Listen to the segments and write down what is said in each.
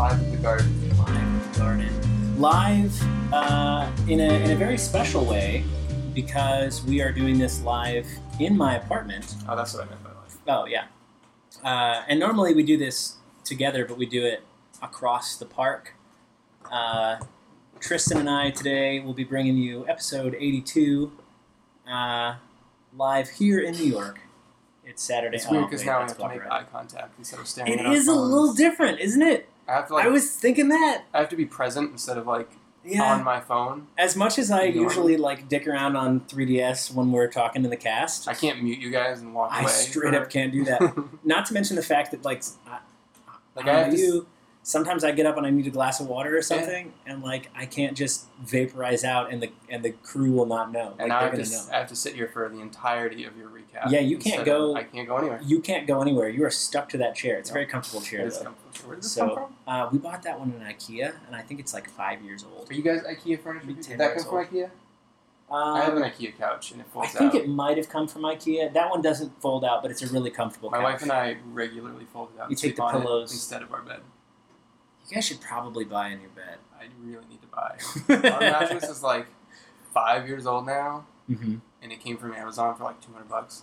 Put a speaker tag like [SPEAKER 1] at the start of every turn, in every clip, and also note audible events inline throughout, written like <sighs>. [SPEAKER 1] garden.
[SPEAKER 2] Live Garden. Live uh, in, a, in a very special way because we are doing this live in my apartment.
[SPEAKER 1] Oh, that's what I meant by life.
[SPEAKER 2] Oh, yeah. Uh, and normally we do this together, but we do it across the park. Uh, Tristan and I today will be bringing you episode 82 uh, live here in New York. It's Saturday.
[SPEAKER 1] It's weird
[SPEAKER 2] oh,
[SPEAKER 1] because
[SPEAKER 2] wait,
[SPEAKER 1] now I
[SPEAKER 2] that's
[SPEAKER 1] have to make
[SPEAKER 2] copyright.
[SPEAKER 1] eye contact instead of staring.
[SPEAKER 2] It
[SPEAKER 1] at our
[SPEAKER 2] is a
[SPEAKER 1] phones.
[SPEAKER 2] little different, isn't it?
[SPEAKER 1] I have to like.
[SPEAKER 2] I was thinking that.
[SPEAKER 1] I have to be present instead of like
[SPEAKER 2] Yeah.
[SPEAKER 1] on my phone.
[SPEAKER 2] as much as I
[SPEAKER 1] Normal.
[SPEAKER 2] usually like dick around on 3DS when we're talking to the cast,
[SPEAKER 1] I can't mute you guys and walk
[SPEAKER 2] I
[SPEAKER 1] away.
[SPEAKER 2] straight
[SPEAKER 1] <laughs> or-
[SPEAKER 2] up can't do that. Not to mention the fact that like I,
[SPEAKER 1] like
[SPEAKER 2] I
[SPEAKER 1] I
[SPEAKER 2] don't
[SPEAKER 1] have
[SPEAKER 2] know
[SPEAKER 1] to.
[SPEAKER 2] you, sometimes I get up and I need a glass of water or something, and like I can't just vaporize out, and the and the crew will not know. Like,
[SPEAKER 1] And now I
[SPEAKER 2] they're
[SPEAKER 1] have to.
[SPEAKER 2] gonna
[SPEAKER 1] s-
[SPEAKER 2] know.
[SPEAKER 1] I have to sit here for the entirety of your recap.
[SPEAKER 2] Yeah, you can't
[SPEAKER 1] instead of-
[SPEAKER 2] go-
[SPEAKER 1] I can't go anywhere.
[SPEAKER 2] You can't go anywhere. You are stuck to that chair. It's a very comfortable
[SPEAKER 1] It
[SPEAKER 2] chair.
[SPEAKER 1] is
[SPEAKER 2] though.
[SPEAKER 1] comfortable. Where did this
[SPEAKER 2] So-
[SPEAKER 1] come from?
[SPEAKER 2] Uh, we bought that one in IKEA, and I think it's like five years old.
[SPEAKER 1] Are you guys IKEA furniture?
[SPEAKER 2] Me
[SPEAKER 1] people?
[SPEAKER 2] ten
[SPEAKER 1] Did that
[SPEAKER 2] years
[SPEAKER 1] come from IKEA? I have
[SPEAKER 2] Um,
[SPEAKER 1] an IKEA couch and it
[SPEAKER 2] I
[SPEAKER 1] folds
[SPEAKER 2] think
[SPEAKER 1] out.
[SPEAKER 2] it might have come from IKEA. That one doesn't fold out, but it's a really comfortable.
[SPEAKER 1] My
[SPEAKER 2] couch.
[SPEAKER 1] wife and I regularly fold it out.
[SPEAKER 2] You
[SPEAKER 1] and
[SPEAKER 2] take
[SPEAKER 1] sleep
[SPEAKER 2] the
[SPEAKER 1] on it
[SPEAKER 2] pillows.
[SPEAKER 1] instead of our bed.
[SPEAKER 2] You guys should probably buy a new bed.
[SPEAKER 1] I really need to buy. our mattress is like five years old now,
[SPEAKER 2] hmm
[SPEAKER 1] and it came from Amazon for like two hundred bucks.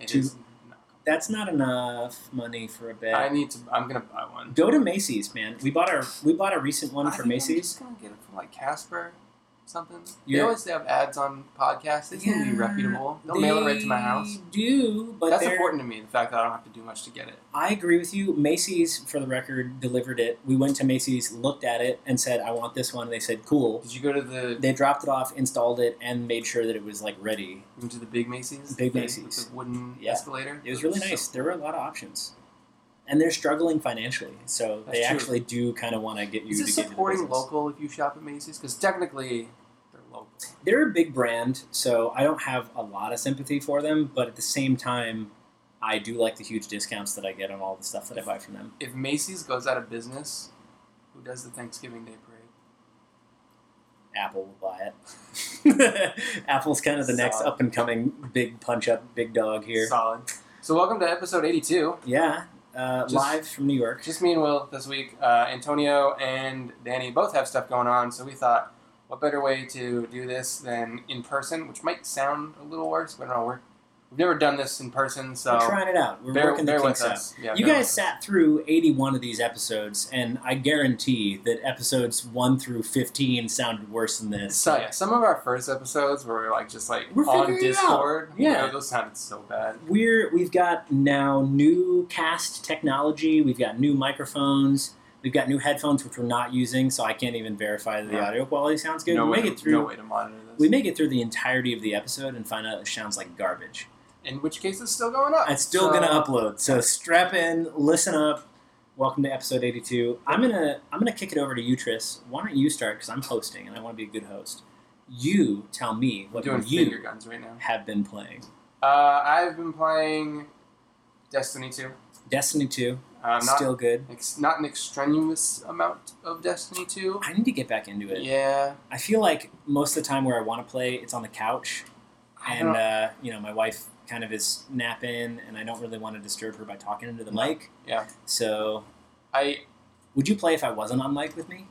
[SPEAKER 1] It
[SPEAKER 2] Two-
[SPEAKER 1] is. not-
[SPEAKER 2] <laughs> That's not enough money for a bed.
[SPEAKER 1] I need to. I'm gonna buy one.
[SPEAKER 2] Go to Macy's, man. We bought our we bought a recent one
[SPEAKER 1] I
[SPEAKER 2] for
[SPEAKER 1] think I'm
[SPEAKER 2] Macy's.
[SPEAKER 1] just gonna get it from like Casper, something. They
[SPEAKER 2] You're-
[SPEAKER 1] always have ads on podcasts. They seem to
[SPEAKER 2] Yeah,
[SPEAKER 1] be reputable. They'll mail it right to my house.
[SPEAKER 2] They Do but
[SPEAKER 1] That's
[SPEAKER 2] they're-
[SPEAKER 1] important to me. The fact that I don't have to do much to get it.
[SPEAKER 2] I agree with you. Macy's, for the record, delivered it. We went to Macy's, looked at it, and said, "I want this one." They said, "Cool."
[SPEAKER 1] Did you go to the
[SPEAKER 2] They dropped it off, installed it, and made sure that it was like ready.
[SPEAKER 1] you went to the big Macy's?
[SPEAKER 2] Big
[SPEAKER 1] The-
[SPEAKER 2] Macy's.
[SPEAKER 1] With the wooden
[SPEAKER 2] Yeah.
[SPEAKER 1] escalator.
[SPEAKER 2] It was really
[SPEAKER 1] So-
[SPEAKER 2] nice. There were a lot of options, and they're struggling financially, so
[SPEAKER 1] That's
[SPEAKER 2] they
[SPEAKER 1] true.
[SPEAKER 2] actually do kind of want to get you
[SPEAKER 1] Is
[SPEAKER 2] to
[SPEAKER 1] this
[SPEAKER 2] get into the
[SPEAKER 1] supporting
[SPEAKER 2] business.
[SPEAKER 1] local if you shop at Macy's? Because technically, they're local.
[SPEAKER 2] they're a big brand, so I don't have a lot of sympathy for them, but at the same time, I do like the huge discounts that I get on all the stuff that I buy from them.
[SPEAKER 1] If Macy's goes out of business, who does the Thanksgiving Day parade?
[SPEAKER 2] Apple will buy it. <laughs> Apple's kind of the next
[SPEAKER 1] Solid.
[SPEAKER 2] up and coming big punch up big dog here.
[SPEAKER 1] Solid. So welcome to episode 82.
[SPEAKER 2] Yeah, uh,
[SPEAKER 1] Just-
[SPEAKER 2] live from New York.
[SPEAKER 1] Just me and Will this week. Uh, Antonio and Danny both have stuff going on, so we thought, what better way to do this than in person? Which might sound a little worse, but no, we're, we've never done this in person, so
[SPEAKER 2] We're trying it out. We're
[SPEAKER 1] bear,
[SPEAKER 2] working
[SPEAKER 1] bear
[SPEAKER 2] the
[SPEAKER 1] with
[SPEAKER 2] kinks out.
[SPEAKER 1] us. Yeah,
[SPEAKER 2] You
[SPEAKER 1] bear
[SPEAKER 2] guys
[SPEAKER 1] with us.
[SPEAKER 2] sat through 81 of these episodes, and I guarantee that episodes 1 through 15 sounded worse than this.
[SPEAKER 1] So yeah, some of our first episodes were like just like
[SPEAKER 2] We're
[SPEAKER 1] on
[SPEAKER 2] figuring it out.
[SPEAKER 1] Discord.
[SPEAKER 2] Yeah.
[SPEAKER 1] those sounded so bad.
[SPEAKER 2] we're we've got now new cast technology we've got new microphones we've got new headphones which we're not using so i can't even verify that the
[SPEAKER 1] Yeah.
[SPEAKER 2] audio quality sounds good
[SPEAKER 1] no
[SPEAKER 2] we
[SPEAKER 1] way,
[SPEAKER 2] make
[SPEAKER 1] to-
[SPEAKER 2] it through
[SPEAKER 1] No way to monitor this.
[SPEAKER 2] we make it through the entirety of the episode and find out it sounds like garbage
[SPEAKER 1] in which case, it's still going up.
[SPEAKER 2] it's still
[SPEAKER 1] So-
[SPEAKER 2] gonna upload so strap in listen up welcome to episode 82 i'm gonna i'm gonna kick it over to you tris why don't you start because i'm hosting and i want to be a good host you tell me
[SPEAKER 1] I'm
[SPEAKER 2] what
[SPEAKER 1] doing
[SPEAKER 2] you
[SPEAKER 1] finger guns right now.
[SPEAKER 2] have been playing
[SPEAKER 1] Uh, I've been playing Destiny 2.
[SPEAKER 2] destiny 2
[SPEAKER 1] Um, not,
[SPEAKER 2] still good
[SPEAKER 1] ex- not an extraneous amount of Destiny 2.
[SPEAKER 2] i need to get back into it
[SPEAKER 1] Yeah.
[SPEAKER 2] I feel like most of the time where I want to play, it's on the couch,
[SPEAKER 1] I
[SPEAKER 2] and
[SPEAKER 1] don't-
[SPEAKER 2] uh, you know my wife kind of is napping, and I don't really want to disturb her by talking into the
[SPEAKER 1] No.
[SPEAKER 2] mic.
[SPEAKER 1] Yeah.
[SPEAKER 2] So,
[SPEAKER 1] I.
[SPEAKER 2] would you play if I wasn't on mic with me?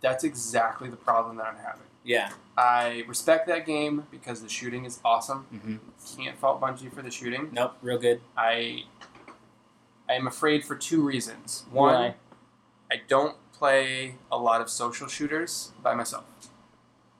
[SPEAKER 1] That's exactly the problem that I'm having.
[SPEAKER 2] Yeah.
[SPEAKER 1] I respect that game because the shooting is awesome.
[SPEAKER 2] Mm-hmm.
[SPEAKER 1] Can't fault Bungie for the shooting.
[SPEAKER 2] Nope. Real good.
[SPEAKER 1] I I am afraid for two reasons. One,
[SPEAKER 2] Why?
[SPEAKER 1] I don't play a lot of social shooters by myself.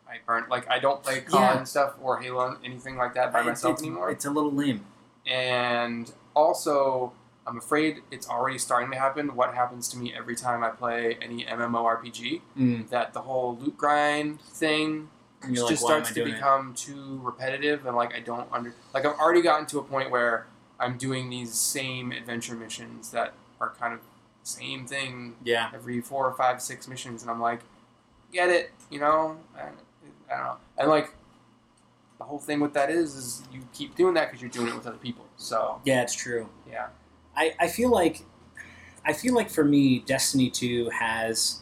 [SPEAKER 1] I burn like I don't play COD
[SPEAKER 2] Yeah.
[SPEAKER 1] and stuff or Halo anything like that by
[SPEAKER 2] It's-
[SPEAKER 1] myself
[SPEAKER 2] it's-
[SPEAKER 1] anymore.
[SPEAKER 2] It's a little lame.
[SPEAKER 1] and also, I'm afraid it's already starting to happen. What happens to me every time I play any MMORPG?
[SPEAKER 2] Mm.
[SPEAKER 1] That the whole loot grind thing
[SPEAKER 2] And you're
[SPEAKER 1] it
[SPEAKER 2] like,
[SPEAKER 1] just
[SPEAKER 2] why
[SPEAKER 1] starts
[SPEAKER 2] am I
[SPEAKER 1] to
[SPEAKER 2] doing
[SPEAKER 1] become too repetitive and like I don't under like I've already gotten to a point where I'm doing these same adventure missions that are kind of the same thing
[SPEAKER 2] it? Yeah.
[SPEAKER 1] every four or five six missions and I'm like get it you know I, I don't know and like the whole thing with that is is you keep doing that because you're doing it with other people so
[SPEAKER 2] Yeah, it's true.
[SPEAKER 1] yeah
[SPEAKER 2] I, I feel like I feel like for me, Destiny Two has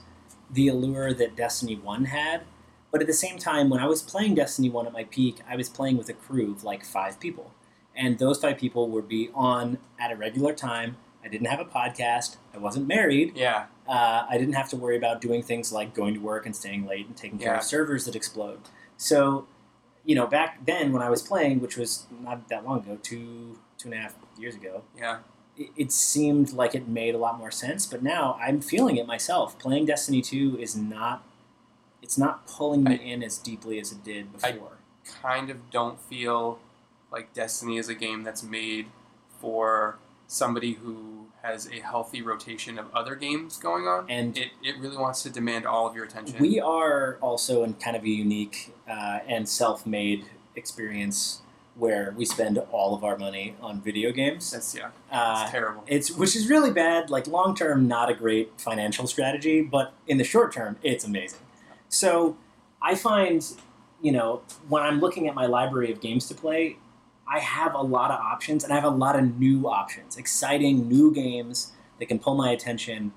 [SPEAKER 2] the allure that Destiny One had, but at the same time, when I was playing Destiny One at my peak, I was playing with a crew of like five people, and those five people would be on at a regular time I didn't have a podcast. I wasn't married.
[SPEAKER 1] Yeah.
[SPEAKER 2] Uh, I didn't have to worry about doing things like going to work and staying late and taking care
[SPEAKER 1] Yeah.
[SPEAKER 2] of servers that explode. So, you know, back then when I was playing, which was not that long ago, two two and a half years ago,
[SPEAKER 1] Yeah.
[SPEAKER 2] it, it seemed like it made a lot more sense. But now I'm feeling it myself. Playing Destiny Two is not. It's not pulling me
[SPEAKER 1] I-
[SPEAKER 2] in as deeply as it did
[SPEAKER 1] I-
[SPEAKER 2] before.
[SPEAKER 1] kind of don't feel like Destiny is a game that's made for somebody who has a healthy rotation of other games going on.
[SPEAKER 2] and
[SPEAKER 1] It, it really wants to demand all of your attention.
[SPEAKER 2] We are also in kind of a unique uh, and self-made experience where we spend all of our money on video games.
[SPEAKER 1] that's yeah, it's
[SPEAKER 2] Uh,
[SPEAKER 1] terrible.
[SPEAKER 2] it's which is really bad. Like long term, not a great financial strategy, but in the short term, it's amazing. So I find, you know, when I'm looking at my library of games to play, I have a lot of options, and I have a lot of new options, exciting new games that can pull my attention.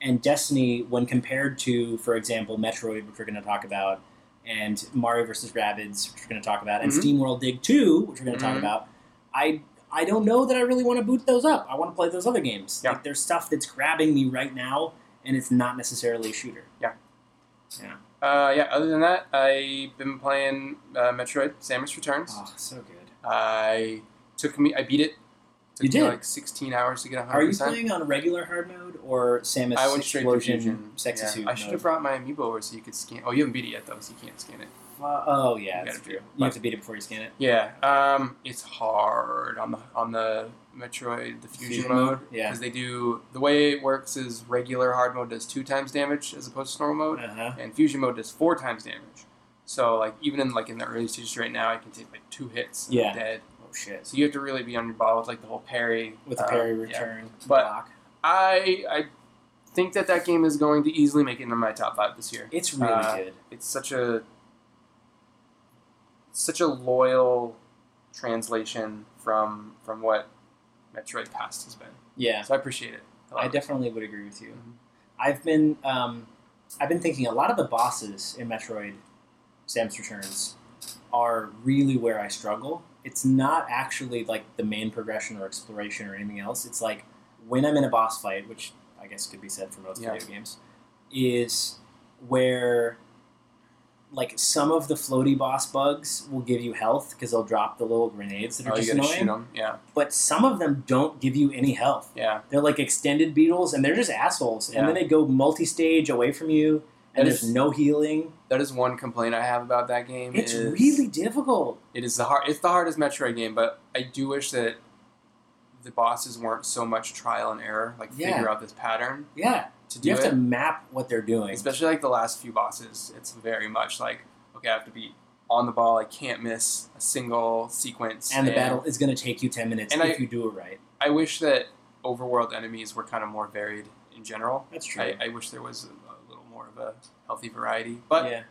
[SPEAKER 2] And Destiny, when compared to, for example, Metroid, which we're going to talk about, and Mario vs. Rabbids, which we're going to talk about, and
[SPEAKER 1] Mhm.
[SPEAKER 2] Steam World Dig 2, which we're going to talk
[SPEAKER 1] Mhm.
[SPEAKER 2] about, I I don't know that I really want to boot those up. I want to play those other games.
[SPEAKER 1] Yeah.
[SPEAKER 2] Like there's stuff that's grabbing me right now, and it's not necessarily a shooter.
[SPEAKER 1] Uh, yeah. Other than that, I've been playing uh, Metroid: Samus Returns.
[SPEAKER 2] Oh, so good.
[SPEAKER 1] I took me. I beat it. Took
[SPEAKER 2] You
[SPEAKER 1] me
[SPEAKER 2] did?
[SPEAKER 1] like 16 hours to get 100.
[SPEAKER 2] Are you playing on regular hard mode or Samus
[SPEAKER 1] I went straight to
[SPEAKER 2] explosion
[SPEAKER 1] fusion.
[SPEAKER 2] sexy
[SPEAKER 1] Yeah.
[SPEAKER 2] suit?
[SPEAKER 1] I should
[SPEAKER 2] mode?
[SPEAKER 1] have brought my amiibo over so you could scan. Oh, you haven't beat it yet though, so you can't scan it.
[SPEAKER 2] Uh, oh yeah,
[SPEAKER 1] You
[SPEAKER 2] that's
[SPEAKER 1] gotta
[SPEAKER 2] true.
[SPEAKER 1] do it.
[SPEAKER 2] You have to beat it before you scan it.
[SPEAKER 1] Yeah, um, it's hard on the on the Metroid the fusion,
[SPEAKER 2] Fusion
[SPEAKER 1] mode
[SPEAKER 2] Yeah.
[SPEAKER 1] because they do the way it works is regular hard mode does two times damage as opposed to normal mode,
[SPEAKER 2] Uh huh.
[SPEAKER 1] and fusion mode does four times damage. So like even in like in the early stages right now, I can take like two hits and I'm
[SPEAKER 2] Yeah.
[SPEAKER 1] dead.
[SPEAKER 2] Oh shit.
[SPEAKER 1] So you have to really be on your ball with like the whole parry
[SPEAKER 2] With the
[SPEAKER 1] uh,
[SPEAKER 2] parry
[SPEAKER 1] yeah.
[SPEAKER 2] return
[SPEAKER 1] But-
[SPEAKER 2] block,
[SPEAKER 1] I I think that that game is going to easily make it into my top five this year.
[SPEAKER 2] it's really
[SPEAKER 1] uh,
[SPEAKER 2] good.
[SPEAKER 1] it's such a such a loyal translation from from what Metroid past has been.
[SPEAKER 2] Yeah,
[SPEAKER 1] So I appreciate it.
[SPEAKER 2] I
[SPEAKER 1] love it.
[SPEAKER 2] definitely would agree with you.
[SPEAKER 1] Mhm.
[SPEAKER 2] I've been um, I've been thinking a lot of the bosses in Metroid Samus Returns are really where I struggle. It's not actually like the main progression or exploration or anything else. It's like when I'm in a boss fight, which I guess could be said for most
[SPEAKER 1] Yeah.
[SPEAKER 2] video games, is where like some of the floaty boss bugs will give you health because they'll drop the little grenades that are
[SPEAKER 1] oh,
[SPEAKER 2] just
[SPEAKER 1] you gotta shoot
[SPEAKER 2] annoying.
[SPEAKER 1] 'em. Yeah,
[SPEAKER 2] But some of them don't give you any health.
[SPEAKER 1] yeah.
[SPEAKER 2] They're like extended beetles, and they're just assholes. And
[SPEAKER 1] Yeah.
[SPEAKER 2] then they go multi-stage away from you, and
[SPEAKER 1] That
[SPEAKER 2] there's
[SPEAKER 1] is-
[SPEAKER 2] no healing.
[SPEAKER 1] That is one complaint I have about that game.
[SPEAKER 2] It's
[SPEAKER 1] is-
[SPEAKER 2] really difficult.
[SPEAKER 1] it is the hard. It's the hardest Metroid game, but I do wish that the bosses weren't so much trial and error. Like
[SPEAKER 2] Yeah.
[SPEAKER 1] figure out this pattern
[SPEAKER 2] Yeah,
[SPEAKER 1] to do
[SPEAKER 2] you have
[SPEAKER 1] it.
[SPEAKER 2] to map what they're doing.
[SPEAKER 1] Especially like the last few bosses, it's very much like okay, I have to be on the ball. I can't miss a single sequence.
[SPEAKER 2] and the battle is going to take you ten minutes
[SPEAKER 1] And
[SPEAKER 2] if
[SPEAKER 1] I-
[SPEAKER 2] you do it right.
[SPEAKER 1] I wish that overworld enemies were kind of more varied in general.
[SPEAKER 2] That's true.
[SPEAKER 1] I, I wish there was a, a little more of a healthy variety, but
[SPEAKER 2] yeah,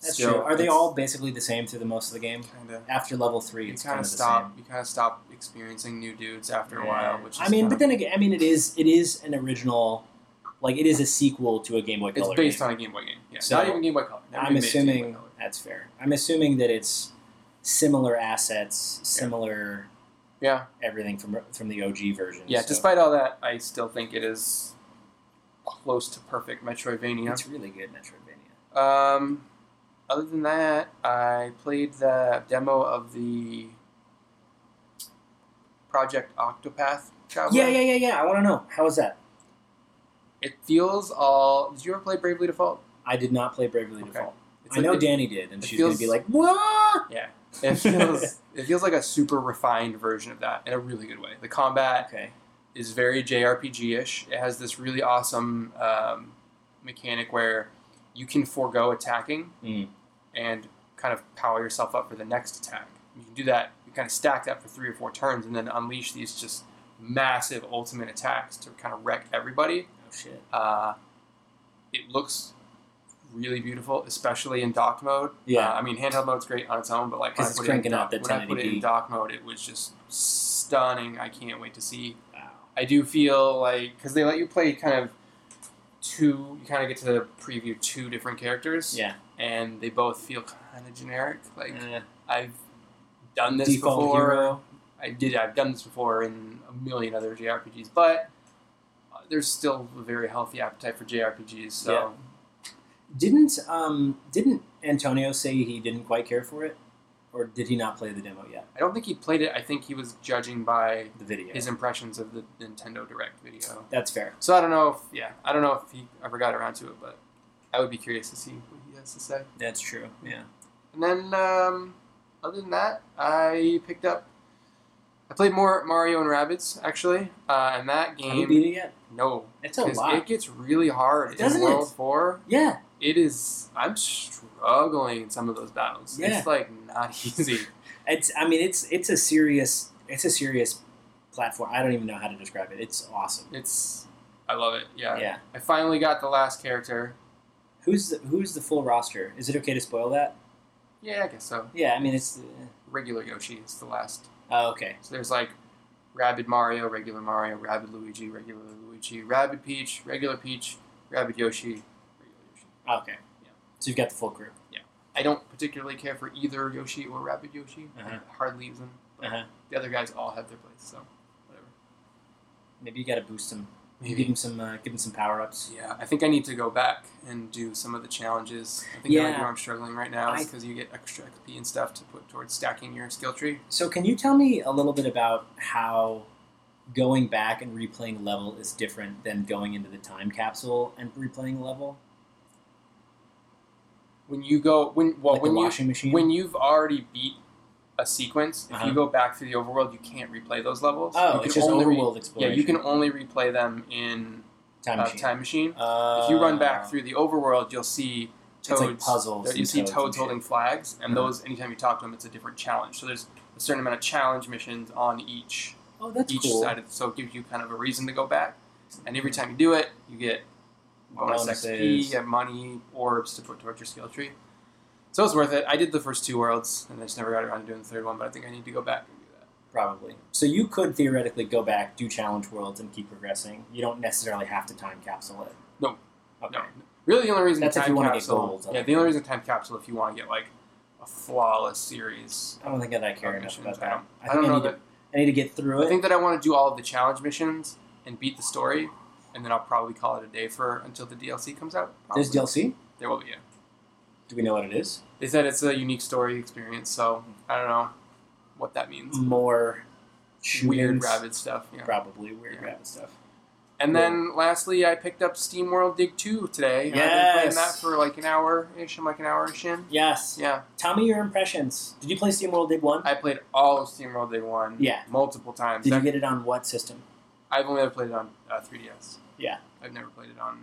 [SPEAKER 2] that's
[SPEAKER 1] still,
[SPEAKER 2] true. Are they
[SPEAKER 1] it's
[SPEAKER 2] all basically the same through the most of the game?
[SPEAKER 1] Kinda,
[SPEAKER 2] After level three,
[SPEAKER 1] you
[SPEAKER 2] it's
[SPEAKER 1] kind of
[SPEAKER 2] the
[SPEAKER 1] stop.
[SPEAKER 2] same.
[SPEAKER 1] You kind of stop experiencing new dudes after a
[SPEAKER 2] Yeah.
[SPEAKER 1] while, which is
[SPEAKER 2] I mean,
[SPEAKER 1] kind
[SPEAKER 2] but then again, I mean, it is it is an original, like it is a sequel to a Game Boy
[SPEAKER 1] of, it's
[SPEAKER 2] Color.
[SPEAKER 1] based
[SPEAKER 2] game.
[SPEAKER 1] on a Game Boy game. Yeah,
[SPEAKER 2] So,
[SPEAKER 1] not even Game Boy Color. Never
[SPEAKER 2] I'm
[SPEAKER 1] even made a Game Boy
[SPEAKER 2] assuming
[SPEAKER 1] Color.
[SPEAKER 2] that's fair. I'm assuming that it's similar assets, similar
[SPEAKER 1] Yeah,
[SPEAKER 2] everything from from the OG version.
[SPEAKER 1] yeah.
[SPEAKER 2] so
[SPEAKER 1] Despite all that, I still think it is close to perfect Metroidvania.
[SPEAKER 2] it's really good Metroidvania.
[SPEAKER 1] Um, other than that, I played the demo of the Project Octopath Traveler.
[SPEAKER 2] Yeah, yeah, yeah, yeah. I want to know how was that.
[SPEAKER 1] It feels all. Did you ever play Bravely Default?
[SPEAKER 2] I did not play Bravely
[SPEAKER 1] Okay.
[SPEAKER 2] Default.
[SPEAKER 1] It's
[SPEAKER 2] I know
[SPEAKER 1] like it,
[SPEAKER 2] Danny did, and
[SPEAKER 1] it
[SPEAKER 2] she's gonna
[SPEAKER 1] feels-
[SPEAKER 2] be like, "What?"
[SPEAKER 1] it
[SPEAKER 2] <laughs>
[SPEAKER 1] feels it feels like a super refined version of that in a really good way. The combat
[SPEAKER 2] Okay.
[SPEAKER 1] is very JRPG ish. It has this really awesome um, mechanic where you can forego attacking
[SPEAKER 2] Mm.
[SPEAKER 1] and kind of power yourself up for the next attack. You can do that, you kind of stack that for three or four turns and then unleash these just massive ultimate attacks to kind of wreck everybody.
[SPEAKER 2] Oh shit.
[SPEAKER 1] Uh, it looks really beautiful, especially in dock mode.
[SPEAKER 2] Yeah.
[SPEAKER 1] Uh, I mean, handheld mode's great on its own, but like
[SPEAKER 2] 'Cause
[SPEAKER 1] when I
[SPEAKER 2] it's
[SPEAKER 1] put it in
[SPEAKER 2] cranking out
[SPEAKER 1] dock,
[SPEAKER 2] the
[SPEAKER 1] when I put it in
[SPEAKER 2] 1080p.
[SPEAKER 1] dock mode, it was just stunning. I can't wait to see
[SPEAKER 2] Wow.
[SPEAKER 1] I do feel like because they let you play kind of two, you kind of get to preview two different characters,
[SPEAKER 2] Yeah.
[SPEAKER 1] and they both feel kind of generic. Like
[SPEAKER 2] Uh,
[SPEAKER 1] I've done this
[SPEAKER 2] default
[SPEAKER 1] before.
[SPEAKER 2] hero.
[SPEAKER 1] I did. I've done this before in a million other JRPGs, but uh, there's still a very healthy appetite for JRPGs. So
[SPEAKER 2] Yeah. Didn't um didn't Antonio say he didn't quite care for it, or did he not play the demo yet?
[SPEAKER 1] I don't think he played it. I think he was judging by
[SPEAKER 2] The video.
[SPEAKER 1] his impressions of the Nintendo Direct video.
[SPEAKER 2] That's fair.
[SPEAKER 1] So I don't know if yeah, I don't know if he ever got around to it, but I would be curious to see what he has to say.
[SPEAKER 2] That's true. Yeah.
[SPEAKER 1] And then um, other than that, I picked up. I played more Mario and Rabbits actually, uh, and that
[SPEAKER 2] Have you
[SPEAKER 1] game.
[SPEAKER 2] beat it yet?
[SPEAKER 1] No,
[SPEAKER 2] It's a
[SPEAKER 1] 'cause
[SPEAKER 2] lot.
[SPEAKER 1] it gets really hard
[SPEAKER 2] Doesn't
[SPEAKER 1] in
[SPEAKER 2] it?
[SPEAKER 1] World Four.
[SPEAKER 2] yeah.
[SPEAKER 1] It is. I'm struggling in some of those battles.
[SPEAKER 2] Yeah.
[SPEAKER 1] It's like not <laughs> easy.
[SPEAKER 2] It's. I mean, it's it's a serious it's a serious platform. I don't even know how to describe it. It's awesome.
[SPEAKER 1] It's. I love it. Yeah.
[SPEAKER 2] Yeah.
[SPEAKER 1] I finally got the last character.
[SPEAKER 2] Who's the, who's the full roster? Is it okay to spoil that?
[SPEAKER 1] Yeah, I guess so.
[SPEAKER 2] Yeah. I mean, it's. Uh,
[SPEAKER 1] Regular Yoshi is the last
[SPEAKER 2] oh, okay.
[SPEAKER 1] So there's like Rabid Mario, regular Mario, Rabid Luigi, regular Luigi, Rabid Peach, regular Peach, Rabid Yoshi, regular Yoshi.
[SPEAKER 2] Okay.
[SPEAKER 1] Yeah.
[SPEAKER 2] So you've got the full crew.
[SPEAKER 1] I don't particularly care for either Yoshi or Rabid Yoshi.
[SPEAKER 2] Uh-huh.
[SPEAKER 1] I hardly use them. but
[SPEAKER 2] Uh-huh.
[SPEAKER 1] The other guys all have their place, so whatever.
[SPEAKER 2] Maybe you got to boost them. Give
[SPEAKER 1] Maybe.
[SPEAKER 2] them some. Uh, give them some power ups.
[SPEAKER 1] Yeah, I think I need to go back and do some of the challenges. I think
[SPEAKER 2] Yeah.
[SPEAKER 1] like where I'm struggling right now is
[SPEAKER 2] I-
[SPEAKER 1] because you get extra XP and stuff to put towards stacking your skill tree.
[SPEAKER 2] So, can you tell me a little bit about how going back and replaying a level is different than going into the time capsule and replaying a level,
[SPEAKER 1] When you go, when well,
[SPEAKER 2] like
[SPEAKER 1] when
[SPEAKER 2] the
[SPEAKER 1] you
[SPEAKER 2] washing machine?
[SPEAKER 1] When you've already beat a sequence, if
[SPEAKER 2] Uh-huh.
[SPEAKER 1] you go back through the overworld, you can't replay those levels. you
[SPEAKER 2] oh,
[SPEAKER 1] can
[SPEAKER 2] it's just
[SPEAKER 1] only re-
[SPEAKER 2] overworld
[SPEAKER 1] yeah,
[SPEAKER 2] exploration.
[SPEAKER 1] you can only replay them in
[SPEAKER 2] time
[SPEAKER 1] uh,
[SPEAKER 2] machine.
[SPEAKER 1] Time Machine.
[SPEAKER 2] Uh,
[SPEAKER 1] if you run back through the overworld, you'll see
[SPEAKER 2] it's like
[SPEAKER 1] toads.
[SPEAKER 2] puzzles.
[SPEAKER 1] you
[SPEAKER 2] and
[SPEAKER 1] see
[SPEAKER 2] toads
[SPEAKER 1] toads,
[SPEAKER 2] and shit.
[SPEAKER 1] holding flags, and
[SPEAKER 2] Uh-huh.
[SPEAKER 1] those anytime you talk to them, it's a different challenge. So there's a certain amount of challenge missions on each
[SPEAKER 2] Oh, that's
[SPEAKER 1] each
[SPEAKER 2] cool. Hmm.
[SPEAKER 1] side of so it gives you kind of a reason to go back. And every time you do it, you get bonus XP, you
[SPEAKER 2] Bonuses.
[SPEAKER 1] get money, orbs to put towards your skill tree. So it's worth it. I did the first two worlds, and I just never got around to doing the third one. But I think I need to go back and do that.
[SPEAKER 2] Probably. So you could theoretically go back, do challenge worlds, and keep progressing. You don't necessarily have to time capsule it.
[SPEAKER 1] No.
[SPEAKER 2] Okay.
[SPEAKER 1] No, really, the only reason
[SPEAKER 2] That's if
[SPEAKER 1] time
[SPEAKER 2] you wanna get
[SPEAKER 1] capsule.
[SPEAKER 2] gold, I
[SPEAKER 1] yeah,
[SPEAKER 2] think.
[SPEAKER 1] the only reason time capsule if you want to get like a flawless series.
[SPEAKER 2] I don't think that I care
[SPEAKER 1] of
[SPEAKER 2] enough about
[SPEAKER 1] missions. I
[SPEAKER 2] that.
[SPEAKER 1] don't,
[SPEAKER 2] I, think
[SPEAKER 1] don't know
[SPEAKER 2] need
[SPEAKER 1] that.
[SPEAKER 2] To, I need to get through
[SPEAKER 1] I
[SPEAKER 2] it.
[SPEAKER 1] think that I want to do all of the challenge missions and beat the story, and then I'll probably call it a day for until the DLC comes out. Probably.
[SPEAKER 2] There's DLC.
[SPEAKER 1] There will be. Yeah.
[SPEAKER 2] Do we know what it is?
[SPEAKER 1] They said it's a unique story experience, so I don't know what that means.
[SPEAKER 2] more
[SPEAKER 1] Weird
[SPEAKER 2] shootings.
[SPEAKER 1] rabbit stuff. Yeah.
[SPEAKER 2] probably weird
[SPEAKER 1] Yeah.
[SPEAKER 2] rabbit stuff.
[SPEAKER 1] And then lastly, I picked up Steam World Dig 2 today. and I've been
[SPEAKER 2] Yes.
[SPEAKER 1] playing that for like an hour ish. I'm like an hour ish in.
[SPEAKER 2] Yes.
[SPEAKER 1] Yeah.
[SPEAKER 2] Tell me your impressions. Did you play SteamWorld Dig One?
[SPEAKER 1] I played all of Steam World Dig 1
[SPEAKER 2] Yeah.
[SPEAKER 1] multiple times.
[SPEAKER 2] Did you
[SPEAKER 1] I've-
[SPEAKER 2] get it on what system?
[SPEAKER 1] I've only ever played it on uh, 3DS.
[SPEAKER 2] Yeah.
[SPEAKER 1] I've never played it on.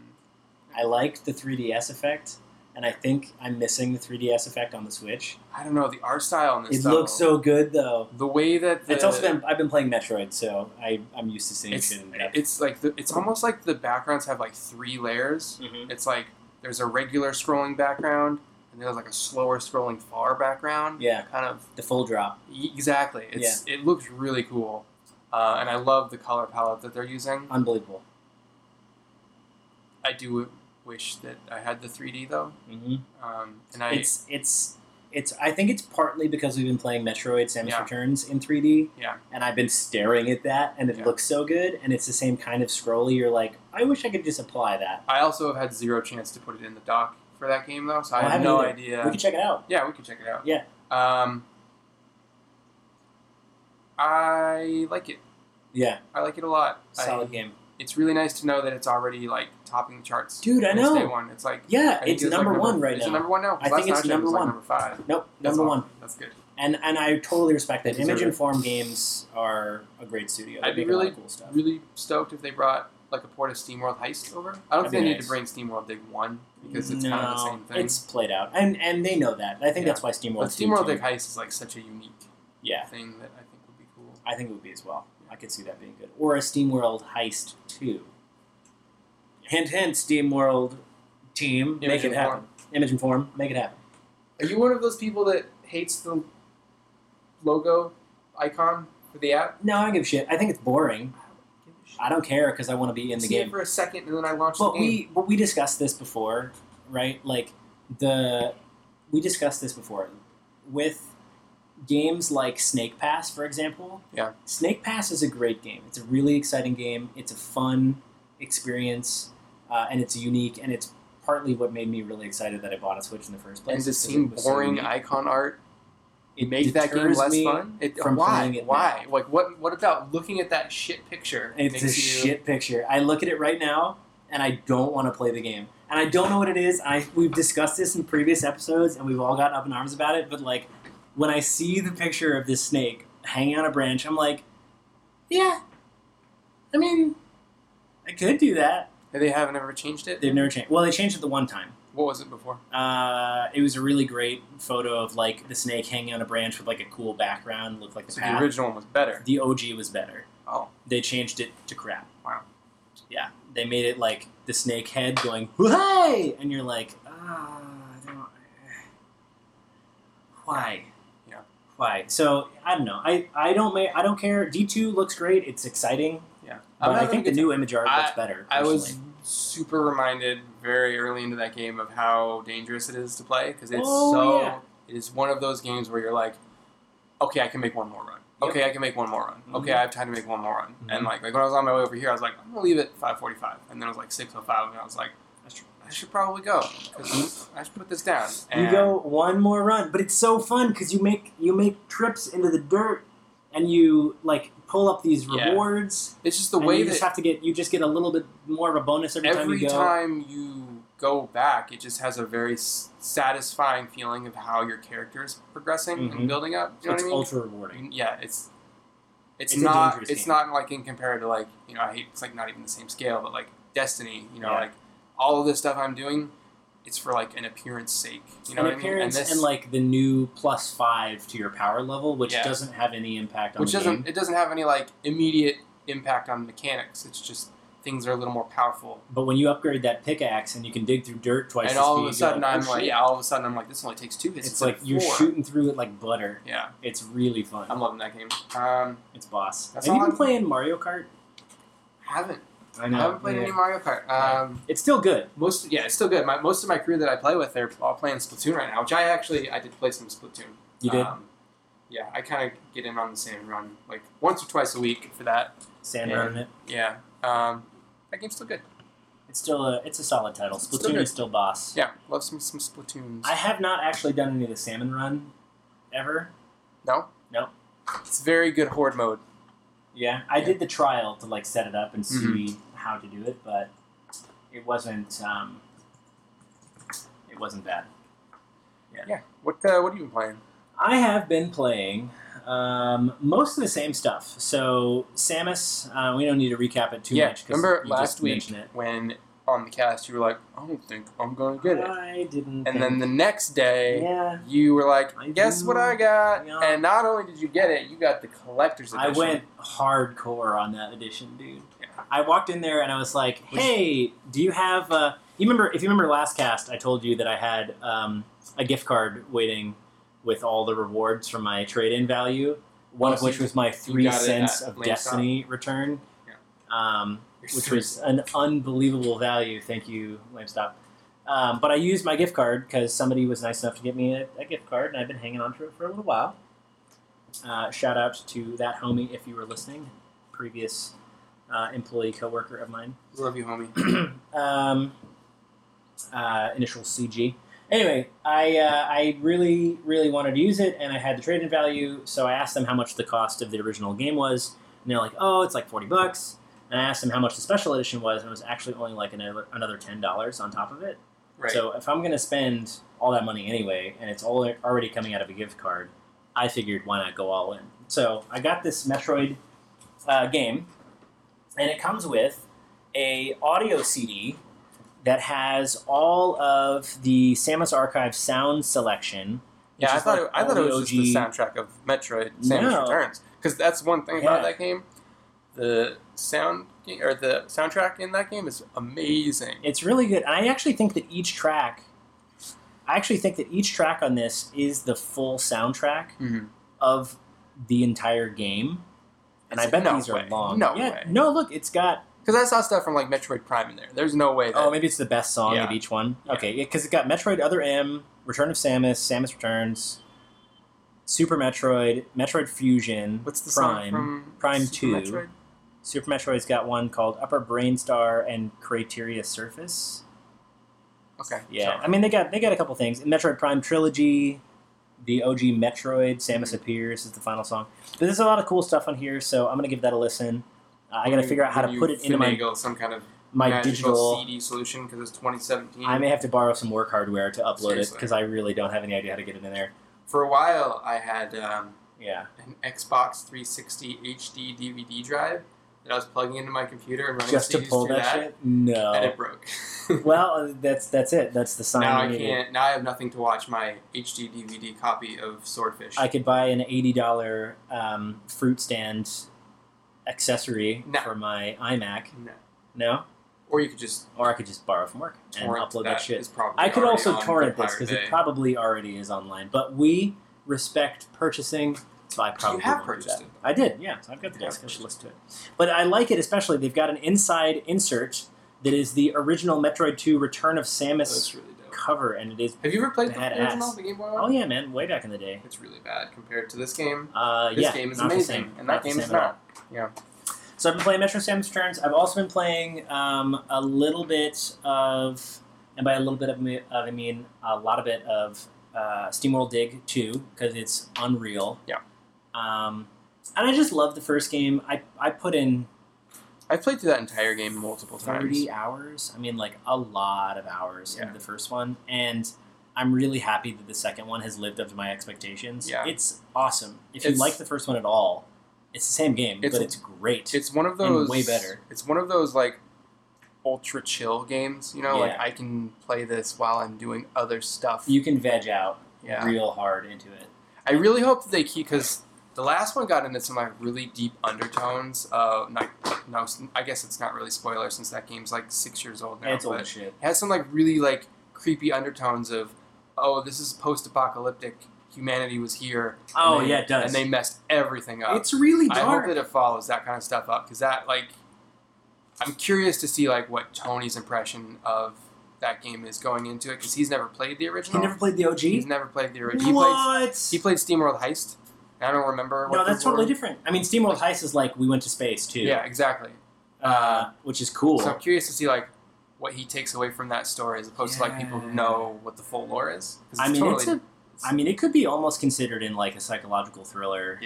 [SPEAKER 2] I liked the 3DS effect, and I think I'm missing the 3DS effect on the Switch.
[SPEAKER 1] I don't know, the art style in this
[SPEAKER 2] it
[SPEAKER 1] though.
[SPEAKER 2] looks so good though.
[SPEAKER 1] The way that the.
[SPEAKER 2] It's also been I've been playing Metroid, so I I'm used to seeing
[SPEAKER 1] It's,
[SPEAKER 2] shit in depth.
[SPEAKER 1] it's like the, it's almost like the backgrounds have like three layers.
[SPEAKER 2] Mhm.
[SPEAKER 1] It's like there's a regular scrolling background, and there's like a slower scrolling far background.
[SPEAKER 2] Yeah,
[SPEAKER 1] Kind of
[SPEAKER 2] the full drop.
[SPEAKER 1] E, exactly. It's it looks really cool, uh, and I love the color palette that they're using.
[SPEAKER 2] Unbelievable.
[SPEAKER 1] I do wish that I had the 3D though,
[SPEAKER 2] Mm-hmm.
[SPEAKER 1] um, and I
[SPEAKER 2] It's it's it's. I think it's partly because we've been playing Metroid: Samus
[SPEAKER 1] Yeah.
[SPEAKER 2] Returns in 3D.
[SPEAKER 1] Yeah.
[SPEAKER 2] And I've been staring at that, and it
[SPEAKER 1] Yeah.
[SPEAKER 2] looks so good, and it's the same kind of scrolly. You're like, I wish I could just apply that.
[SPEAKER 1] I also have had zero chance to put it in the dock for that game though, so
[SPEAKER 2] Oh, I
[SPEAKER 1] I have
[SPEAKER 2] haven't
[SPEAKER 1] no
[SPEAKER 2] either.
[SPEAKER 1] idea.
[SPEAKER 2] We could check it out.
[SPEAKER 1] yeah, we can check it out.
[SPEAKER 2] Yeah.
[SPEAKER 1] Um, I like it.
[SPEAKER 2] Yeah.
[SPEAKER 1] I like it a lot. I-
[SPEAKER 2] Solid game,
[SPEAKER 1] it's really nice to know that it's already like topping the charts.
[SPEAKER 2] dude. I
[SPEAKER 1] It's day
[SPEAKER 2] know.
[SPEAKER 1] one. It's like
[SPEAKER 2] Yeah,
[SPEAKER 1] I think
[SPEAKER 2] it's number
[SPEAKER 1] like
[SPEAKER 2] one right
[SPEAKER 1] it's
[SPEAKER 2] now.
[SPEAKER 1] number one now.
[SPEAKER 2] I think it's
[SPEAKER 1] Last time checked, it was,
[SPEAKER 2] number
[SPEAKER 1] like,
[SPEAKER 2] one.
[SPEAKER 1] number five.
[SPEAKER 2] nope,
[SPEAKER 1] That's
[SPEAKER 2] number
[SPEAKER 1] awesome.
[SPEAKER 2] one.
[SPEAKER 1] That's good.
[SPEAKER 2] And and I totally respect that.
[SPEAKER 1] They deserve
[SPEAKER 2] Image
[SPEAKER 1] it.
[SPEAKER 2] Inform Games are a great studio. They
[SPEAKER 1] I'd be
[SPEAKER 2] make a lot
[SPEAKER 1] really-
[SPEAKER 2] of cool stuff.
[SPEAKER 1] Really stoked if they brought like a port of SteamWorld Heist over. I don't
[SPEAKER 2] That'd
[SPEAKER 1] think
[SPEAKER 2] be
[SPEAKER 1] they need
[SPEAKER 2] nice.
[SPEAKER 1] to bring SteamWorld Dig One because it's
[SPEAKER 2] no,
[SPEAKER 1] kind of the same thing.
[SPEAKER 2] It's played out, and and they know that. I think
[SPEAKER 1] Yeah.
[SPEAKER 2] that's why SteamWorld.
[SPEAKER 1] but SteamWorld Dig Heist is like such a unique
[SPEAKER 2] Yeah,
[SPEAKER 1] thing that I think would be cool.
[SPEAKER 2] I think it would be as well. I could see that being good, or a SteamWorld Heist Two. Hint, hint. SteamWorld team, make
[SPEAKER 1] Image
[SPEAKER 2] it happen. Image and form, make it happen.
[SPEAKER 1] Are you one of those people that hates the logo icon for the app?
[SPEAKER 2] No, I don't give a shit. I think it's boring.
[SPEAKER 1] Give a shit.
[SPEAKER 2] I don't care because I want to be in the
[SPEAKER 1] See
[SPEAKER 2] game.
[SPEAKER 1] it for a second and then I launch
[SPEAKER 2] But
[SPEAKER 1] the game.
[SPEAKER 2] we but we discussed this before, right? Like the we discussed this before with games like Snake Pass, for example.
[SPEAKER 1] Yeah.
[SPEAKER 2] Snake Pass is a great game. It's a really exciting game. It's a fun experience, uh, and it's unique, and it's partly what made me really excited that I bought a Switch in the first place.
[SPEAKER 1] and to
[SPEAKER 2] because
[SPEAKER 1] seem
[SPEAKER 2] it was so
[SPEAKER 1] boring
[SPEAKER 2] unique.
[SPEAKER 1] icon art
[SPEAKER 2] it
[SPEAKER 1] makes that game
[SPEAKER 2] deters
[SPEAKER 1] less
[SPEAKER 2] me.
[SPEAKER 1] fun. It,
[SPEAKER 2] from
[SPEAKER 1] why?
[SPEAKER 2] playing it
[SPEAKER 1] why? Like what? What about looking at that shit picture?
[SPEAKER 2] It's
[SPEAKER 1] makes
[SPEAKER 2] a
[SPEAKER 1] you,
[SPEAKER 2] shit picture. I look at it right now, and I don't want to play the game. And I don't know what it is. I we've discussed this in previous episodes, and we've all gotten up in arms about it. But like, when I see the picture of this snake hanging on a branch, I'm like, yeah. I mean, I could do that.
[SPEAKER 1] They haven't ever changed it.
[SPEAKER 2] They've never changed. Well, they changed it the one time.
[SPEAKER 1] What was it before?
[SPEAKER 2] Uh, it was a really great photo of like the snake hanging on a branch with like a cool background, looked like the
[SPEAKER 1] So the
[SPEAKER 2] path.
[SPEAKER 1] original one was better.
[SPEAKER 2] The OG was better.
[SPEAKER 1] Oh.
[SPEAKER 2] They changed it to crap.
[SPEAKER 1] Wow.
[SPEAKER 2] Yeah. They made it like the snake head going, hey! And you're like, ah, I don't- why?
[SPEAKER 1] Yeah.
[SPEAKER 2] Why? So I don't know. I, I don't ma- I don't care. D two looks great. It's exciting,
[SPEAKER 1] Yeah,
[SPEAKER 2] but
[SPEAKER 1] I'm
[SPEAKER 2] I
[SPEAKER 1] having
[SPEAKER 2] think
[SPEAKER 1] a
[SPEAKER 2] the
[SPEAKER 1] good
[SPEAKER 2] new image art
[SPEAKER 1] I-
[SPEAKER 2] looks better.
[SPEAKER 1] I was
[SPEAKER 2] personally.
[SPEAKER 1] super reminded very early into that game of how dangerous it is to play because it's
[SPEAKER 2] Oh,
[SPEAKER 1] so.
[SPEAKER 2] yeah.
[SPEAKER 1] It is one of those games where you're like, okay, I can make one more run.
[SPEAKER 2] Yep.
[SPEAKER 1] Okay, I can make one more run. Okay,
[SPEAKER 2] Mhm.
[SPEAKER 1] I have time to make one more run.
[SPEAKER 2] Mhm.
[SPEAKER 1] And like, like when I was on my way over here, I was like, I'm gonna leave at 5:45, and then it was like 6:05, and I was like, I should, I should probably go because I should put this down.
[SPEAKER 2] You
[SPEAKER 1] And
[SPEAKER 2] go one more run, but it's so fun because you make you make trips into the dirt, and you like pull up these
[SPEAKER 1] Yeah.
[SPEAKER 2] rewards.
[SPEAKER 1] It's just the
[SPEAKER 2] and
[SPEAKER 1] way
[SPEAKER 2] you
[SPEAKER 1] that
[SPEAKER 2] just have to get you just get a little bit more of a bonus every, time
[SPEAKER 1] every
[SPEAKER 2] you go.
[SPEAKER 1] time you go back, it just has a very s- satisfying feeling of how your character is progressing
[SPEAKER 2] Mhm.
[SPEAKER 1] and building up. You know
[SPEAKER 2] it's
[SPEAKER 1] what I mean?
[SPEAKER 2] ultra rewarding.
[SPEAKER 1] yeah, it's it's,
[SPEAKER 2] It's a
[SPEAKER 1] not
[SPEAKER 2] dangerous
[SPEAKER 1] it's
[SPEAKER 2] game.
[SPEAKER 1] not like in compared to like you know I hate it's like not even the same scale, but like Destiny, you know,
[SPEAKER 2] Yeah.
[SPEAKER 1] like all of this stuff I'm doing, it's for like an appearance sake. You know
[SPEAKER 2] An
[SPEAKER 1] what I mean? And
[SPEAKER 2] appearance
[SPEAKER 1] this
[SPEAKER 2] and like the new plus five to your power level, which
[SPEAKER 1] Yeah.
[SPEAKER 2] doesn't have any impact on
[SPEAKER 1] which
[SPEAKER 2] the
[SPEAKER 1] doesn't
[SPEAKER 2] game,
[SPEAKER 1] it doesn't have any like immediate impact on mechanics. It's just things are a little more powerful.
[SPEAKER 2] but when you upgrade that pickaxe and you can dig through dirt twice,
[SPEAKER 1] and
[SPEAKER 2] the speed,
[SPEAKER 1] all of a
[SPEAKER 2] you're
[SPEAKER 1] sudden
[SPEAKER 2] like,
[SPEAKER 1] I'm
[SPEAKER 2] oh,
[SPEAKER 1] like
[SPEAKER 2] shit.
[SPEAKER 1] yeah, all of a sudden I'm like this only takes two hits.
[SPEAKER 2] it's,
[SPEAKER 1] instead
[SPEAKER 2] like
[SPEAKER 1] of
[SPEAKER 2] you're
[SPEAKER 1] four.
[SPEAKER 2] shooting through it like butter.
[SPEAKER 1] Yeah,
[SPEAKER 2] It's really fun.
[SPEAKER 1] I'm loving that game. Um,
[SPEAKER 2] it's boss.
[SPEAKER 1] That's
[SPEAKER 2] have you
[SPEAKER 1] all
[SPEAKER 2] been
[SPEAKER 1] I'm-
[SPEAKER 2] playing Mario Kart?
[SPEAKER 1] haven't
[SPEAKER 2] I
[SPEAKER 1] I haven't played
[SPEAKER 2] yeah.
[SPEAKER 1] any Mario Kart. Um,
[SPEAKER 2] It's still good.
[SPEAKER 1] Most yeah, it's still good. My, most of my crew that I play with, they're all playing Splatoon right now, which I actually I did play some Splatoon.
[SPEAKER 2] You did
[SPEAKER 1] Um, yeah, I kind of get in on the same run like once or twice a week for that.
[SPEAKER 2] sand
[SPEAKER 1] yeah.
[SPEAKER 2] running it.
[SPEAKER 1] Yeah, um, that game's still good.
[SPEAKER 2] It's still a it's a solid title.
[SPEAKER 1] It's still
[SPEAKER 2] Splatoon
[SPEAKER 1] good.
[SPEAKER 2] is still boss.
[SPEAKER 1] Yeah, love some some Splatoons.
[SPEAKER 2] I have not actually done any of the salmon run ever.
[SPEAKER 1] it's very good horde mode.
[SPEAKER 2] Yeah, I
[SPEAKER 1] Yeah. Mm-hmm.
[SPEAKER 2] did the trial to like set it up and see how to do it, but it wasn't um, it wasn't bad.
[SPEAKER 1] What uh, what have you been playing?
[SPEAKER 2] I have been playing um, most of the same stuff. So Samus, uh, we don't need to recap it too
[SPEAKER 1] yeah,
[SPEAKER 2] much. 'cause
[SPEAKER 1] remember
[SPEAKER 2] you
[SPEAKER 1] last
[SPEAKER 2] just
[SPEAKER 1] week
[SPEAKER 2] mentioned it.
[SPEAKER 1] when on the cast you were like, I don't think I'm gonna get it,
[SPEAKER 2] I didn't.
[SPEAKER 1] and
[SPEAKER 2] think-
[SPEAKER 1] then the next day.
[SPEAKER 2] yeah,
[SPEAKER 1] You were like,
[SPEAKER 2] I
[SPEAKER 1] guess what
[SPEAKER 2] do.
[SPEAKER 1] I got?
[SPEAKER 2] Yeah.
[SPEAKER 1] And not only did you get it, you got the collector's
[SPEAKER 2] I
[SPEAKER 1] edition.
[SPEAKER 2] went hardcore on that edition, dude.
[SPEAKER 1] Yeah.
[SPEAKER 2] I walked in there and I was like,
[SPEAKER 1] Which-
[SPEAKER 2] "Hey, do you have? Uh, you remember? If you remember last cast, I told you that I had um, a gift card waiting with all the rewards from my trade-in value. One
[SPEAKER 1] Oh,
[SPEAKER 2] of
[SPEAKER 1] so
[SPEAKER 2] which
[SPEAKER 1] you-
[SPEAKER 2] was my three
[SPEAKER 1] got it
[SPEAKER 2] cents
[SPEAKER 1] at
[SPEAKER 2] of
[SPEAKER 1] Lamp
[SPEAKER 2] Destiny return,
[SPEAKER 1] Yeah.
[SPEAKER 2] um,
[SPEAKER 1] You're
[SPEAKER 2] which
[SPEAKER 1] three
[SPEAKER 2] was an unbelievable value. Thank you, Lamestop. Um, but I used my gift card because somebody was nice enough to get me a, a gift card, and I've been hanging on to it for a little while. Uh, shout out to that homie if you were listening, previous uh, employee coworker of mine.
[SPEAKER 1] <coughs> Love you, homie.
[SPEAKER 2] <coughs> um, uh, initial CG. Anyway, I uh, I really really wanted to use it, and I had the trade-in value, so I asked them how much the cost of the original game was, and they're like, "Oh, it's like forty bucks." And I asked them how much the special edition was, and it was actually only like another another ten dollars on top of it.
[SPEAKER 1] Right.
[SPEAKER 2] So if I'm gonna spend all that money anyway, and it's all already coming out of a gift card, I figured why not go all in. So I got this Metroid uh, game, and it comes with a audio CD that has all of the Samus Archive sound selection. which
[SPEAKER 1] yeah, I
[SPEAKER 2] is
[SPEAKER 1] thought
[SPEAKER 2] like
[SPEAKER 1] it, I thought it
[SPEAKER 2] all
[SPEAKER 1] was
[SPEAKER 2] the
[SPEAKER 1] just the
[SPEAKER 2] OG
[SPEAKER 1] soundtrack of Metroid: Samus
[SPEAKER 2] No.
[SPEAKER 1] Returns because that's one thing about
[SPEAKER 2] Yeah.
[SPEAKER 1] that game. The sound or the soundtrack in that game is amazing.
[SPEAKER 2] It's really good. And I actually think that each track, I actually think that each track on this is the full soundtrack
[SPEAKER 1] Mhm.
[SPEAKER 2] of the entire game. And I
[SPEAKER 1] It's-
[SPEAKER 2] bet
[SPEAKER 1] no
[SPEAKER 2] these
[SPEAKER 1] way.
[SPEAKER 2] are long.
[SPEAKER 1] No
[SPEAKER 2] yeah,
[SPEAKER 1] way.
[SPEAKER 2] No, look, it's got.
[SPEAKER 1] Because I saw stuff from like Metroid Prime in there. There's no way that
[SPEAKER 2] Oh, maybe it's the best song of
[SPEAKER 1] Yeah.
[SPEAKER 2] each one.
[SPEAKER 1] Yeah.
[SPEAKER 2] Okay, because it got Metroid Other M, Return of Samus, Samus Returns, Super Metroid, Metroid Fusion,
[SPEAKER 1] What's the
[SPEAKER 2] Prime,
[SPEAKER 1] song from
[SPEAKER 2] Prime
[SPEAKER 1] Super
[SPEAKER 2] 2.
[SPEAKER 1] Metroid?
[SPEAKER 2] Super Metroid's got one called Upper Brainstar and Criteria Surface.
[SPEAKER 1] Okay.
[SPEAKER 2] Yeah,
[SPEAKER 1] sorry.
[SPEAKER 2] I mean they got they got a couple things. Metroid Prime trilogy, the OG Metroid,
[SPEAKER 1] Mm-hmm.
[SPEAKER 2] Samus appears is the final song. But there's a lot of cool stuff on here, so I'm gonna give that a listen. Uh, I gotta
[SPEAKER 1] When-
[SPEAKER 2] figure out how
[SPEAKER 1] when
[SPEAKER 2] to
[SPEAKER 1] you
[SPEAKER 2] put it into my
[SPEAKER 1] finagle some kind of
[SPEAKER 2] my
[SPEAKER 1] magical
[SPEAKER 2] digital.
[SPEAKER 1] CD solution because it's 2017.
[SPEAKER 2] I may have to borrow some work hardware to upload it
[SPEAKER 1] Seriously.
[SPEAKER 2] because I really don't have any idea how to get it in there.
[SPEAKER 1] For a while, I had um,
[SPEAKER 2] Yeah,
[SPEAKER 1] an Xbox 360 HD DVD drive that I was plugging into my computer and running
[SPEAKER 2] just to
[SPEAKER 1] CDs
[SPEAKER 2] pull
[SPEAKER 1] through
[SPEAKER 2] that,
[SPEAKER 1] that,
[SPEAKER 2] shit. No.
[SPEAKER 1] and it broke. <laughs>
[SPEAKER 2] well, uh, that's that's it. That's the sign.
[SPEAKER 1] now
[SPEAKER 2] we
[SPEAKER 1] I
[SPEAKER 2] needed.
[SPEAKER 1] can't. Now I have nothing to watch my HD DVD copy of Swordfish.
[SPEAKER 2] I could buy an eighty dollar um, fruit stand accessory
[SPEAKER 1] No.
[SPEAKER 2] for my iMac.
[SPEAKER 1] No.
[SPEAKER 2] No,
[SPEAKER 1] or you could just
[SPEAKER 2] or I could just borrow from work and
[SPEAKER 1] torrent
[SPEAKER 2] upload that,
[SPEAKER 1] that
[SPEAKER 2] shit.
[SPEAKER 1] It's probably
[SPEAKER 2] I could
[SPEAKER 1] already
[SPEAKER 2] also
[SPEAKER 1] on
[SPEAKER 2] torrent this
[SPEAKER 1] Pirate
[SPEAKER 2] because
[SPEAKER 1] Bay.
[SPEAKER 2] it probably already is online. But we respect purchasing, so I probably
[SPEAKER 1] have
[SPEAKER 2] won't do
[SPEAKER 1] purchased
[SPEAKER 2] that.
[SPEAKER 1] it.
[SPEAKER 2] I did, yeah. So I've got the
[SPEAKER 1] You have
[SPEAKER 2] disc. I should
[SPEAKER 1] purchased
[SPEAKER 2] listen to it. But I like it especially. They've got an inside insert that is the original Metroid Two Return of Samus
[SPEAKER 1] That's really dope.
[SPEAKER 2] cover, and it is.
[SPEAKER 1] Have you ever played the
[SPEAKER 2] Badass.
[SPEAKER 1] original, the Game Boy one?
[SPEAKER 2] Oh yeah, man! Way back in the day.
[SPEAKER 1] It's really bad compared to this game.
[SPEAKER 2] Uh,
[SPEAKER 1] This
[SPEAKER 2] yeah,
[SPEAKER 1] game is
[SPEAKER 2] not the
[SPEAKER 1] amazing,
[SPEAKER 2] same.
[SPEAKER 1] and that
[SPEAKER 2] the
[SPEAKER 1] game is
[SPEAKER 2] same at all.
[SPEAKER 1] not. Yeah.
[SPEAKER 2] So I've been playing Metro Samus Returns. I've also been playing um, a little bit of, and by a little bit of, me- of I mean a lot of bit of uh, SteamWorld Dig 2 because it's unreal.
[SPEAKER 1] Yeah.
[SPEAKER 2] Um, and I just love the first game. I, I put in
[SPEAKER 1] I've played through that entire game multiple times.
[SPEAKER 2] 30 hours. I mean, like a lot of hours
[SPEAKER 1] Yeah.
[SPEAKER 2] into the first one. And I'm really happy that the second one has lived up to my expectations.
[SPEAKER 1] Yeah.
[SPEAKER 2] It's awesome. If you
[SPEAKER 1] It's-
[SPEAKER 2] like the first one at all, it's the same game,
[SPEAKER 1] It's-
[SPEAKER 2] but it's great.
[SPEAKER 1] It's one of
[SPEAKER 2] And
[SPEAKER 1] those
[SPEAKER 2] way better.
[SPEAKER 1] It's one of those like ultra chill games. You know, like
[SPEAKER 2] Yeah.
[SPEAKER 1] I can play this while I'm doing other stuff.
[SPEAKER 2] you can veg out
[SPEAKER 1] yeah.
[SPEAKER 2] real hard into it.
[SPEAKER 1] I really hope that they keep because the last one got into some like really deep undertones. Uh, not, no, I guess it's not really spoiler since that game's like six years old now.
[SPEAKER 2] it's old
[SPEAKER 1] but-
[SPEAKER 2] as shit.
[SPEAKER 1] It has some like really like creepy undertones of oh this is post-apocalyptic humanity was here
[SPEAKER 2] Oh,
[SPEAKER 1] and they-
[SPEAKER 2] yeah, it does.
[SPEAKER 1] and they messed everything up
[SPEAKER 2] It's really
[SPEAKER 1] i hope
[SPEAKER 2] dark.
[SPEAKER 1] that it follows that kind of stuff up because that like i'm curious to see like what tony's impression of that game is going into it because he's never played the
[SPEAKER 2] he
[SPEAKER 1] original
[SPEAKER 2] never played the OG.
[SPEAKER 1] he's never played the original he played,
[SPEAKER 2] what?
[SPEAKER 1] he played steamworld heist and i don't remember what
[SPEAKER 2] no, that's
[SPEAKER 1] those
[SPEAKER 2] totally
[SPEAKER 1] were.
[SPEAKER 2] different. I mean, SteamWorld Heist is like we went to space too.
[SPEAKER 1] yeah exactly
[SPEAKER 2] Uh, which is cool.
[SPEAKER 1] so i'm curious to see like what he takes away from that story as opposed to like people who
[SPEAKER 2] Yeah.
[SPEAKER 1] know what the full lore is 'Cause
[SPEAKER 2] I mean,
[SPEAKER 1] totally
[SPEAKER 2] it's a. I mean, it could be almost considered in like a psychological thriller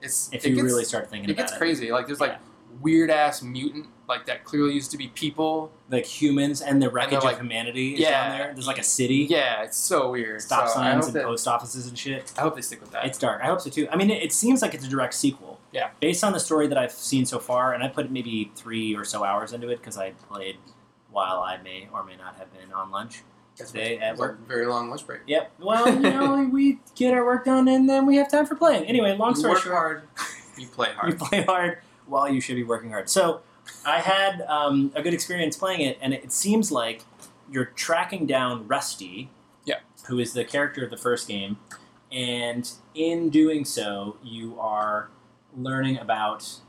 [SPEAKER 1] It's
[SPEAKER 2] if
[SPEAKER 1] it
[SPEAKER 2] you
[SPEAKER 1] gets,
[SPEAKER 2] really start thinking
[SPEAKER 1] it
[SPEAKER 2] about
[SPEAKER 1] gets crazy. Like there's like
[SPEAKER 2] Yeah.
[SPEAKER 1] weird ass mutant like that clearly used to be people.
[SPEAKER 2] Like humans and the wreckage
[SPEAKER 1] like-
[SPEAKER 2] of humanity is
[SPEAKER 1] Yeah.
[SPEAKER 2] down there. There's like a city,
[SPEAKER 1] Yeah, it's so weird.
[SPEAKER 2] stop
[SPEAKER 1] so I
[SPEAKER 2] signs, and
[SPEAKER 1] hope, that,
[SPEAKER 2] post offices and shit.
[SPEAKER 1] I hope they stick with that.
[SPEAKER 2] It's dark. I hope so too. I mean, it, it seems like it's a direct sequel.
[SPEAKER 1] Yeah.
[SPEAKER 2] Based on the story that I've seen so far, and I put maybe three or so hours into it because I played while I may or may not have been on lunch.
[SPEAKER 1] That's
[SPEAKER 2] They-
[SPEAKER 1] what- it's like a very long lunch break.
[SPEAKER 2] Yep. Well, you know,
[SPEAKER 1] <laughs>
[SPEAKER 2] we get our work done and then we have time for playing. Anyway, long
[SPEAKER 1] you
[SPEAKER 2] story
[SPEAKER 1] work
[SPEAKER 2] short, <laughs>
[SPEAKER 1] hard, you play
[SPEAKER 2] you
[SPEAKER 1] hard.
[SPEAKER 2] play hard while you should be working hard. So I had um, a good experience playing it, and it seems like you're tracking down Rusty,
[SPEAKER 1] Yeah.
[SPEAKER 2] who is the character of the first game, and in doing so, you are learning about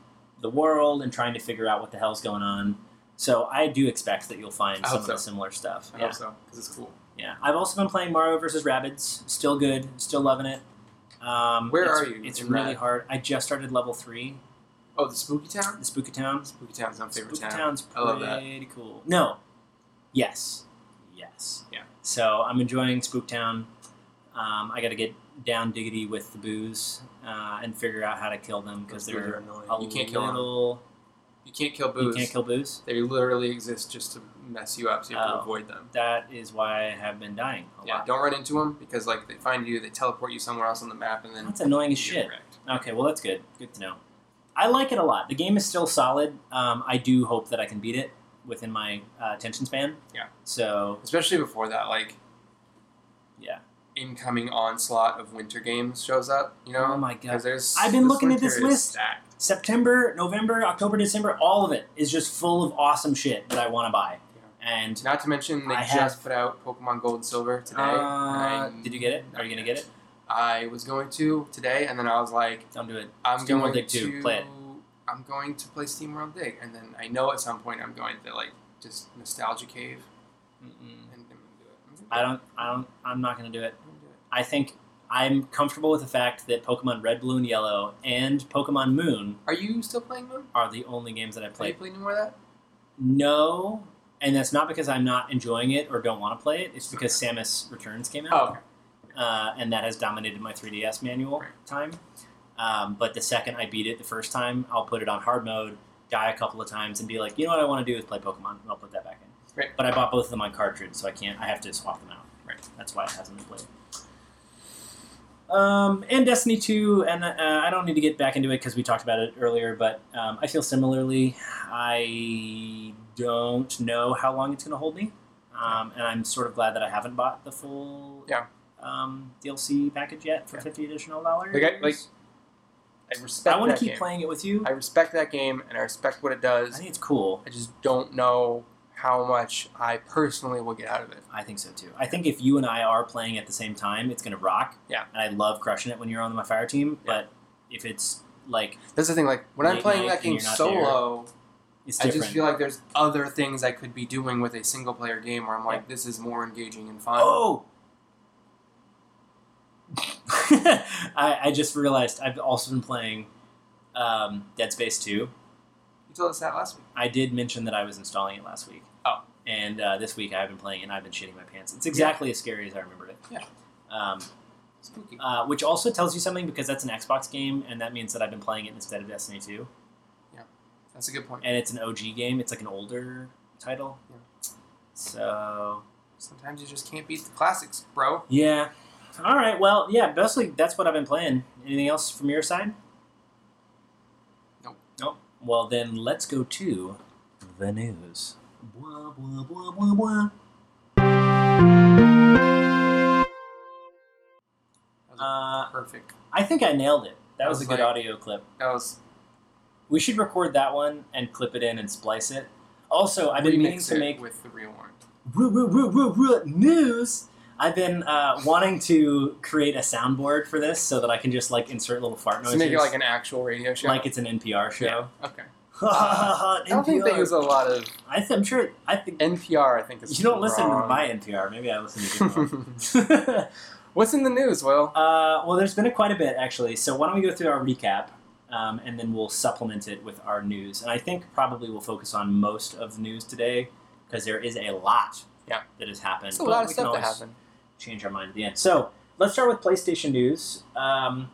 [SPEAKER 2] the world and trying to figure out what the hell's going on. So I do expect that you'll find
[SPEAKER 1] I
[SPEAKER 2] some
[SPEAKER 1] hope
[SPEAKER 2] of the
[SPEAKER 1] so.
[SPEAKER 2] similar stuff.
[SPEAKER 1] I
[SPEAKER 2] yeah.
[SPEAKER 1] hope so because it's cool.
[SPEAKER 2] Yeah, I've also been playing Mario vs. Rabbids. Still good. Still loving it. Um,
[SPEAKER 1] Where
[SPEAKER 2] it's-
[SPEAKER 1] are you
[SPEAKER 2] It's
[SPEAKER 1] in
[SPEAKER 2] really
[SPEAKER 1] Rad?
[SPEAKER 2] hard. I just started level three,
[SPEAKER 1] Oh, the Spooky Town.
[SPEAKER 2] the Spooky Town.
[SPEAKER 1] Spooky Town's my favorite
[SPEAKER 2] Spooky
[SPEAKER 1] town.
[SPEAKER 2] Town's
[SPEAKER 1] I love that.
[SPEAKER 2] pretty cool. No, yes, yes,
[SPEAKER 1] Yeah.
[SPEAKER 2] So I'm enjoying Spook Town. Um, I got to get down diggity with the boos uh, and figure out how to kill them because
[SPEAKER 1] Those dudes are
[SPEAKER 2] they're
[SPEAKER 1] annoying.
[SPEAKER 2] a
[SPEAKER 1] You can't kill them.
[SPEAKER 2] little.
[SPEAKER 1] You can't kill
[SPEAKER 2] You
[SPEAKER 1] booze.
[SPEAKER 2] can't kill boos.
[SPEAKER 1] They literally exist just to mess you up, so you have
[SPEAKER 2] Oh.
[SPEAKER 1] to avoid them.
[SPEAKER 2] That is why I have been dying a
[SPEAKER 1] Yeah,
[SPEAKER 2] lot.
[SPEAKER 1] don't run into them because like they find you, they teleport you somewhere else on the map, and then
[SPEAKER 2] That's annoying
[SPEAKER 1] you
[SPEAKER 2] as
[SPEAKER 1] get
[SPEAKER 2] shit.
[SPEAKER 1] wrecked.
[SPEAKER 2] Okay, well that's good. Good to know. I like it a lot. The game is still solid. Um, I do hope that I can beat it within my uh, attention span.
[SPEAKER 1] Yeah.
[SPEAKER 2] So
[SPEAKER 1] Especially before that, like
[SPEAKER 2] yeah.
[SPEAKER 1] incoming onslaught of winter games shows up. You know,
[SPEAKER 2] Oh my god.
[SPEAKER 1] because there's
[SPEAKER 2] I've been looking at
[SPEAKER 1] winter
[SPEAKER 2] this
[SPEAKER 1] is
[SPEAKER 2] list.
[SPEAKER 1] stacked.
[SPEAKER 2] September, November, October, December, all of it is just full of awesome shit that I want to buy. And
[SPEAKER 1] Not to mention they
[SPEAKER 2] I
[SPEAKER 1] just
[SPEAKER 2] have-
[SPEAKER 1] put out Pokemon Gold and Silver today.
[SPEAKER 2] uh,
[SPEAKER 1] and I-
[SPEAKER 2] did you get it? Are you gonna get it?
[SPEAKER 1] I was going to today, and then I was like,
[SPEAKER 2] Don't do it.
[SPEAKER 1] I'm
[SPEAKER 2] SteamWorld
[SPEAKER 1] going
[SPEAKER 2] Dig
[SPEAKER 1] to
[SPEAKER 2] 2, play it.
[SPEAKER 1] I'm going to play SteamWorld Dig, and then I know at some point I'm going to like just nostalgia cave,
[SPEAKER 2] Mm-mm.
[SPEAKER 1] and I'm gonna do it. I'm gonna do
[SPEAKER 2] I
[SPEAKER 1] it.
[SPEAKER 2] don't. I don't. I'm not gonna do it.
[SPEAKER 1] I'm gonna do it.
[SPEAKER 2] I think I'm comfortable with the fact that Pokemon Red, Blue, and Yellow and Pokemon Moon
[SPEAKER 1] Are you still playing Moon?
[SPEAKER 2] are the only games that I
[SPEAKER 1] Are you
[SPEAKER 2] play.
[SPEAKER 1] playing any more of that?
[SPEAKER 2] No, and that's not because I'm not enjoying it or don't want to play it. It's because Samus Returns came out.
[SPEAKER 1] Oh, okay.
[SPEAKER 2] uh, and that has dominated my 3DS manual
[SPEAKER 1] Right.
[SPEAKER 2] time. Um, but the second I beat it the first time, I'll put it on hard mode, die a couple of times, and be like, you know what I want to do is play Pokemon, and I'll put that back in.
[SPEAKER 1] Right.
[SPEAKER 2] But I bought both of them on cartridge, so I can't. I have to swap them out.
[SPEAKER 1] Right.
[SPEAKER 2] That's why it hasn't been played. Um, and Destiny 2, and uh, I don't need to get back into it because we talked about it earlier, but um, I feel similarly. I don't know how long it's going to hold me, um, and I'm sort of glad that I haven't bought the full
[SPEAKER 1] Yeah.
[SPEAKER 2] um, DLC package yet for
[SPEAKER 1] Yeah.
[SPEAKER 2] 50 additional dollars.
[SPEAKER 1] Like, I, like, I respect
[SPEAKER 2] I want
[SPEAKER 1] that
[SPEAKER 2] to keep
[SPEAKER 1] game.
[SPEAKER 2] playing it with you.
[SPEAKER 1] I respect that game and I respect what it
[SPEAKER 2] I
[SPEAKER 1] does.
[SPEAKER 2] think it's cool.
[SPEAKER 1] I just don't know how much I personally will get out of it.
[SPEAKER 2] I think so too. I think if you and I are playing at the same time, it's going to rock.
[SPEAKER 1] Yeah.
[SPEAKER 2] And I love crushing it when you're on my fire team, but if it's like,
[SPEAKER 1] That's the thing. Like when I'm
[SPEAKER 2] Late
[SPEAKER 1] playing
[SPEAKER 2] night
[SPEAKER 1] that
[SPEAKER 2] and
[SPEAKER 1] game
[SPEAKER 2] you're not
[SPEAKER 1] solo,
[SPEAKER 2] it's
[SPEAKER 1] I
[SPEAKER 2] different.
[SPEAKER 1] just feel like there's other things I could be doing with a single player game where I'm like, this is more engaging and fun.
[SPEAKER 2] Oh! <laughs> I, I just realized I've also been playing um, Dead Space 2.
[SPEAKER 1] You told us that last week.
[SPEAKER 2] I did mention that I was installing it last week.
[SPEAKER 1] Oh.
[SPEAKER 2] And uh, this week I've been playing it and I've been shitting my pants. It's exactly as scary as I remembered it.
[SPEAKER 1] Yeah.
[SPEAKER 2] Um,
[SPEAKER 1] Spooky.
[SPEAKER 2] uh, which also tells you something because that's an Xbox game and that means that I've been playing it instead of Destiny 2.
[SPEAKER 1] That's a good point.
[SPEAKER 2] And it's an OG game, it's like an older title.
[SPEAKER 1] Yeah.
[SPEAKER 2] So,
[SPEAKER 1] Sometimes you just can't beat the classics, bro.
[SPEAKER 2] yeah. All right. Well, yeah, basically that's what I've been playing. Anything else from your side?
[SPEAKER 1] Nope.
[SPEAKER 2] Nope. Well, then let's go to the news. Blah, blah, blah, blah, blah.
[SPEAKER 1] That was
[SPEAKER 2] Uh,
[SPEAKER 1] perfect.
[SPEAKER 2] I think I nailed it. That was a
[SPEAKER 1] Sounds
[SPEAKER 2] good
[SPEAKER 1] like-
[SPEAKER 2] audio clip.
[SPEAKER 1] That was
[SPEAKER 2] We should record that one and clip it in and splice it. Also, I've been meaning
[SPEAKER 1] remix
[SPEAKER 2] to
[SPEAKER 1] it
[SPEAKER 2] make
[SPEAKER 1] with the real one.
[SPEAKER 2] woo, woo, woo, woo, woo, news. I've been uh, wanting to create a soundboard for this so that I can just like insert little fart
[SPEAKER 1] To
[SPEAKER 2] noises,
[SPEAKER 1] make it like an actual radio show.
[SPEAKER 2] like it's an NPR <laughs> show.
[SPEAKER 1] okay.
[SPEAKER 2] Ha, ha, ha,
[SPEAKER 1] I don't think
[SPEAKER 2] NPR.
[SPEAKER 1] there's a lot of
[SPEAKER 2] I th- I'm sure. I think
[SPEAKER 1] NPR. I think is
[SPEAKER 2] you don't listen to
[SPEAKER 1] wrong. <laughs>
[SPEAKER 2] my NPR. Maybe I listen to. your <laughs> one.
[SPEAKER 1] What's in the news, Will?
[SPEAKER 2] Uh, well, there's been a quite a bit actually. So why don't we go through our recap, um, and then we'll supplement it with our news. And I think probably we'll focus on most of the news today because there is a lot
[SPEAKER 1] Yeah.
[SPEAKER 2] that has happened.
[SPEAKER 1] It's a
[SPEAKER 2] but
[SPEAKER 1] lot of
[SPEAKER 2] we can
[SPEAKER 1] stuff that
[SPEAKER 2] always
[SPEAKER 1] happened.
[SPEAKER 2] Change our mind at the end. So let's start with PlayStation news. Um,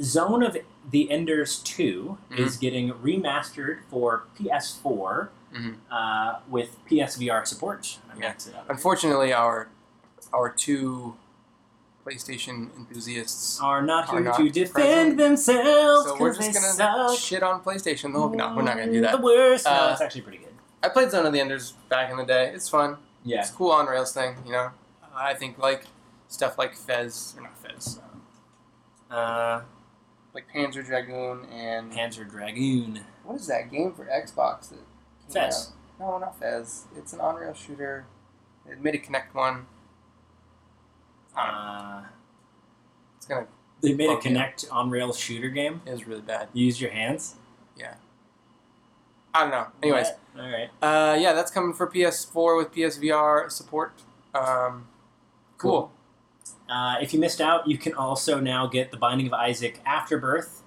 [SPEAKER 2] Zone of the Enders 2
[SPEAKER 1] Mm-hmm.
[SPEAKER 2] is getting remastered for PS4
[SPEAKER 1] Mhm.
[SPEAKER 2] uh, with PSVR support. I uh,
[SPEAKER 1] Yeah.
[SPEAKER 2] maxed it out.
[SPEAKER 1] Unfortunately, our our two PlayStation enthusiasts.
[SPEAKER 2] Are not
[SPEAKER 1] Are
[SPEAKER 2] here
[SPEAKER 1] not
[SPEAKER 2] to
[SPEAKER 1] present.
[SPEAKER 2] defend themselves
[SPEAKER 1] So we're
[SPEAKER 2] 'cause they
[SPEAKER 1] just gonna
[SPEAKER 2] suck.
[SPEAKER 1] shit on PlayStation. Oh, No, we're not. We're not gonna do
[SPEAKER 2] The
[SPEAKER 1] that.
[SPEAKER 2] worst. no,
[SPEAKER 1] Uh,
[SPEAKER 2] it's actually pretty good.
[SPEAKER 1] I played Zone of the Enders back in the day. It's fun. It's a cool on rails thing. You know, I think like stuff like Fez or not Fez, um,
[SPEAKER 2] Uh,
[SPEAKER 1] like Panzer Dragoon and
[SPEAKER 2] Panzer Dragoon.
[SPEAKER 1] what is that game for Xbox? That came
[SPEAKER 2] Fez.
[SPEAKER 1] out? No, not Fez. It's an on rail shooter. They made a Connect one. I don't know.
[SPEAKER 2] Uh,
[SPEAKER 1] It's gonna.
[SPEAKER 2] they made a
[SPEAKER 1] Fuck yeah.
[SPEAKER 2] Connect on rail shooter game.
[SPEAKER 1] It was really bad.
[SPEAKER 2] You use your hands.
[SPEAKER 1] I don't know. Anyways,
[SPEAKER 2] All right.
[SPEAKER 1] Uh, yeah, that's coming for PS4 with PSVR support. Um, cool.
[SPEAKER 2] Uh, if you missed out, you can also now get The Binding of Isaac Afterbirth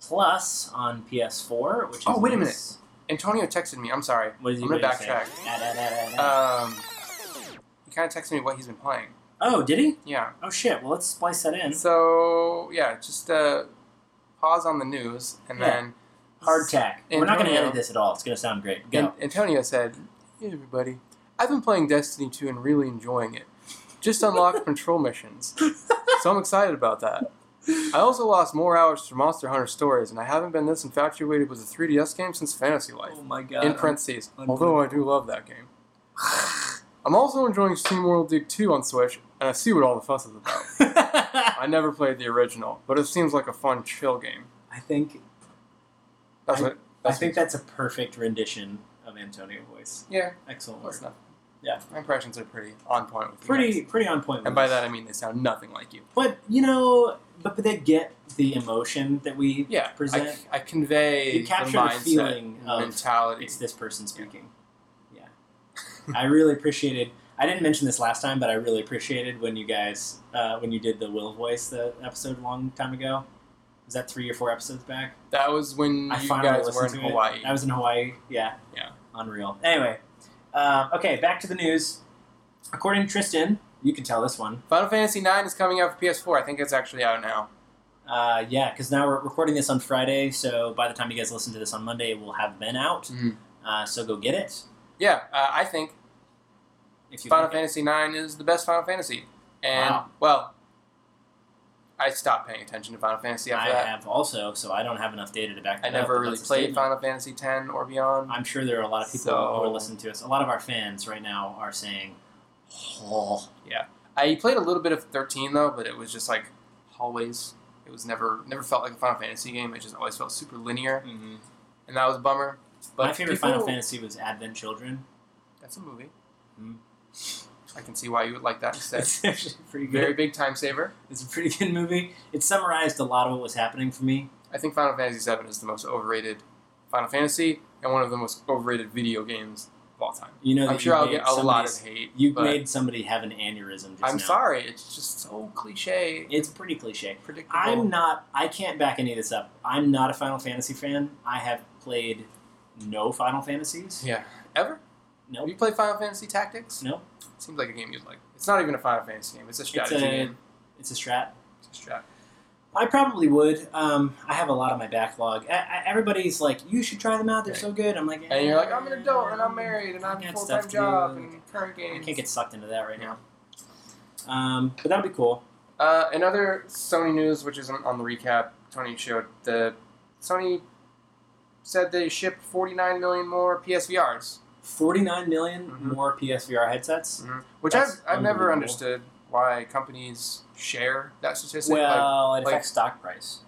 [SPEAKER 2] Plus on PS4, which is.
[SPEAKER 1] Oh, wait a
[SPEAKER 2] nice.
[SPEAKER 1] Antonio texted me. I'm sorry.
[SPEAKER 2] What is he
[SPEAKER 1] I'm gonna
[SPEAKER 2] what did he say?
[SPEAKER 1] backtrack.
[SPEAKER 2] Da, da, da, da, da.
[SPEAKER 1] Um, he kind of texted me what he's been playing.
[SPEAKER 2] oh, did he?
[SPEAKER 1] Yeah.
[SPEAKER 2] Oh, shit. Well, let's splice that in.
[SPEAKER 1] So yeah, just uh, pause on the news and
[SPEAKER 2] Yeah.
[SPEAKER 1] then
[SPEAKER 2] Hardtack. We're not going to
[SPEAKER 1] Antonio.
[SPEAKER 2] edit this at all. It's going to sound great. Go.
[SPEAKER 1] An- Antonio said, "Hey everybody, I've been playing Destiny 2 and really enjoying it.
[SPEAKER 2] <laughs>
[SPEAKER 1] Just unlocked control missions, so I'm excited about that." I also lost more hours to Monster Hunter stories, and I haven't been this infatuated with a 3DS game since Fantasy Life.
[SPEAKER 2] oh, my God. <laughs>
[SPEAKER 1] in parentheses.
[SPEAKER 2] I'm-
[SPEAKER 1] although I do love that game. <sighs> I'm also enjoying Steam World Dig 2 on Switch, and I see what all the fuss is about. I never played the original, but it seems like a fun, chill game.
[SPEAKER 2] I think
[SPEAKER 1] That's
[SPEAKER 2] I-
[SPEAKER 1] what.
[SPEAKER 2] I
[SPEAKER 1] That's
[SPEAKER 2] think that's a perfect rendition of Antonio voice.
[SPEAKER 1] Yeah,
[SPEAKER 2] Excellent work.
[SPEAKER 1] that's not.
[SPEAKER 2] Yeah.
[SPEAKER 1] my impressions are pretty on point with you guys.
[SPEAKER 2] Pretty pretty on point. With
[SPEAKER 1] And by
[SPEAKER 2] us.
[SPEAKER 1] that I mean they sound nothing like you.
[SPEAKER 2] but you know, but, but they get the emotion that we.
[SPEAKER 1] Yeah,
[SPEAKER 2] Present-
[SPEAKER 1] I, I convey
[SPEAKER 2] You capture
[SPEAKER 1] the
[SPEAKER 2] the
[SPEAKER 1] mindset,
[SPEAKER 2] feeling of-
[SPEAKER 1] mentality.
[SPEAKER 2] It's this person speaking. Yeah, I really appreciated. I didn't mention this last time, but I really appreciated when you guys uh, when you did the Will voice the episode a long time ago. Was that three or four episodes back?
[SPEAKER 1] <laughs> That was when
[SPEAKER 2] I
[SPEAKER 1] you
[SPEAKER 2] finally
[SPEAKER 1] guys were in
[SPEAKER 2] listened to it.
[SPEAKER 1] Hawaii.
[SPEAKER 2] I was in Hawaii. Yeah.
[SPEAKER 1] Yeah.
[SPEAKER 2] Unreal. Anyway, uh, okay, back to the news. According to Tristan, you can tell this one.
[SPEAKER 1] Final Fantasy IX is coming out for PS4. I think it's actually out now.
[SPEAKER 2] Uh, yeah, because now we're recording this on Friday, so by the time you guys listen to this on Monday, it will have been out.
[SPEAKER 1] Mhm.
[SPEAKER 2] Uh, so go get it
[SPEAKER 1] Yeah, uh, I think
[SPEAKER 2] if you
[SPEAKER 1] Final
[SPEAKER 2] like it.
[SPEAKER 1] Fantasy IX is the best Final Fantasy. And
[SPEAKER 2] Wow.
[SPEAKER 1] well, I stopped paying attention to Final Fantasy after
[SPEAKER 2] I
[SPEAKER 1] that.
[SPEAKER 2] have also, so I don't have enough data to back that
[SPEAKER 1] I
[SPEAKER 2] up,
[SPEAKER 1] never
[SPEAKER 2] but
[SPEAKER 1] really
[SPEAKER 2] that's a
[SPEAKER 1] played
[SPEAKER 2] statement.
[SPEAKER 1] Final Fantasy X or beyond.
[SPEAKER 2] I'm sure there are a lot of people
[SPEAKER 1] So-
[SPEAKER 2] who are listening to us. A lot of our fans right now are saying, "Oh,
[SPEAKER 1] I played a little bit of 13 though, but it was just like always. It was never never felt like a Final Fantasy game. It just always felt super linear,
[SPEAKER 2] mhm."
[SPEAKER 1] and that was a bummer. Mm-hmm. But
[SPEAKER 2] my favorite
[SPEAKER 1] people-
[SPEAKER 2] Final Fantasy was Advent Children."
[SPEAKER 1] That's a movie.
[SPEAKER 2] Hmm.
[SPEAKER 1] I can see why you would like that instead.
[SPEAKER 2] <laughs> It's actually pretty good.
[SPEAKER 1] Very big time saver.
[SPEAKER 2] It's a pretty good movie. It summarized a lot of what was happening for me.
[SPEAKER 1] I think Final Fantasy VII is the most overrated Final Fantasy and one of the most overrated video games of all time.
[SPEAKER 2] You know, that
[SPEAKER 1] I'm sure
[SPEAKER 2] you
[SPEAKER 1] I'll
[SPEAKER 2] made
[SPEAKER 1] get a lot of
[SPEAKER 2] somebody's-
[SPEAKER 1] hate.
[SPEAKER 2] You
[SPEAKER 1] but
[SPEAKER 2] made somebody have an aneurysm. Just
[SPEAKER 1] I'm
[SPEAKER 2] now.
[SPEAKER 1] sorry. It's just so cliche,
[SPEAKER 2] It's pretty cliche.
[SPEAKER 1] predictable.
[SPEAKER 2] I'm not. I can't back any of this up. I'm not a Final Fantasy fan. I have played no Final Fantasies.
[SPEAKER 1] yeah. Ever?
[SPEAKER 2] No.
[SPEAKER 1] Have you played Final Fantasy Tactics?
[SPEAKER 2] No.
[SPEAKER 1] Seems like a game you'd like. It's not even a Final Fantasy game. It's a strategy
[SPEAKER 2] a-
[SPEAKER 1] game.
[SPEAKER 2] It's a strat.
[SPEAKER 1] It's a strat.
[SPEAKER 2] I probably would. Um, I have a lot on my backlog. I, I, everybody's like, you should try them out. They're
[SPEAKER 1] Right.
[SPEAKER 2] so good. I'm like,
[SPEAKER 1] And you're like, I'm an
[SPEAKER 2] "Eh,
[SPEAKER 1] adult and I'm married and
[SPEAKER 2] I
[SPEAKER 1] I have a
[SPEAKER 2] got
[SPEAKER 1] full
[SPEAKER 2] stuff
[SPEAKER 1] time
[SPEAKER 2] to
[SPEAKER 1] job
[SPEAKER 2] do."
[SPEAKER 1] and current
[SPEAKER 2] I
[SPEAKER 1] games.
[SPEAKER 2] can't get sucked into that right now. Um, but that'll be cool.
[SPEAKER 1] Uh, in other Sony news, which isn't on the recap, Tony showed the Sony said they shipped 49 million more PSVRs,
[SPEAKER 2] 49 million
[SPEAKER 1] Mhm.
[SPEAKER 2] more PSVR
[SPEAKER 1] Mm-hmm.
[SPEAKER 2] headsets.
[SPEAKER 1] which
[SPEAKER 2] Mm-hmm. That's
[SPEAKER 1] I've, I've
[SPEAKER 2] unbelievable.
[SPEAKER 1] never understood why companies share that statistic. like,
[SPEAKER 2] well, it
[SPEAKER 1] like-
[SPEAKER 2] affects stock price.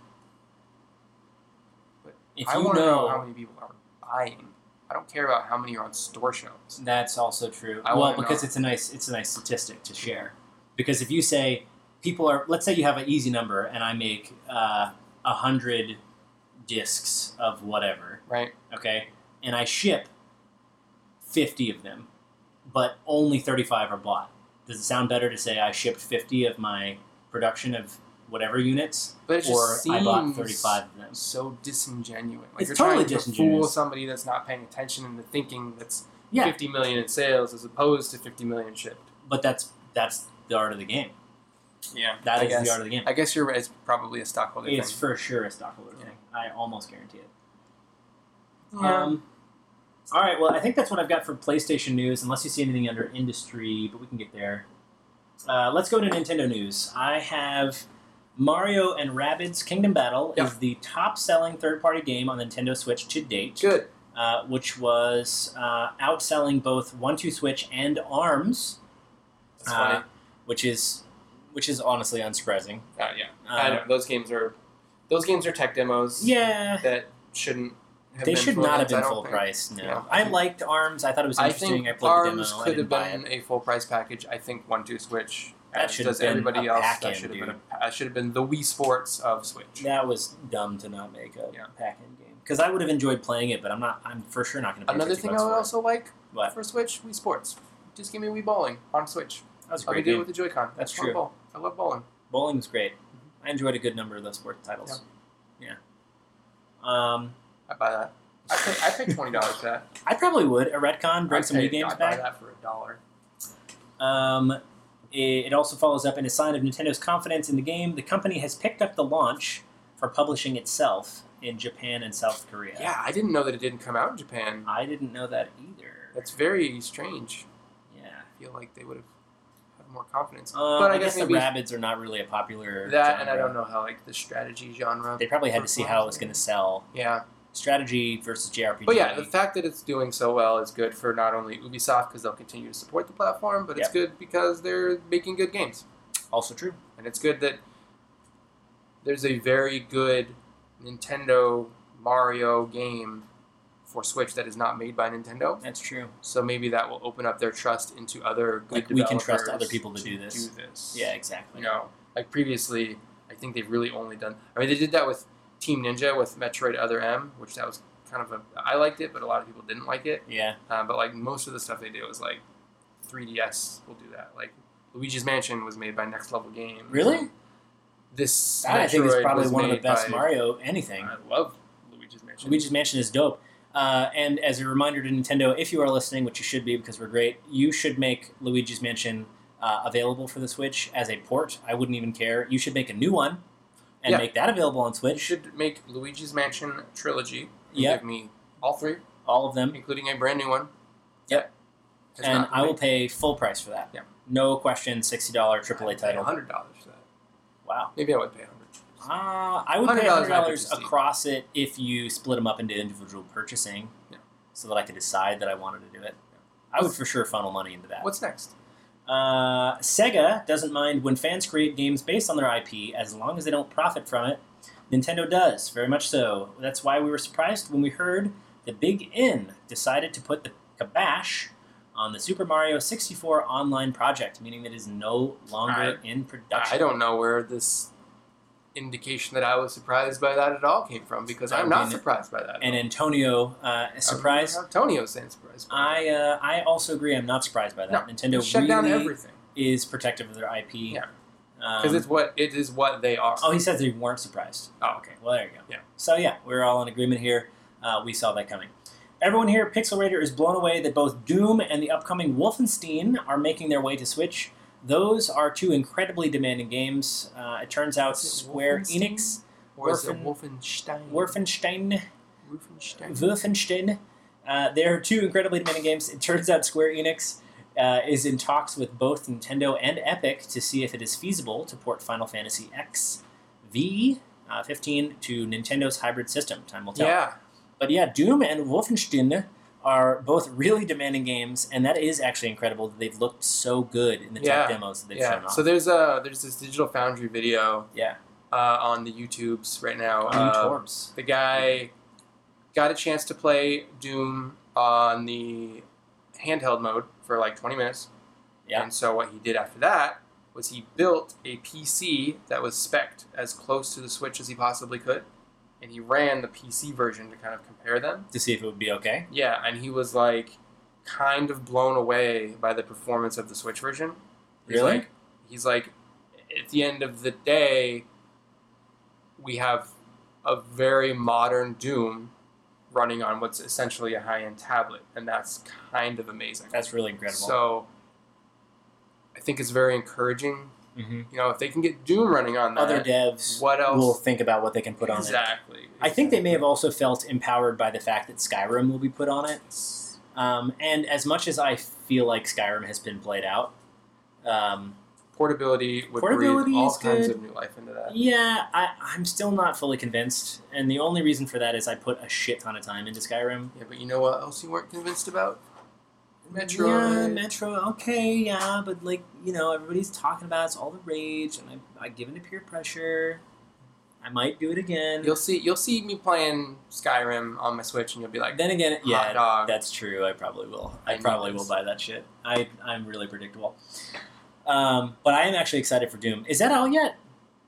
[SPEAKER 1] But
[SPEAKER 2] If
[SPEAKER 1] I
[SPEAKER 2] you
[SPEAKER 1] want to know how
[SPEAKER 2] know,
[SPEAKER 1] many people are buying. I don't care about how many are on store shelves.
[SPEAKER 2] that's also true.
[SPEAKER 1] I
[SPEAKER 2] well,
[SPEAKER 1] wanna
[SPEAKER 2] because
[SPEAKER 1] know.
[SPEAKER 2] it's a nice it's a nice statistic to share. Because if you say people are, let's say you have an easy number, and I make uh, a hundred discs of whatever.
[SPEAKER 1] Right?
[SPEAKER 2] okay, and I ship 50 of them, but only 35 are bought. Does it sound better to say I shipped 50 of my production of whatever units,
[SPEAKER 1] But it just
[SPEAKER 2] or
[SPEAKER 1] seems
[SPEAKER 2] I bought 35 of them?
[SPEAKER 1] so disingenuous. Like
[SPEAKER 2] It's
[SPEAKER 1] you're
[SPEAKER 2] totally
[SPEAKER 1] trying to fool
[SPEAKER 2] disingenuous.
[SPEAKER 1] somebody that's not paying attention into thinking that's
[SPEAKER 2] Yeah,
[SPEAKER 1] 50 million in sales as opposed to 50 million shipped.
[SPEAKER 2] but that's that's the art of the game.
[SPEAKER 1] Yeah,
[SPEAKER 2] That is
[SPEAKER 1] I guess.
[SPEAKER 2] the art of the game.
[SPEAKER 1] I guess you're right. It's probably a stockholder
[SPEAKER 2] It's
[SPEAKER 1] thing.
[SPEAKER 2] for sure a stockholder
[SPEAKER 1] Yeah.
[SPEAKER 2] thing. I almost guarantee it.
[SPEAKER 1] Yeah.
[SPEAKER 2] Um, all right, well, I think that's what I've got for PlayStation news, unless you see anything under industry, but we can get there. Uh, let's go to Nintendo news. I have Mario and Rabbids Kingdom Battle
[SPEAKER 1] Yeah.
[SPEAKER 2] is the top selling third party game on Nintendo Switch to date,
[SPEAKER 1] Good.
[SPEAKER 2] uh, which was uh, outselling both 1 2 Switch and ARMS,
[SPEAKER 1] That's
[SPEAKER 2] Uh,
[SPEAKER 1] funny.
[SPEAKER 2] which is which is honestly unsurprising.
[SPEAKER 1] Uh, yeah,
[SPEAKER 2] Uh,
[SPEAKER 1] I know. Those games are those games are tech demos.
[SPEAKER 2] Yeah,
[SPEAKER 1] that shouldn't. Have
[SPEAKER 2] they
[SPEAKER 1] been
[SPEAKER 2] should
[SPEAKER 1] full
[SPEAKER 2] not have
[SPEAKER 1] ones, I
[SPEAKER 2] been
[SPEAKER 1] don't
[SPEAKER 2] full
[SPEAKER 1] think.
[SPEAKER 2] price. No,
[SPEAKER 1] Yeah.
[SPEAKER 2] I liked ARMS. I thought it was
[SPEAKER 1] I
[SPEAKER 2] interesting.
[SPEAKER 1] think
[SPEAKER 2] I played the
[SPEAKER 1] ARMS
[SPEAKER 2] demo. I
[SPEAKER 1] could
[SPEAKER 2] didn't
[SPEAKER 1] have
[SPEAKER 2] buy it.
[SPEAKER 1] been a full price package. I think one two switch.
[SPEAKER 2] That
[SPEAKER 1] as
[SPEAKER 2] should have
[SPEAKER 1] does
[SPEAKER 2] been
[SPEAKER 1] everybody
[SPEAKER 2] a
[SPEAKER 1] else. that
[SPEAKER 2] pack-in,
[SPEAKER 1] should have been. A, that should have been the Wii Sports of Switch.
[SPEAKER 2] That was dumb to not make a
[SPEAKER 1] Yeah.
[SPEAKER 2] pack-in game because I would have enjoyed playing it, but I'm not. I'm for sure not going to.
[SPEAKER 1] Another thing I would also like
[SPEAKER 2] What?
[SPEAKER 1] for Switch Wii Sports. Just give me Wii Bowling on Switch.
[SPEAKER 2] That was a
[SPEAKER 1] I
[SPEAKER 2] great
[SPEAKER 1] can do it
[SPEAKER 2] game.
[SPEAKER 1] with the Joy-Con.
[SPEAKER 2] That's
[SPEAKER 1] I wanna
[SPEAKER 2] true.
[SPEAKER 1] bowl. I love bowling.
[SPEAKER 2] Bowling was great. I enjoyed a good number of those sports titles. Yeah. Um,
[SPEAKER 1] I buy that. I pay, I pay twenty dollars for that.
[SPEAKER 2] I probably would a retcon <laughs> bring
[SPEAKER 1] I'd
[SPEAKER 2] some
[SPEAKER 1] pay-
[SPEAKER 2] new games
[SPEAKER 1] I'd buy
[SPEAKER 2] back.
[SPEAKER 1] that for a dollar.
[SPEAKER 2] Um, it, it also follows up in a sign of Nintendo's confidence in the game. The company has picked up the launch for publishing itself in Japan and South Korea.
[SPEAKER 1] Yeah, I didn't know that it didn't come out in Japan.
[SPEAKER 2] I didn't know that either.
[SPEAKER 1] That's very strange.
[SPEAKER 2] yeah.
[SPEAKER 1] I feel like they would have had more confidence.
[SPEAKER 2] Um,
[SPEAKER 1] but
[SPEAKER 2] I,
[SPEAKER 1] I
[SPEAKER 2] guess,
[SPEAKER 1] guess
[SPEAKER 2] the
[SPEAKER 1] maybe
[SPEAKER 2] rabbits are not really a popular.
[SPEAKER 1] that, and I
[SPEAKER 2] genre.
[SPEAKER 1] don't know how like the strategy genre.
[SPEAKER 2] They probably had to see how it was going to sell.
[SPEAKER 1] Yeah,
[SPEAKER 2] Strategy versus JRPG.
[SPEAKER 1] but yeah, the fact that it's doing so well is good for not only Ubisoft because they'll continue to support the platform, but it's
[SPEAKER 2] Yeah.
[SPEAKER 1] good because they're making good games,
[SPEAKER 2] also true.
[SPEAKER 1] and it's good that there's a very good Nintendo Mario game for Switch that is not made by Nintendo.
[SPEAKER 2] That's true.
[SPEAKER 1] So maybe that will open up their trust into other good
[SPEAKER 2] Like, we can trust
[SPEAKER 1] developers
[SPEAKER 2] other people to do this. Yeah,
[SPEAKER 1] You
[SPEAKER 2] exactly.
[SPEAKER 1] know, like previously, I think they've really only done. I mean, they did that with Team Ninja with Metroid Other M, which that was kind of a. I liked it, but a lot of people didn't like it.
[SPEAKER 2] Yeah,
[SPEAKER 1] Uh, but like most of the stuff they did was like 3DS will do that. Like Luigi's Mansion was made by Next Level Game.
[SPEAKER 2] Really?
[SPEAKER 1] This
[SPEAKER 2] That, I think is
[SPEAKER 1] Metroid
[SPEAKER 2] probably
[SPEAKER 1] was
[SPEAKER 2] one of the
[SPEAKER 1] made
[SPEAKER 2] best
[SPEAKER 1] by-
[SPEAKER 2] Mario anything.
[SPEAKER 1] I love Luigi's Mansion.
[SPEAKER 2] Luigi's Mansion is dope. Uh, and as a reminder to Nintendo, if you are listening, which you should be because we're great, you should make Luigi's Mansion uh, available for the Switch as a port. I wouldn't even care. You should make a new one and
[SPEAKER 1] Yeah.
[SPEAKER 2] make that available on
[SPEAKER 1] You
[SPEAKER 2] Switch.
[SPEAKER 1] should make Luigi's Mansion trilogy. and
[SPEAKER 2] Yep.
[SPEAKER 1] Give me all three,
[SPEAKER 2] All of them.
[SPEAKER 1] including a brand new one.
[SPEAKER 2] Yep.
[SPEAKER 1] Has
[SPEAKER 2] And
[SPEAKER 1] not been
[SPEAKER 2] I will
[SPEAKER 1] made.
[SPEAKER 2] pay full price for that.
[SPEAKER 1] Yeah.
[SPEAKER 2] No question, $60 AAA
[SPEAKER 1] I'd pay
[SPEAKER 2] title.
[SPEAKER 1] $100 for that.
[SPEAKER 2] Wow.
[SPEAKER 1] Maybe I would pay 100
[SPEAKER 2] Uh, I would pay
[SPEAKER 1] $100 might be
[SPEAKER 2] $100
[SPEAKER 1] too steep.
[SPEAKER 2] across it if you split them up into individual purchasing
[SPEAKER 1] Yeah.
[SPEAKER 2] so that I could decide that I wanted to do it. I would for sure funnel money into that.
[SPEAKER 1] What's next?
[SPEAKER 2] Uh, Sega doesn't mind when fans create games based on their IP as long as they don't profit from it. Nintendo does, very much so. That's why we were surprised when we heard the Big N decided to put the kibosh on the Super Mario 64 online project, meaning that it is no longer in production.
[SPEAKER 1] I don't know where this indication that I was surprised by that at all came from because
[SPEAKER 2] I
[SPEAKER 1] I'm not
[SPEAKER 2] mean,
[SPEAKER 1] surprised by that. at
[SPEAKER 2] And
[SPEAKER 1] all.
[SPEAKER 2] Antonio uh, is surprised.
[SPEAKER 1] I don't know how Antonio's saying surprised. by
[SPEAKER 2] I uh, I also agree. I'm not surprised by that.
[SPEAKER 1] it.
[SPEAKER 2] Nintendo
[SPEAKER 1] shut
[SPEAKER 2] really
[SPEAKER 1] down everything
[SPEAKER 2] is protective of their IP.
[SPEAKER 1] Yeah. because
[SPEAKER 2] because
[SPEAKER 1] it's what it is what they are.
[SPEAKER 2] Oh, he says they weren't surprised.
[SPEAKER 1] Oh, okay.
[SPEAKER 2] Well, there you go.
[SPEAKER 1] Yeah.
[SPEAKER 2] So yeah, we're all in agreement here. Uh, we saw that coming. Everyone here, at Pixel Raider is blown away that both Doom and the upcoming Wolfenstein are making their way to Switch. Those are two incredibly demanding games. Uh, it turns out
[SPEAKER 1] Is it
[SPEAKER 2] Square
[SPEAKER 1] Wolfenstein?
[SPEAKER 2] Enix,
[SPEAKER 1] Or is it Wolfenstein?
[SPEAKER 2] Wolfenstein,
[SPEAKER 1] Wolfenstein.
[SPEAKER 2] Wolfenstein. Uh, there are two incredibly demanding games. It turns out Square Enix uh, is in talks with both Nintendo and Epic to see if it is feasible to port Final Fantasy X V uh, 15 to Nintendo's hybrid system. Time will tell.
[SPEAKER 1] Yeah.
[SPEAKER 2] But yeah, Doom and Wolfenstein are both really demanding games, and that is actually incredible that they've looked so good in the
[SPEAKER 1] Yeah.
[SPEAKER 2] tech demos that they've shown
[SPEAKER 1] Yeah.
[SPEAKER 2] off.
[SPEAKER 1] So there's a there's this Digital Foundry video
[SPEAKER 2] yeah,
[SPEAKER 1] uh, on the YouTubes right now.
[SPEAKER 2] on
[SPEAKER 1] uh,
[SPEAKER 2] Torbs.
[SPEAKER 1] The guy got a chance to play Doom on the handheld mode for like 20 minutes.
[SPEAKER 2] Yeah.
[SPEAKER 1] And so what he did after that was he built a PC that was spec'd as close to the Switch as he possibly could, and he ran the PC version to kind of compare them.
[SPEAKER 2] to see if it would be okay.
[SPEAKER 1] Yeah, and he was like kind of blown away by the performance of the Switch version. He's
[SPEAKER 2] Really?
[SPEAKER 1] like, he's like, at the end of the day, we have a very modern Doom running on what's essentially a high-end tablet, and that's kind of amazing.
[SPEAKER 2] That's really incredible.
[SPEAKER 1] So, I think it's very encouraging.
[SPEAKER 2] hmm
[SPEAKER 1] You know, if they can get Doom running on that,
[SPEAKER 2] Other devs
[SPEAKER 1] uh, what else?
[SPEAKER 2] will think about what they can put on it.
[SPEAKER 1] exactly.
[SPEAKER 2] I think they may have also felt empowered by the fact that Skyrim will be put on it. Um, and as much as I feel like Skyrim has been played out, um,
[SPEAKER 1] portability would
[SPEAKER 2] Portability
[SPEAKER 1] breathe all
[SPEAKER 2] is
[SPEAKER 1] kinds
[SPEAKER 2] good.
[SPEAKER 1] of new life into that.
[SPEAKER 2] yeah, I, I'm still not fully convinced. And the only reason for that is I put a shit ton of time into Skyrim.
[SPEAKER 1] Yeah, but you know what else you weren't convinced about?
[SPEAKER 2] Yeah,
[SPEAKER 1] Metroid.
[SPEAKER 2] Metro. Okay, yeah, but like you know, everybody's talking about it, it's all the rage, and I, I give into peer pressure. I might do it again.
[SPEAKER 1] You'll see. You'll see me playing Skyrim on my Switch, and you'll be like,
[SPEAKER 2] then again,
[SPEAKER 1] "Hot
[SPEAKER 2] yeah,
[SPEAKER 1] dog."
[SPEAKER 2] That's true. I probably will. I,
[SPEAKER 1] I need
[SPEAKER 2] probably
[SPEAKER 1] this.
[SPEAKER 2] will buy that shit. I I'm really predictable. Um, but I am actually excited for Doom. Is that out yet?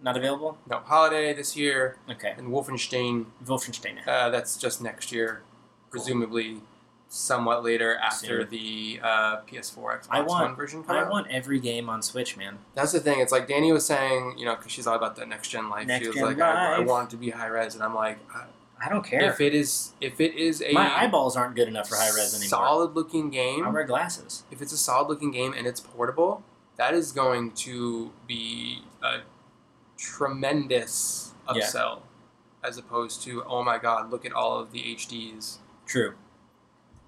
[SPEAKER 2] Not available.
[SPEAKER 1] no holiday this year,
[SPEAKER 2] Okay.
[SPEAKER 1] and Wolfenstein.
[SPEAKER 2] Wolfenstein.
[SPEAKER 1] Uh, that's just next year,
[SPEAKER 2] Cool.
[SPEAKER 1] presumably somewhat later after
[SPEAKER 2] Soon.
[SPEAKER 1] the uh, PS4 Xbox
[SPEAKER 2] I want-
[SPEAKER 1] One version comes
[SPEAKER 2] I
[SPEAKER 1] out.
[SPEAKER 2] want every game on Switch, man.
[SPEAKER 1] That's the thing. It's like Danny was saying, you know, because she's all about that next gen life.
[SPEAKER 2] Next
[SPEAKER 1] she was
[SPEAKER 2] gen
[SPEAKER 1] like, I, I
[SPEAKER 2] life.
[SPEAKER 1] want it to be high res, and I'm like, I-
[SPEAKER 2] I don't care.
[SPEAKER 1] if it is, if it is a
[SPEAKER 2] My eyeballs aren't good enough for high res anymore.
[SPEAKER 1] solid looking game,
[SPEAKER 2] I wear glasses.
[SPEAKER 1] if it's a solid looking game and it's portable, that is going to be a tremendous
[SPEAKER 2] Yeah.
[SPEAKER 1] upsell as opposed to, oh my god, look at all of the HDs.
[SPEAKER 2] True.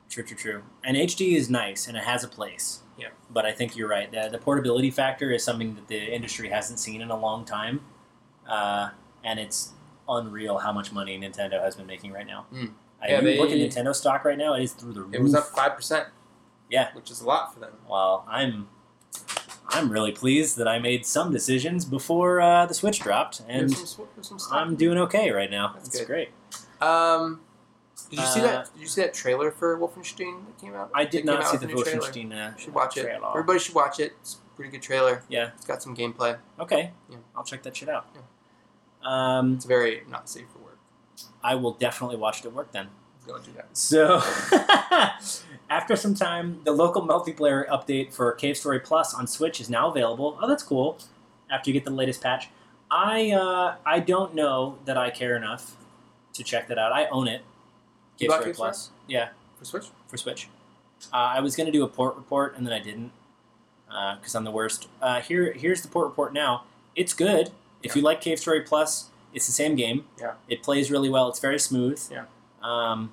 [SPEAKER 2] True, true, true. And HD is nice and it has a place.
[SPEAKER 1] Yeah.
[SPEAKER 2] But I think you're right. The, the portability factor is something that the industry hasn't seen in a long time. Uh, and it's unreal how much money Nintendo has been making right now.
[SPEAKER 1] Mm.
[SPEAKER 2] I,
[SPEAKER 1] Yeah,
[SPEAKER 2] you
[SPEAKER 1] they-
[SPEAKER 2] look at Nintendo stock right now, it is through the roof.
[SPEAKER 1] It was up 5%.
[SPEAKER 2] Yeah.
[SPEAKER 1] Which is a lot for them.
[SPEAKER 2] Well, I'm I'm really pleased that I made some decisions before uh, the Switch dropped, and
[SPEAKER 1] Here's some, sw- here's some stuff.
[SPEAKER 2] I'm doing okay right now.
[SPEAKER 1] That's
[SPEAKER 2] it's
[SPEAKER 1] good.
[SPEAKER 2] great.
[SPEAKER 1] um, did you see
[SPEAKER 2] Uh,
[SPEAKER 1] that? Did you see that trailer for Wolfenstein that came out?
[SPEAKER 2] I
[SPEAKER 1] They
[SPEAKER 2] did
[SPEAKER 1] came
[SPEAKER 2] not
[SPEAKER 1] out
[SPEAKER 2] see
[SPEAKER 1] with
[SPEAKER 2] the
[SPEAKER 1] a new trailer.
[SPEAKER 2] Wolfenstein uh,
[SPEAKER 1] You should watch it.
[SPEAKER 2] trailer.
[SPEAKER 1] Everybody should watch it. It's a pretty good trailer.
[SPEAKER 2] Yeah.
[SPEAKER 1] It's got some gameplay.
[SPEAKER 2] Okay.
[SPEAKER 1] Yeah.
[SPEAKER 2] I'll check that shit out.
[SPEAKER 1] Yeah.
[SPEAKER 2] Um,
[SPEAKER 1] It's very not safe for work.
[SPEAKER 2] I will definitely watch it at work then.
[SPEAKER 1] Go do that.
[SPEAKER 2] So, <laughs> After some time, the local multiplayer update for Cave Story Plus on Switch is now available. Oh, that's cool. After you get the latest patch, I uh, I don't know that I care enough to check that out. I own it.
[SPEAKER 1] You
[SPEAKER 2] Cave
[SPEAKER 1] bought
[SPEAKER 2] Story
[SPEAKER 1] Cave Story?
[SPEAKER 2] Plus, yeah,
[SPEAKER 1] For Switch?
[SPEAKER 2] for Switch. Uh, I was gonna do a port report and then I didn't because I'm the worst. Uh, here here's the port report now. It's good. If
[SPEAKER 1] Yeah.
[SPEAKER 2] you like Cave Story Plus, it's the same game.
[SPEAKER 1] Yeah.
[SPEAKER 2] It plays really well. It's very smooth.
[SPEAKER 1] Yeah.
[SPEAKER 2] Um,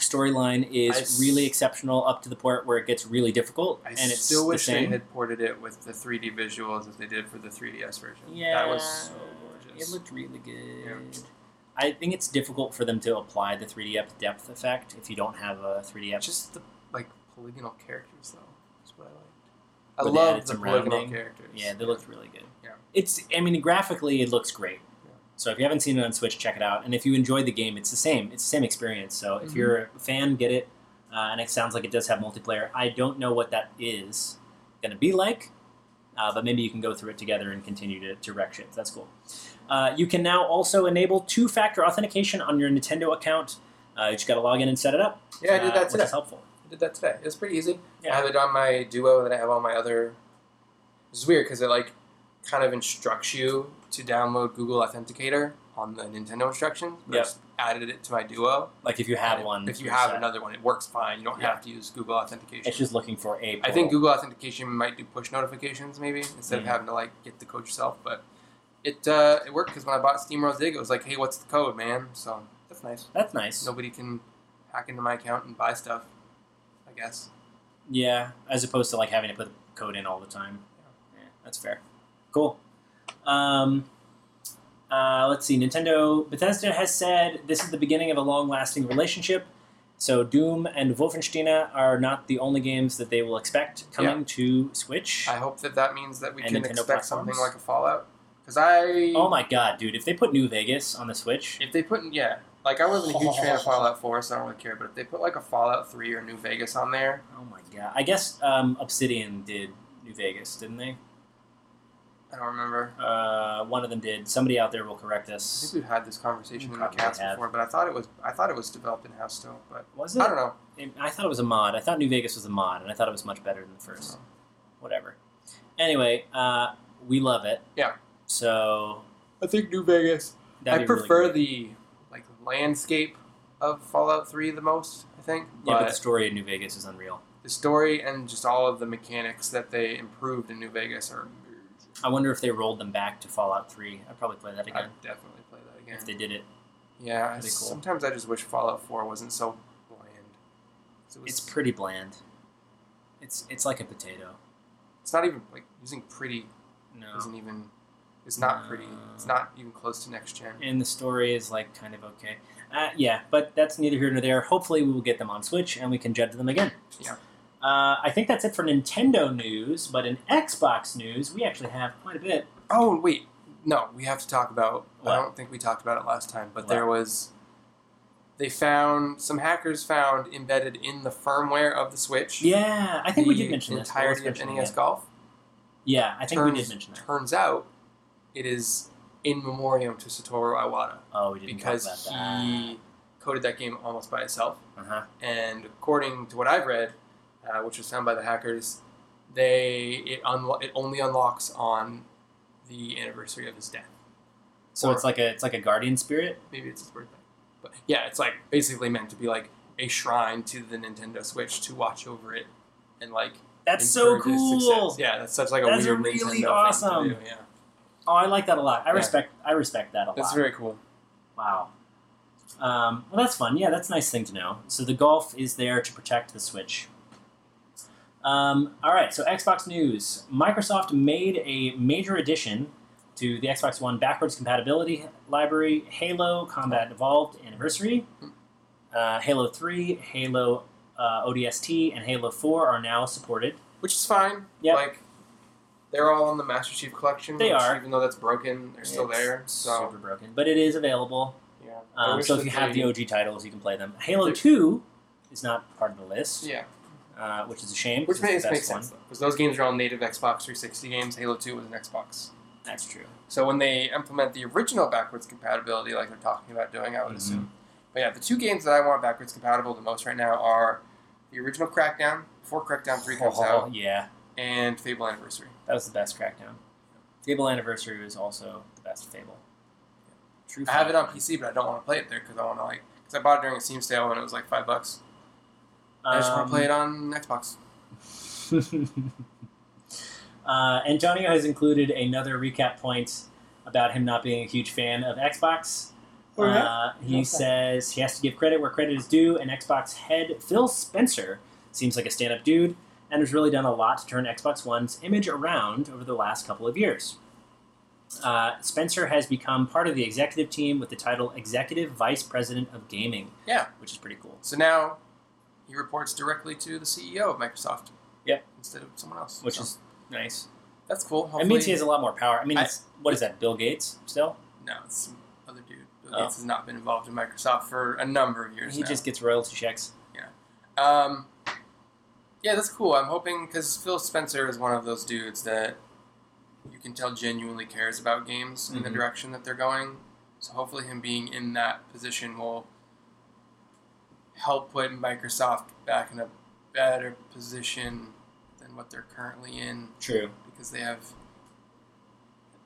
[SPEAKER 2] storyline is
[SPEAKER 1] I s-
[SPEAKER 2] really exceptional up to the point where it gets really difficult
[SPEAKER 1] I
[SPEAKER 2] and it's
[SPEAKER 1] still
[SPEAKER 2] the
[SPEAKER 1] wish
[SPEAKER 2] same.
[SPEAKER 1] they had ported it with the 3D visuals that they did for the 3DS version.
[SPEAKER 2] Yeah.
[SPEAKER 1] That was so gorgeous.
[SPEAKER 2] It looked really good. I think it's difficult for them to apply the 3D up depth effect if you don't have a 3D up.
[SPEAKER 1] Just the like polygonal characters though. That's what I liked. I
[SPEAKER 2] Where they added
[SPEAKER 1] love the
[SPEAKER 2] some
[SPEAKER 1] polygonal
[SPEAKER 2] rounding.
[SPEAKER 1] characters.
[SPEAKER 2] Yeah, they looked really good.
[SPEAKER 1] Yeah.
[SPEAKER 2] It's I mean graphically it looks great.
[SPEAKER 1] Yeah.
[SPEAKER 2] So if you haven't seen it on Switch, check it out. And if you enjoyed the game, it's the same. It's the same experience. So if
[SPEAKER 1] Mhm.
[SPEAKER 2] you're a fan, get it. Uh, and it sounds like it does have multiplayer. I don't know what that is gonna be like, uh, but maybe you can go through it together and continue to, to wreck shit. That's cool. Uh, you can now also enable two-factor authentication on your Nintendo account. Uh, you just gotta log in and set it up.
[SPEAKER 1] Yeah, I did
[SPEAKER 2] uh,
[SPEAKER 1] that today.
[SPEAKER 2] Which is helpful.
[SPEAKER 1] I did that today. It was pretty easy.
[SPEAKER 2] Yeah.
[SPEAKER 1] I have it on my Duo, then I have all my other. It's weird because it like kind of instructs you to download Google Authenticator on the Nintendo instructions. but I
[SPEAKER 2] Yep.
[SPEAKER 1] just added it to my Duo.
[SPEAKER 2] Like if you have
[SPEAKER 1] And it-
[SPEAKER 2] one,
[SPEAKER 1] If you
[SPEAKER 2] you're
[SPEAKER 1] have
[SPEAKER 2] set.
[SPEAKER 1] another one, it works fine. You don't
[SPEAKER 2] Yeah.
[SPEAKER 1] have to use Google Authentication.
[SPEAKER 2] it's just looking for a.
[SPEAKER 1] I think
[SPEAKER 2] portal.
[SPEAKER 1] Google Authentication might do push notifications maybe instead
[SPEAKER 2] Mhm.
[SPEAKER 1] of having to like get the code yourself. But it uh, it worked because when I bought Steam Rose Dig, it was like, hey, what's the code, man? So that's nice.
[SPEAKER 2] that's nice.
[SPEAKER 1] Nobody can hack into my account and buy stuff. I guess.
[SPEAKER 2] Yeah, as opposed to like having to put the code in all the time. Yeah, that's fair. Cool. Um, uh, let's see. Nintendo Bethesda has said this is the beginning of a long-lasting relationship. So Doom and Wolfenstein are not the only games that they will expect coming to Switch.
[SPEAKER 1] I hope that that means that we
[SPEAKER 2] And
[SPEAKER 1] can
[SPEAKER 2] Nintendo
[SPEAKER 1] expect something
[SPEAKER 2] platforms.
[SPEAKER 1] like a Fallout. Because I
[SPEAKER 2] oh my god, dude! If they put New Vegas on the Switch,
[SPEAKER 1] if they put in, yeah, like I wasn't a huge
[SPEAKER 2] <laughs>
[SPEAKER 1] fan of Fallout Four, so I don't really care. But if they put like a Fallout Three or New Vegas on there,
[SPEAKER 2] oh my god! I guess um, Obsidian did New Vegas, didn't they?
[SPEAKER 1] I don't remember.
[SPEAKER 2] Uh, one of them did. Somebody out there will correct
[SPEAKER 1] I think
[SPEAKER 2] us.
[SPEAKER 1] we've had this conversation
[SPEAKER 2] We
[SPEAKER 1] in the
[SPEAKER 2] probably
[SPEAKER 1] cast
[SPEAKER 2] have. Mm.
[SPEAKER 1] before, but I thought it was I thought it was developed in house still, but
[SPEAKER 2] Was it?
[SPEAKER 1] I don't know.
[SPEAKER 2] I thought it was a mod. I thought New Vegas was a mod, and I thought it was much better than the first.
[SPEAKER 1] Oh.
[SPEAKER 2] Whatever. Anyway, uh, we love it.
[SPEAKER 1] Yeah.
[SPEAKER 2] So
[SPEAKER 1] I think New Vegas.
[SPEAKER 2] that'd
[SPEAKER 1] I
[SPEAKER 2] be really
[SPEAKER 1] prefer
[SPEAKER 2] great.
[SPEAKER 1] the like landscape of Fallout Three the most. I think,
[SPEAKER 2] yeah,
[SPEAKER 1] but
[SPEAKER 2] but the story in New Vegas is unreal.
[SPEAKER 1] the story and just all of the mechanics that they improved in New Vegas are.
[SPEAKER 2] I wonder if they rolled them back to Fallout Three. I'd probably play that again
[SPEAKER 1] I'd definitely play that again.
[SPEAKER 2] if they did it.
[SPEAKER 1] Yeah, I-
[SPEAKER 2] Pretty cool.
[SPEAKER 1] sometimes I just wish Fallout Four wasn't so bland. 'Cause It was,
[SPEAKER 2] It's pretty bland. It's it's like a potato.
[SPEAKER 1] it's not even like using pretty
[SPEAKER 2] No.
[SPEAKER 1] isn't even. It's not pretty. It's not even close to next gen.
[SPEAKER 2] And the story is like kind of okay. Uh, yeah, but that's neither here nor there. Hopefully, we will get them on Switch and we can judge them again.
[SPEAKER 1] Yeah.
[SPEAKER 2] Uh, I think that's it for Nintendo news, but in Xbox news, we actually have quite a bit.
[SPEAKER 1] Oh wait, no, we have to talk about.
[SPEAKER 2] What?
[SPEAKER 1] I don't think we talked about it last time, but
[SPEAKER 2] What?
[SPEAKER 1] there was. They found some hackers found embedded in the firmware of the Switch.
[SPEAKER 2] Yeah, I think we did
[SPEAKER 1] the
[SPEAKER 2] mention this. but
[SPEAKER 1] entirety
[SPEAKER 2] let's
[SPEAKER 1] of
[SPEAKER 2] mention it
[SPEAKER 1] NES
[SPEAKER 2] again.
[SPEAKER 1] Golf.
[SPEAKER 2] Yeah, I think we did
[SPEAKER 1] Turns-
[SPEAKER 2] mention that.
[SPEAKER 1] Turns out, it is in memoriam to Satoru Iwata
[SPEAKER 2] Oh, we didn't talk
[SPEAKER 1] because
[SPEAKER 2] about
[SPEAKER 1] he coded that game almost by himself.
[SPEAKER 2] that. Uh huh.
[SPEAKER 1] And according to what I've read, uh, which was found by the hackers, they it unlo- it only unlocks on the anniversary of his death.
[SPEAKER 2] So it's like a it's like a guardian spirit.
[SPEAKER 1] maybe it's his birthday. But yeah, it's like basically meant to be like a shrine to the Nintendo Switch to watch over it and like
[SPEAKER 2] That's so
[SPEAKER 1] encourage its
[SPEAKER 2] cool.
[SPEAKER 1] success. Yeah, that's such like a
[SPEAKER 2] That's
[SPEAKER 1] weird
[SPEAKER 2] really
[SPEAKER 1] Nintendo thing to
[SPEAKER 2] awesome.
[SPEAKER 1] do, yeah,
[SPEAKER 2] Oh, I like that a lot. I
[SPEAKER 1] Yeah.
[SPEAKER 2] respect I respect that a
[SPEAKER 1] that's
[SPEAKER 2] lot.
[SPEAKER 1] very cool.
[SPEAKER 2] wow. Um, well, that's fun. Yeah, that's a nice thing to know. So the golf is there to protect the Switch. Um, all right. So Xbox news: Microsoft made a major addition to the Xbox One backwards compatibility library: Halo Combat Evolved Anniversary, uh, Halo Three, Halo uh, ODST, and Halo Four are now supported.
[SPEAKER 1] Which is fine.
[SPEAKER 2] Yep.
[SPEAKER 1] Like they're all in the Master Chief collection.
[SPEAKER 2] They
[SPEAKER 1] which,
[SPEAKER 2] are.
[SPEAKER 1] even though that's broken, they're still
[SPEAKER 2] It's
[SPEAKER 1] there. So
[SPEAKER 2] super broken, but it is available.
[SPEAKER 1] yeah. I
[SPEAKER 2] Um,
[SPEAKER 1] wish
[SPEAKER 2] so if
[SPEAKER 1] that
[SPEAKER 2] you have
[SPEAKER 1] they-
[SPEAKER 2] the OG titles, you can play them. Halo
[SPEAKER 1] They're-
[SPEAKER 2] Two is not part of the list,
[SPEAKER 1] yeah,
[SPEAKER 2] uh, which is a shame. 'cause
[SPEAKER 1] which
[SPEAKER 2] it's
[SPEAKER 1] makes,
[SPEAKER 2] the
[SPEAKER 1] makes
[SPEAKER 2] best one.
[SPEAKER 1] sense because those games are all native Xbox 360 games. Halo 2 was an Xbox.
[SPEAKER 2] That's true.
[SPEAKER 1] So when they implement the original backwards compatibility, like they're talking about doing, I would
[SPEAKER 2] Mhm.
[SPEAKER 1] assume. But yeah, the two games that I want backwards compatible the most right now are the original Crackdown before Crackdown Three comes
[SPEAKER 2] Oh,
[SPEAKER 1] out,
[SPEAKER 2] Yeah,
[SPEAKER 1] and Fable Anniversary.
[SPEAKER 2] that was the best Crackdown. Fable Anniversary was also the best Fable. Um, True.
[SPEAKER 1] I have it on
[SPEAKER 2] Fable.
[SPEAKER 1] PC, but I don't want to play it there because I want to like because I bought it during a Steam sale and it was like five bucks. I just want
[SPEAKER 2] Um,
[SPEAKER 1] to play it on Xbox.
[SPEAKER 2] uh, Antonio has included another recap point about him not being a huge fan of Xbox.
[SPEAKER 1] Oh, yeah?
[SPEAKER 2] Uh, he
[SPEAKER 1] Okay.
[SPEAKER 2] says he has to give credit where credit is due, and Xbox head Phil Spencer seems like a stand up dude and has really done a lot to turn Xbox One's image around over the last couple of years. Uh, Spencer has become part of the executive team with the title Executive Vice President of Gaming.
[SPEAKER 1] Yeah.
[SPEAKER 2] Which is pretty cool.
[SPEAKER 1] So now he reports directly to the CEO of Microsoft.
[SPEAKER 2] Yep.
[SPEAKER 1] Instead of someone else,
[SPEAKER 2] Which
[SPEAKER 1] So
[SPEAKER 2] is nice.
[SPEAKER 1] that's cool. Hopefully,
[SPEAKER 2] It means he has a lot more power. I mean,
[SPEAKER 1] I-
[SPEAKER 2] it's, what is that, Bill Gates still?
[SPEAKER 1] no, it's some other dude. Bill
[SPEAKER 2] Oh.
[SPEAKER 1] Gates has not been involved in Microsoft for a number of years
[SPEAKER 2] He
[SPEAKER 1] now.
[SPEAKER 2] just gets royalty checks.
[SPEAKER 1] Um, yeah, that's cool. I'm hoping because Phil Spencer is one of those dudes that you can tell genuinely cares about games and the
[SPEAKER 2] Mhm.
[SPEAKER 1] direction that they're going. So hopefully, him being in that position will help put Microsoft back in a better position than what they're currently in
[SPEAKER 2] True.
[SPEAKER 1] because they have.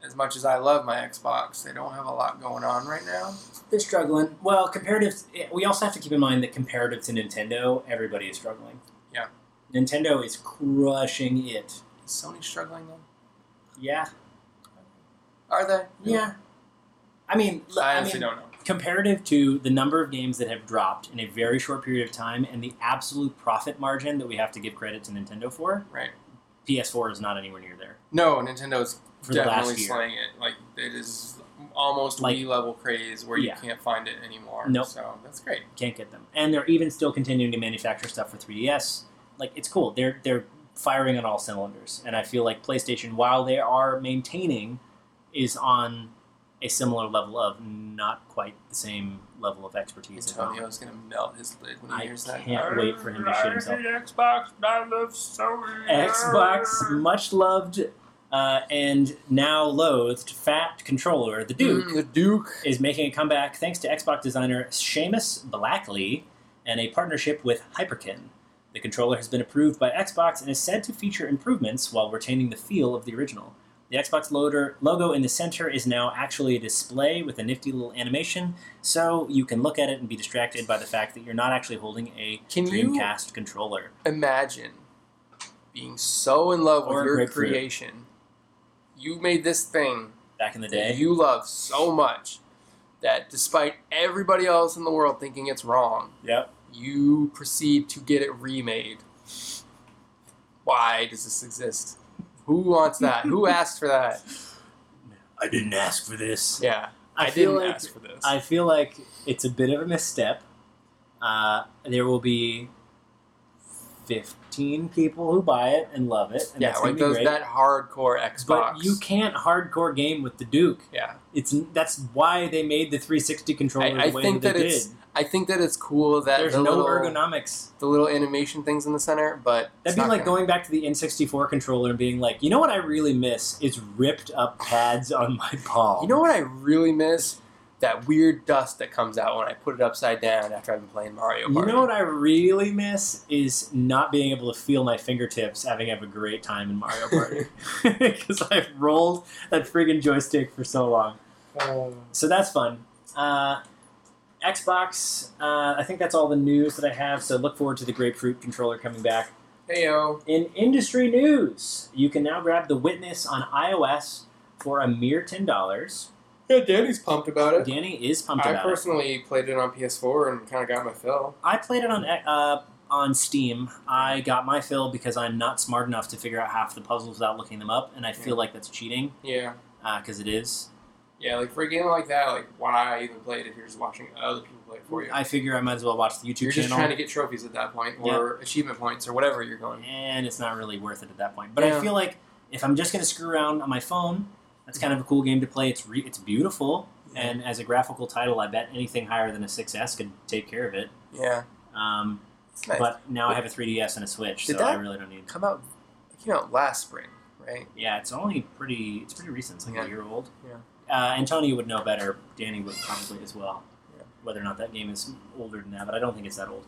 [SPEAKER 1] As much as I love my Xbox, they don't have a lot going on right now.
[SPEAKER 2] They're struggling. Well, comparative. We also have to keep in mind that comparative to Nintendo, everybody is struggling.
[SPEAKER 1] Yeah.
[SPEAKER 2] Nintendo is crushing it.
[SPEAKER 1] Is Sony struggling though?
[SPEAKER 2] Yeah.
[SPEAKER 1] Are they?
[SPEAKER 2] Yeah. I mean, l-
[SPEAKER 1] I
[SPEAKER 2] I,
[SPEAKER 1] honestly
[SPEAKER 2] mean,
[SPEAKER 1] don't know.
[SPEAKER 2] comparative to the number of games that have dropped in a very short period of time and the absolute profit margin that we have to give credit to Nintendo for.
[SPEAKER 1] Right.
[SPEAKER 2] PS4 is not anywhere near there.
[SPEAKER 1] No, Nintendo's
[SPEAKER 2] For the
[SPEAKER 1] definitely
[SPEAKER 2] last year.
[SPEAKER 1] slaying it. Like it is almost
[SPEAKER 2] Like-
[SPEAKER 1] Wii level craze where
[SPEAKER 2] Yeah.
[SPEAKER 1] you can't find it anymore.
[SPEAKER 2] Nope.
[SPEAKER 1] So that's great.
[SPEAKER 2] can't get them. And they're even still continuing to manufacture stuff for 3DS. Like it's cool. They're they're firing on all cylinders. And I feel like PlayStation, while they are maintaining, is on a similar level of not quite the same level of expertise. at all.
[SPEAKER 1] Antonio's gonna melt his lid when he
[SPEAKER 2] I
[SPEAKER 1] hears that.
[SPEAKER 2] can't wait for him to shit himself.
[SPEAKER 1] I hate Xbox. I love Sony.
[SPEAKER 2] Xbox, much loved uh, and now loathed fat controller, the Duke.
[SPEAKER 1] Mm, the Duke.
[SPEAKER 2] is making a comeback thanks to Xbox designer Seamus Blackley and a partnership with Hyperkin. The controller has been approved by Xbox and is said to feature improvements while retaining the feel of the original. The Xbox loader logo in the center is now actually a display with a nifty little animation, so you can look at it and be distracted by the fact that you're not actually holding a
[SPEAKER 1] Can you-
[SPEAKER 2] Dreamcast controller.
[SPEAKER 1] Imagine being so in love
[SPEAKER 2] Or
[SPEAKER 1] with your
[SPEAKER 2] grapefruit.
[SPEAKER 1] creation. You made this thing
[SPEAKER 2] Back in the
[SPEAKER 1] that
[SPEAKER 2] day,
[SPEAKER 1] you love so much that despite everybody else in the world thinking it's wrong,
[SPEAKER 2] yep,
[SPEAKER 1] you proceed to get it remade. Why does this exist? Who wants
[SPEAKER 2] <laughs>
[SPEAKER 1] that? Who asked for that?
[SPEAKER 2] I didn't ask for this.
[SPEAKER 1] Yeah, I,
[SPEAKER 2] feel
[SPEAKER 1] didn't
[SPEAKER 2] like
[SPEAKER 1] ask for this.
[SPEAKER 2] I feel like it's a bit of a misstep. Uh, there will be 15 people who buy it and love it, and
[SPEAKER 1] yeah,
[SPEAKER 2] that's going to
[SPEAKER 1] like
[SPEAKER 2] be
[SPEAKER 1] those
[SPEAKER 2] great.
[SPEAKER 1] that hardcore Xbox.
[SPEAKER 2] But you can't hardcore game with the Duke.
[SPEAKER 1] yeah,
[SPEAKER 2] It's that's why they made the 360 controller
[SPEAKER 1] I, I
[SPEAKER 2] the way
[SPEAKER 1] think
[SPEAKER 2] they
[SPEAKER 1] that
[SPEAKER 2] did.
[SPEAKER 1] it's. I think that it's cool that
[SPEAKER 2] There's
[SPEAKER 1] the,
[SPEAKER 2] no
[SPEAKER 1] little,
[SPEAKER 2] ergonomics.
[SPEAKER 1] the little animation things in the center, but
[SPEAKER 2] That'd
[SPEAKER 1] it's
[SPEAKER 2] be
[SPEAKER 1] not
[SPEAKER 2] like
[SPEAKER 1] gonna-
[SPEAKER 2] going back to the N64 controller and being like, you know what I really miss is ripped up pads on my palm.
[SPEAKER 1] You know what I really miss? That weird dust that comes out when I put it upside down after I've been playing Mario
[SPEAKER 2] You
[SPEAKER 1] Party.
[SPEAKER 2] know what I really miss is not being able to feel my fingertips having have a great time in Mario Party <laughs> because I've rolled that friggin' joystick for so long.
[SPEAKER 1] Um,
[SPEAKER 2] So that's fun. Uh, Xbox. Uh, I think that's all the news that I have. So look forward to the grapefruit controller coming back.
[SPEAKER 1] Heyo.
[SPEAKER 2] In industry news, you can now grab the Witness on iOS for a mere ten dollars.
[SPEAKER 1] Yeah, Danny's pumped about it.
[SPEAKER 2] Danny is pumped
[SPEAKER 1] I
[SPEAKER 2] about it.
[SPEAKER 1] personally played it on PS4 and kind of got my fill.
[SPEAKER 2] I played it on uh, on Steam. I got my fill because I'm not smart enough to figure out half the puzzles without looking them up, and I feel like that's cheating
[SPEAKER 1] Yeah,
[SPEAKER 2] because it is.
[SPEAKER 1] yeah. Like for a game like that, like why even play it if you're just watching other people play it for you?
[SPEAKER 2] I figure I might as well watch the YouTube
[SPEAKER 1] you're just
[SPEAKER 2] channel,
[SPEAKER 1] trying to get trophies at that point, or achievement points, or whatever you're going.
[SPEAKER 2] and it's not really worth it at that point. But I
[SPEAKER 1] Yeah.
[SPEAKER 2] feel like if I'm just going to screw around on my phone, that's kind of a cool game to play. It's re- it's beautiful, and as a graphical title, I bet anything higher than a 6S could take care of it.
[SPEAKER 1] Yeah,
[SPEAKER 2] Um,
[SPEAKER 1] it's nice.
[SPEAKER 2] But now I have a 3DS and a Switch,
[SPEAKER 1] Did
[SPEAKER 2] so I
[SPEAKER 1] that-
[SPEAKER 2] really don't need.
[SPEAKER 1] Come out, it came out last spring, right?
[SPEAKER 2] Yeah, it's only pretty. It's pretty recent. It's like
[SPEAKER 1] Yeah.
[SPEAKER 2] a year old.
[SPEAKER 1] Yeah.
[SPEAKER 2] Uh, Antonio would know better. Danny would probably as well.
[SPEAKER 1] Yeah.
[SPEAKER 2] Whether or not that game is older than that, but I don't think it's that old.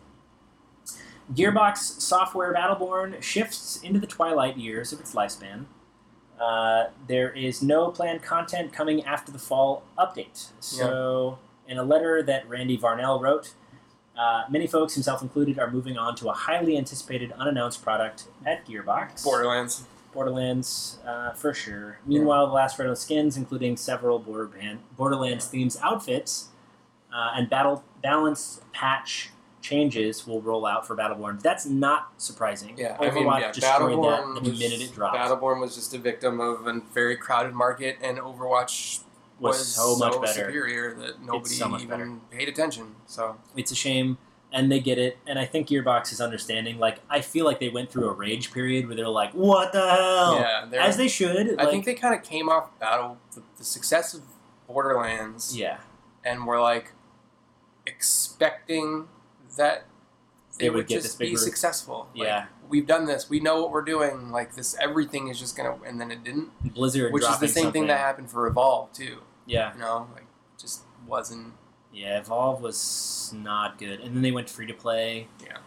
[SPEAKER 2] Gearbox software Battleborn shifts into the twilight years of its lifespan. Uh, there is no planned content coming after the fall update. So, in a letter that Randy Varnell wrote, uh, many folks, himself included, are moving on to a highly anticipated unannounced product at Gearbox.
[SPEAKER 1] Borderlands.
[SPEAKER 2] Borderlands, uh, for sure. Meanwhile, the last Red skins, including several Border Ban- Borderlands themes outfits uh, and battle balance patch changes, will roll out for Battleborn. That's not surprising.
[SPEAKER 1] Yeah,
[SPEAKER 2] Overwatch
[SPEAKER 1] I mean, yeah,
[SPEAKER 2] destroyed
[SPEAKER 1] Battleborn
[SPEAKER 2] that the
[SPEAKER 1] was,
[SPEAKER 2] minute it dropped.
[SPEAKER 1] Battleborn was just a victim of a very crowded market, and Overwatch
[SPEAKER 2] was, so much better.
[SPEAKER 1] superior that nobody
[SPEAKER 2] so much
[SPEAKER 1] even
[SPEAKER 2] better.
[SPEAKER 1] paid attention. So
[SPEAKER 2] It's a shame, and they get it. And I think Gearbox is understanding. Like, I feel like they went through a rage period where they were like, "What the hell?"
[SPEAKER 1] yeah, they're-
[SPEAKER 2] As they should.
[SPEAKER 1] I think they kind of came off Battle the, the success of Borderlands,
[SPEAKER 2] yeah,
[SPEAKER 1] and were like expecting that
[SPEAKER 2] They would
[SPEAKER 1] would
[SPEAKER 2] get
[SPEAKER 1] just
[SPEAKER 2] this big
[SPEAKER 1] be
[SPEAKER 2] group.
[SPEAKER 1] successful. Like,
[SPEAKER 2] yeah.
[SPEAKER 1] we've done this. We know what we're doing. Like this, everything is just gonna. And then it didn't,
[SPEAKER 2] Blizzard,
[SPEAKER 1] which is the
[SPEAKER 2] dropping
[SPEAKER 1] same
[SPEAKER 2] something.
[SPEAKER 1] thing that happened for Evolve too.
[SPEAKER 2] Yeah.
[SPEAKER 1] You know, like just wasn't.
[SPEAKER 2] Yeah, Evolve was not good. And then they went free to play.
[SPEAKER 1] Yeah.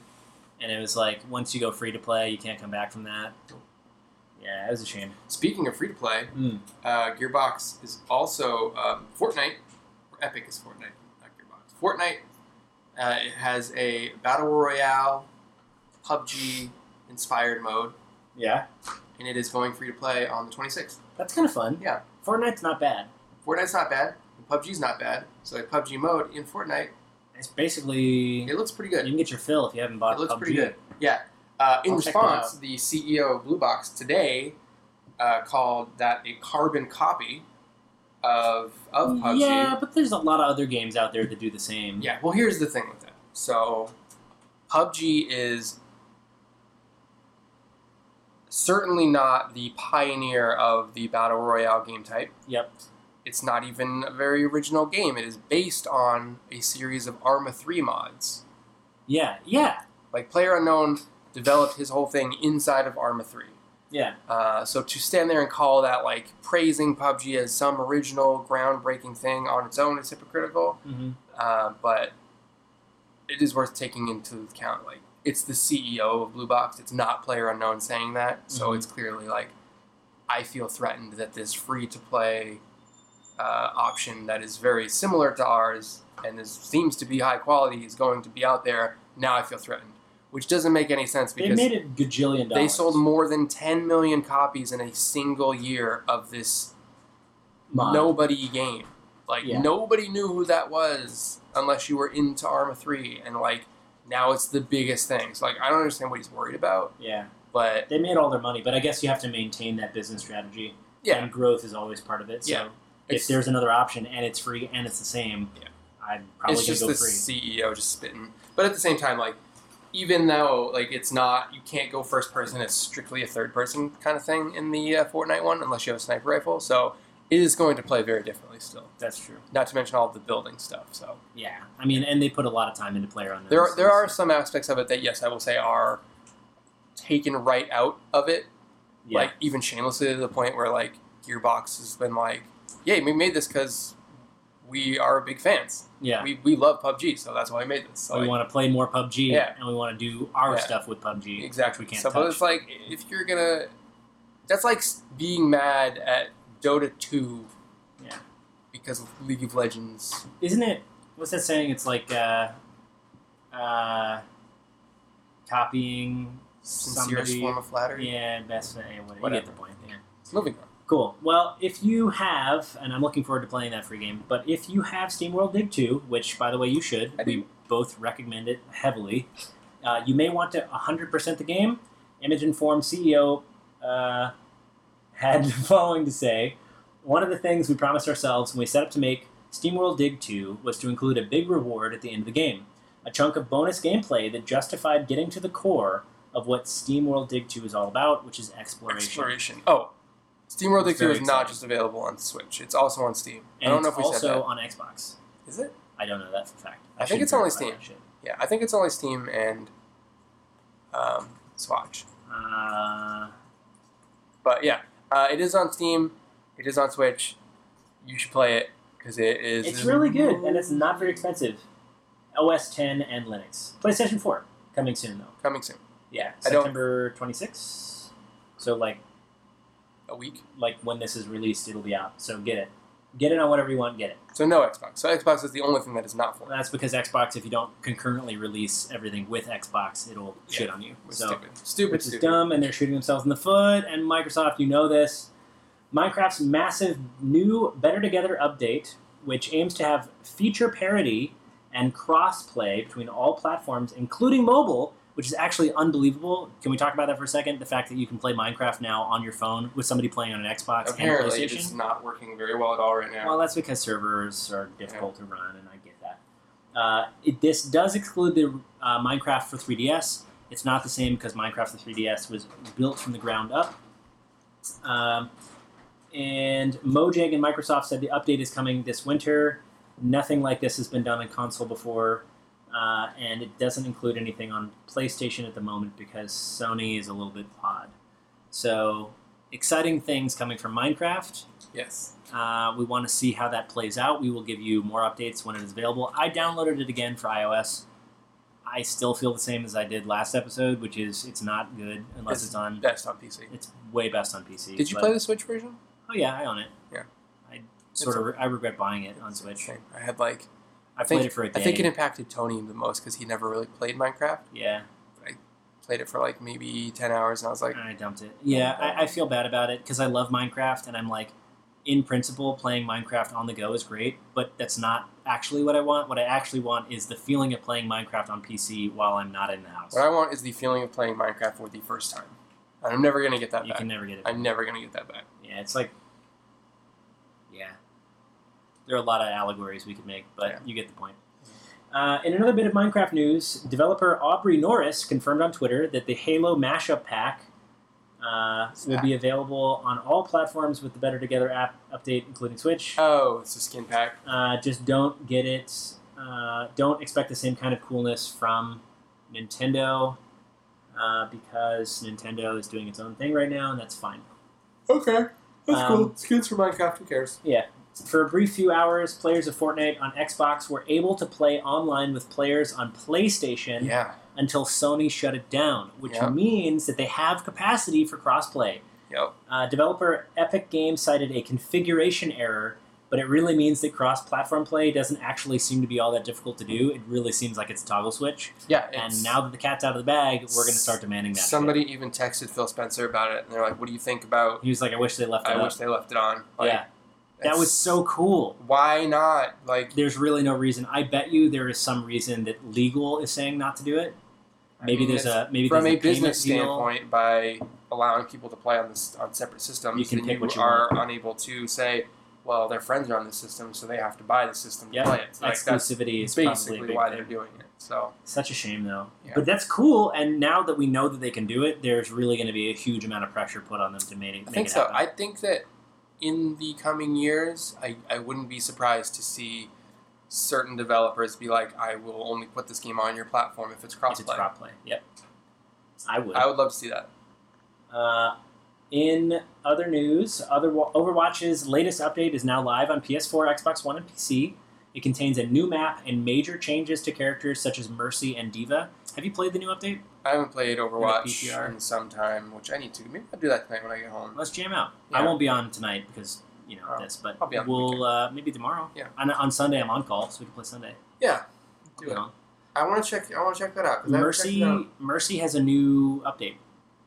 [SPEAKER 2] And it was like once you go free to play, you can't come back from that. Yeah, it was a shame.
[SPEAKER 1] Speaking of free to play,
[SPEAKER 2] Mm.
[SPEAKER 1] uh, Gearbox is also um, Fortnite. Or Epic is Fortnite, not Gearbox. Fortnite uh, it has a battle royale, PUBG inspired mode,
[SPEAKER 2] Yeah,
[SPEAKER 1] and it is going free to play on the 26th.
[SPEAKER 2] that's kind of fun.
[SPEAKER 1] Yeah.
[SPEAKER 2] Fortnite's not bad.
[SPEAKER 1] Fortnite's not bad. and PUBG's not bad. So like PUBG mode in Fortnite,
[SPEAKER 2] It's basically
[SPEAKER 1] it looks pretty
[SPEAKER 2] you
[SPEAKER 1] good.
[SPEAKER 2] can get your fill if you haven't bought
[SPEAKER 1] It looks
[SPEAKER 2] PUBG.
[SPEAKER 1] pretty good. Yeah. Uh, in
[SPEAKER 2] I'll check that
[SPEAKER 1] response, the CEO of Blue Box today uh, called that a carbon copy of of PUBG.
[SPEAKER 2] Yeah, but there's a lot of other games out there that do the same.
[SPEAKER 1] Yeah, well, here's the thing with that. So, PUBG is certainly not the pioneer of the battle royale game type.
[SPEAKER 2] Yep.
[SPEAKER 1] It's not even a very original game. It is based on a series of Arma 3 mods.
[SPEAKER 2] Yeah, yeah,
[SPEAKER 1] Like, PlayerUnknown developed his whole thing inside of Arma 3.
[SPEAKER 2] yeah.
[SPEAKER 1] Uh, so to stand there and call that like praising PUBG as some original groundbreaking thing on its own is hypocritical.
[SPEAKER 2] Mm-hmm.
[SPEAKER 1] Uh, but it is worth taking into account. Like it's the CEO of Blue Box. It's not Player Unknown saying that, so
[SPEAKER 2] Mhm.
[SPEAKER 1] it's clearly like I feel threatened that this free to play uh, option that is very similar to ours and is, seems to be high quality is going to be out there. Now I feel threatened, which doesn't make any sense
[SPEAKER 2] They
[SPEAKER 1] because
[SPEAKER 2] made a gajillion dollars.
[SPEAKER 1] they sold more than 10 million copies in a single year of this
[SPEAKER 2] Mod.
[SPEAKER 1] nobody game. Like
[SPEAKER 2] Yeah.
[SPEAKER 1] nobody knew who that was unless you were into Arma 3 and like now it's the biggest thing. So like I don't understand what he's worried about,
[SPEAKER 2] Yeah,
[SPEAKER 1] but
[SPEAKER 2] they made all their money, but I guess you have to maintain that business strategy.
[SPEAKER 1] yeah,
[SPEAKER 2] and growth is always part of it. So
[SPEAKER 1] Yeah.
[SPEAKER 2] if
[SPEAKER 1] it's,
[SPEAKER 2] there's another option and it's free and it's the same,
[SPEAKER 1] Yeah.
[SPEAKER 2] I'm probably
[SPEAKER 1] it's
[SPEAKER 2] gonna
[SPEAKER 1] just
[SPEAKER 2] go
[SPEAKER 1] the
[SPEAKER 2] free.
[SPEAKER 1] CEO just spitting. But at the same time like even though like it's not you can't go first person, it's strictly a third person kind of thing in the uh, Fortnite one unless you have a sniper rifle. So it is going to play very differently still.
[SPEAKER 2] That's true.
[SPEAKER 1] Not to mention all the building stuff. So
[SPEAKER 2] Yeah, I mean, and they put a lot of time into player on
[SPEAKER 1] there, are, there are some aspects of it that yes, I will say are taken right out of it.
[SPEAKER 2] yeah.
[SPEAKER 1] Like even shamelessly to the point where like Gearbox has been like, "Yay, we made this because we are big fans.
[SPEAKER 2] yeah.
[SPEAKER 1] We, we love PUBG, so that's why we made this." So,
[SPEAKER 2] we
[SPEAKER 1] like,
[SPEAKER 2] want to play more PUBG,
[SPEAKER 1] Yeah.
[SPEAKER 2] and we want to do our
[SPEAKER 1] Yeah.
[SPEAKER 2] stuff with PUBG.
[SPEAKER 1] exactly.
[SPEAKER 2] which we can't
[SPEAKER 1] so, but it's
[SPEAKER 2] touch.
[SPEAKER 1] like if you're gonna, that's like s- being mad at Dota two,
[SPEAKER 2] Yeah.
[SPEAKER 1] because of League of Legends.
[SPEAKER 2] Isn't it? What's that saying? It's like uh, uh, copying
[SPEAKER 1] Sincerest
[SPEAKER 2] somebody.
[SPEAKER 1] form of flattery.
[SPEAKER 2] yeah, best. Yeah, whatever. You get
[SPEAKER 1] Whatever.
[SPEAKER 2] the point. Yeah.
[SPEAKER 1] Moving on.
[SPEAKER 2] Cool. Well, if you have, and I'm looking forward to playing that free game, but if you have SteamWorld Dig 2, which, by the way, you should,
[SPEAKER 1] I
[SPEAKER 2] we
[SPEAKER 1] do.
[SPEAKER 2] both recommend it heavily, uh, you may want to 100% the game. Image Informed CEO uh, had the <laughs> following to say One of the things we promised ourselves when we set up to make SteamWorld Dig 2 was to include a big reward at the end of the game, a chunk of bonus gameplay that justified getting to the core of what SteamWorld Dig 2 is all about, which is
[SPEAKER 1] exploration. Oh, Steam World
[SPEAKER 2] It's
[SPEAKER 1] Dig 2
[SPEAKER 2] very
[SPEAKER 1] is not
[SPEAKER 2] exciting.
[SPEAKER 1] just available on Switch. It's also on Steam.
[SPEAKER 2] And
[SPEAKER 1] I don't
[SPEAKER 2] it's
[SPEAKER 1] know if we
[SPEAKER 2] also
[SPEAKER 1] said that.
[SPEAKER 2] on Xbox.
[SPEAKER 1] Is it?
[SPEAKER 2] I don't know that for a fact.
[SPEAKER 1] I think
[SPEAKER 2] should
[SPEAKER 1] it's only
[SPEAKER 2] verify
[SPEAKER 1] Steam.
[SPEAKER 2] that shit.
[SPEAKER 1] Yeah, I think it's only Steam and um, Swatch.
[SPEAKER 2] Uh,
[SPEAKER 1] But yeah, uh, it is on Steam. It is on Switch. You should play it because it is.
[SPEAKER 2] it's really good, and it's not very expensive. OS 10 and Linux. PlayStation 4. Coming soon though.
[SPEAKER 1] Coming soon.
[SPEAKER 2] Yeah,
[SPEAKER 1] I don't-
[SPEAKER 2] September 26th. So like
[SPEAKER 1] A week.
[SPEAKER 2] like when this is released, it'll be out. So get it, get it on whatever you want. Get it.
[SPEAKER 1] So no Xbox. So Xbox is the only thing that is not for.
[SPEAKER 2] That's because Xbox. If you don't concurrently release everything with Xbox, it'll
[SPEAKER 1] Yeah.
[SPEAKER 2] shit on you.
[SPEAKER 1] Which is
[SPEAKER 2] So
[SPEAKER 1] stupid. Stupid,
[SPEAKER 2] which is
[SPEAKER 1] stupid.
[SPEAKER 2] dumb, and they're shooting themselves in the foot. And Microsoft, you know this. Minecraft's massive new Better Together update, which aims to have feature parity and crossplay between all platforms, including mobile, which is actually unbelievable. Can we talk about that for a second? The fact that you can play Minecraft now on your phone with somebody playing on an Xbox
[SPEAKER 1] Apparently,
[SPEAKER 2] and
[SPEAKER 1] it
[SPEAKER 2] PlayStation.
[SPEAKER 1] is not working very well at all right now.
[SPEAKER 2] Well, that's because servers are difficult to run, and I get that. Uh, it, this does exclude the uh, Minecraft for 3DS. It's not the same because Minecraft for 3DS was built from the ground up. Um, and Mojang and Microsoft said the update is coming this winter. Nothing like this has been done on console before, uh, and it doesn't include anything on PlayStation at the moment because Sony is a little bit odd. So, exciting things coming from Minecraft.
[SPEAKER 1] yes.
[SPEAKER 2] Uh, we want to see how that plays out. We will give you more updates when it is available. I downloaded it again for iOS. I still feel the same as I did last episode, which is it's not good unless it's, on.
[SPEAKER 1] Best on PC.
[SPEAKER 2] It's way best on PC.
[SPEAKER 1] Did you
[SPEAKER 2] but-
[SPEAKER 1] play the Switch version?
[SPEAKER 2] Oh yeah, I own it.
[SPEAKER 1] Yeah.
[SPEAKER 2] I sort of re- I regret buying it on Switch.
[SPEAKER 1] Same. I had like
[SPEAKER 2] I
[SPEAKER 1] think-
[SPEAKER 2] played it for a day.
[SPEAKER 1] I think it impacted Tony the most because he never really played Minecraft.
[SPEAKER 2] yeah,
[SPEAKER 1] Played it for like maybe ten hours, and I was like,
[SPEAKER 2] I dumped it. Yeah, I, I feel bad about it because I love Minecraft, and I'm like, in principle, playing Minecraft on the go is great, but that's not actually what I want. What I actually want is the feeling of playing Minecraft on PC while I'm not in the house.
[SPEAKER 1] what I want is the feeling of playing Minecraft for the first time, and I'm never gonna get that
[SPEAKER 2] you
[SPEAKER 1] back.
[SPEAKER 2] can never get it.
[SPEAKER 1] I'm never gonna get that back.
[SPEAKER 2] yeah, it's like, yeah, there are a lot of allegories we could make, but
[SPEAKER 1] Yeah.
[SPEAKER 2] you get the point. Uh, in another bit of Minecraft news, developer Aubrey Norris confirmed on Twitter that the Halo mashup pack uh, will be available on all platforms with the Better Together app update, including Switch.
[SPEAKER 1] Oh, it's a skin pack.
[SPEAKER 2] Uh, just don't get it. Uh, don't expect the same kind of coolness from Nintendo uh, because Nintendo is doing its own thing right now, and that's fine.
[SPEAKER 1] Okay, that's
[SPEAKER 2] Um,
[SPEAKER 1] cool. Skins for Minecraft. Who cares?
[SPEAKER 2] For a brief few hours, players of Fortnite on Xbox were able to play online with players on PlayStation
[SPEAKER 1] Yeah,
[SPEAKER 2] until Sony shut it down, which
[SPEAKER 1] Yeah.
[SPEAKER 2] means that they have capacity for crossplay.
[SPEAKER 1] Yep.
[SPEAKER 2] Uh, developer Epic Games cited a configuration error, but it really means that cross-platform play doesn't actually seem to be all that difficult to do. It really seems like it's a toggle switch.
[SPEAKER 1] yeah.
[SPEAKER 2] and
[SPEAKER 1] it's-
[SPEAKER 2] now that the cat's out of the bag, we're going to start demanding that. shit.
[SPEAKER 1] somebody even texted Phil Spencer about it, and they're like, "What do you think about?"
[SPEAKER 2] He was like, "I wish they left it
[SPEAKER 1] I
[SPEAKER 2] up."
[SPEAKER 1] wish they left it on. Like,
[SPEAKER 2] yeah, that
[SPEAKER 1] that's-
[SPEAKER 2] was so cool.
[SPEAKER 1] Why not? Like,
[SPEAKER 2] There's really no reason. I bet you there is some reason that legal is saying not to do it.
[SPEAKER 1] I
[SPEAKER 2] Maybe
[SPEAKER 1] mean,
[SPEAKER 2] there's
[SPEAKER 1] it's-
[SPEAKER 2] a maybe there's
[SPEAKER 1] from a
[SPEAKER 2] a, payment
[SPEAKER 1] business
[SPEAKER 2] deal.
[SPEAKER 1] standpoint by allowing people to play on this on separate systems
[SPEAKER 2] You can
[SPEAKER 1] then
[SPEAKER 2] pick what you
[SPEAKER 1] are unable to say well their friends are on this system so they have to buy the system to
[SPEAKER 2] Yeah,
[SPEAKER 1] play it like that's
[SPEAKER 2] Exclusivity is probably a
[SPEAKER 1] basically
[SPEAKER 2] big
[SPEAKER 1] why
[SPEAKER 2] thing.
[SPEAKER 1] they're doing it so
[SPEAKER 2] Such a shame, though.
[SPEAKER 1] Yeah.
[SPEAKER 2] But that's cool. And now that we know that they can do it, there's really going to be a huge amount of pressure put on them to make, make
[SPEAKER 1] I think
[SPEAKER 2] it
[SPEAKER 1] so
[SPEAKER 2] happen.
[SPEAKER 1] I think that in the coming years I, I wouldn't be surprised to see certain developers be like I will only put this game on your platform if it's
[SPEAKER 2] If it's
[SPEAKER 1] crossplay
[SPEAKER 2] crop play. Yep. I would.
[SPEAKER 1] I would love to see that
[SPEAKER 2] Uh, in other news, other Overwatch's latest update is now live on PS4, Xbox One, and PC. It contains a new map and major changes to characters such as Mercy and Diva. Have you played the new update?
[SPEAKER 1] I haven't played
[SPEAKER 2] PTR.
[SPEAKER 1] Overwatch in some time which I need to maybe I'll do that tonight when I get home
[SPEAKER 2] Let's jam out. I
[SPEAKER 1] Yeah.
[SPEAKER 2] won't be on tonight because you know
[SPEAKER 1] Oh,
[SPEAKER 2] this, but
[SPEAKER 1] I'll be on the
[SPEAKER 2] we'll
[SPEAKER 1] weekend.
[SPEAKER 2] uh, maybe tomorrow.
[SPEAKER 1] Yeah.
[SPEAKER 2] On, on Sunday, I'm on call, so we can play Sunday.
[SPEAKER 1] yeah do
[SPEAKER 2] You
[SPEAKER 1] it
[SPEAKER 2] know?
[SPEAKER 1] I want to check I want to check that out 'cause I haven't checked
[SPEAKER 2] Mercy
[SPEAKER 1] it out.
[SPEAKER 2] Mercy has a new update,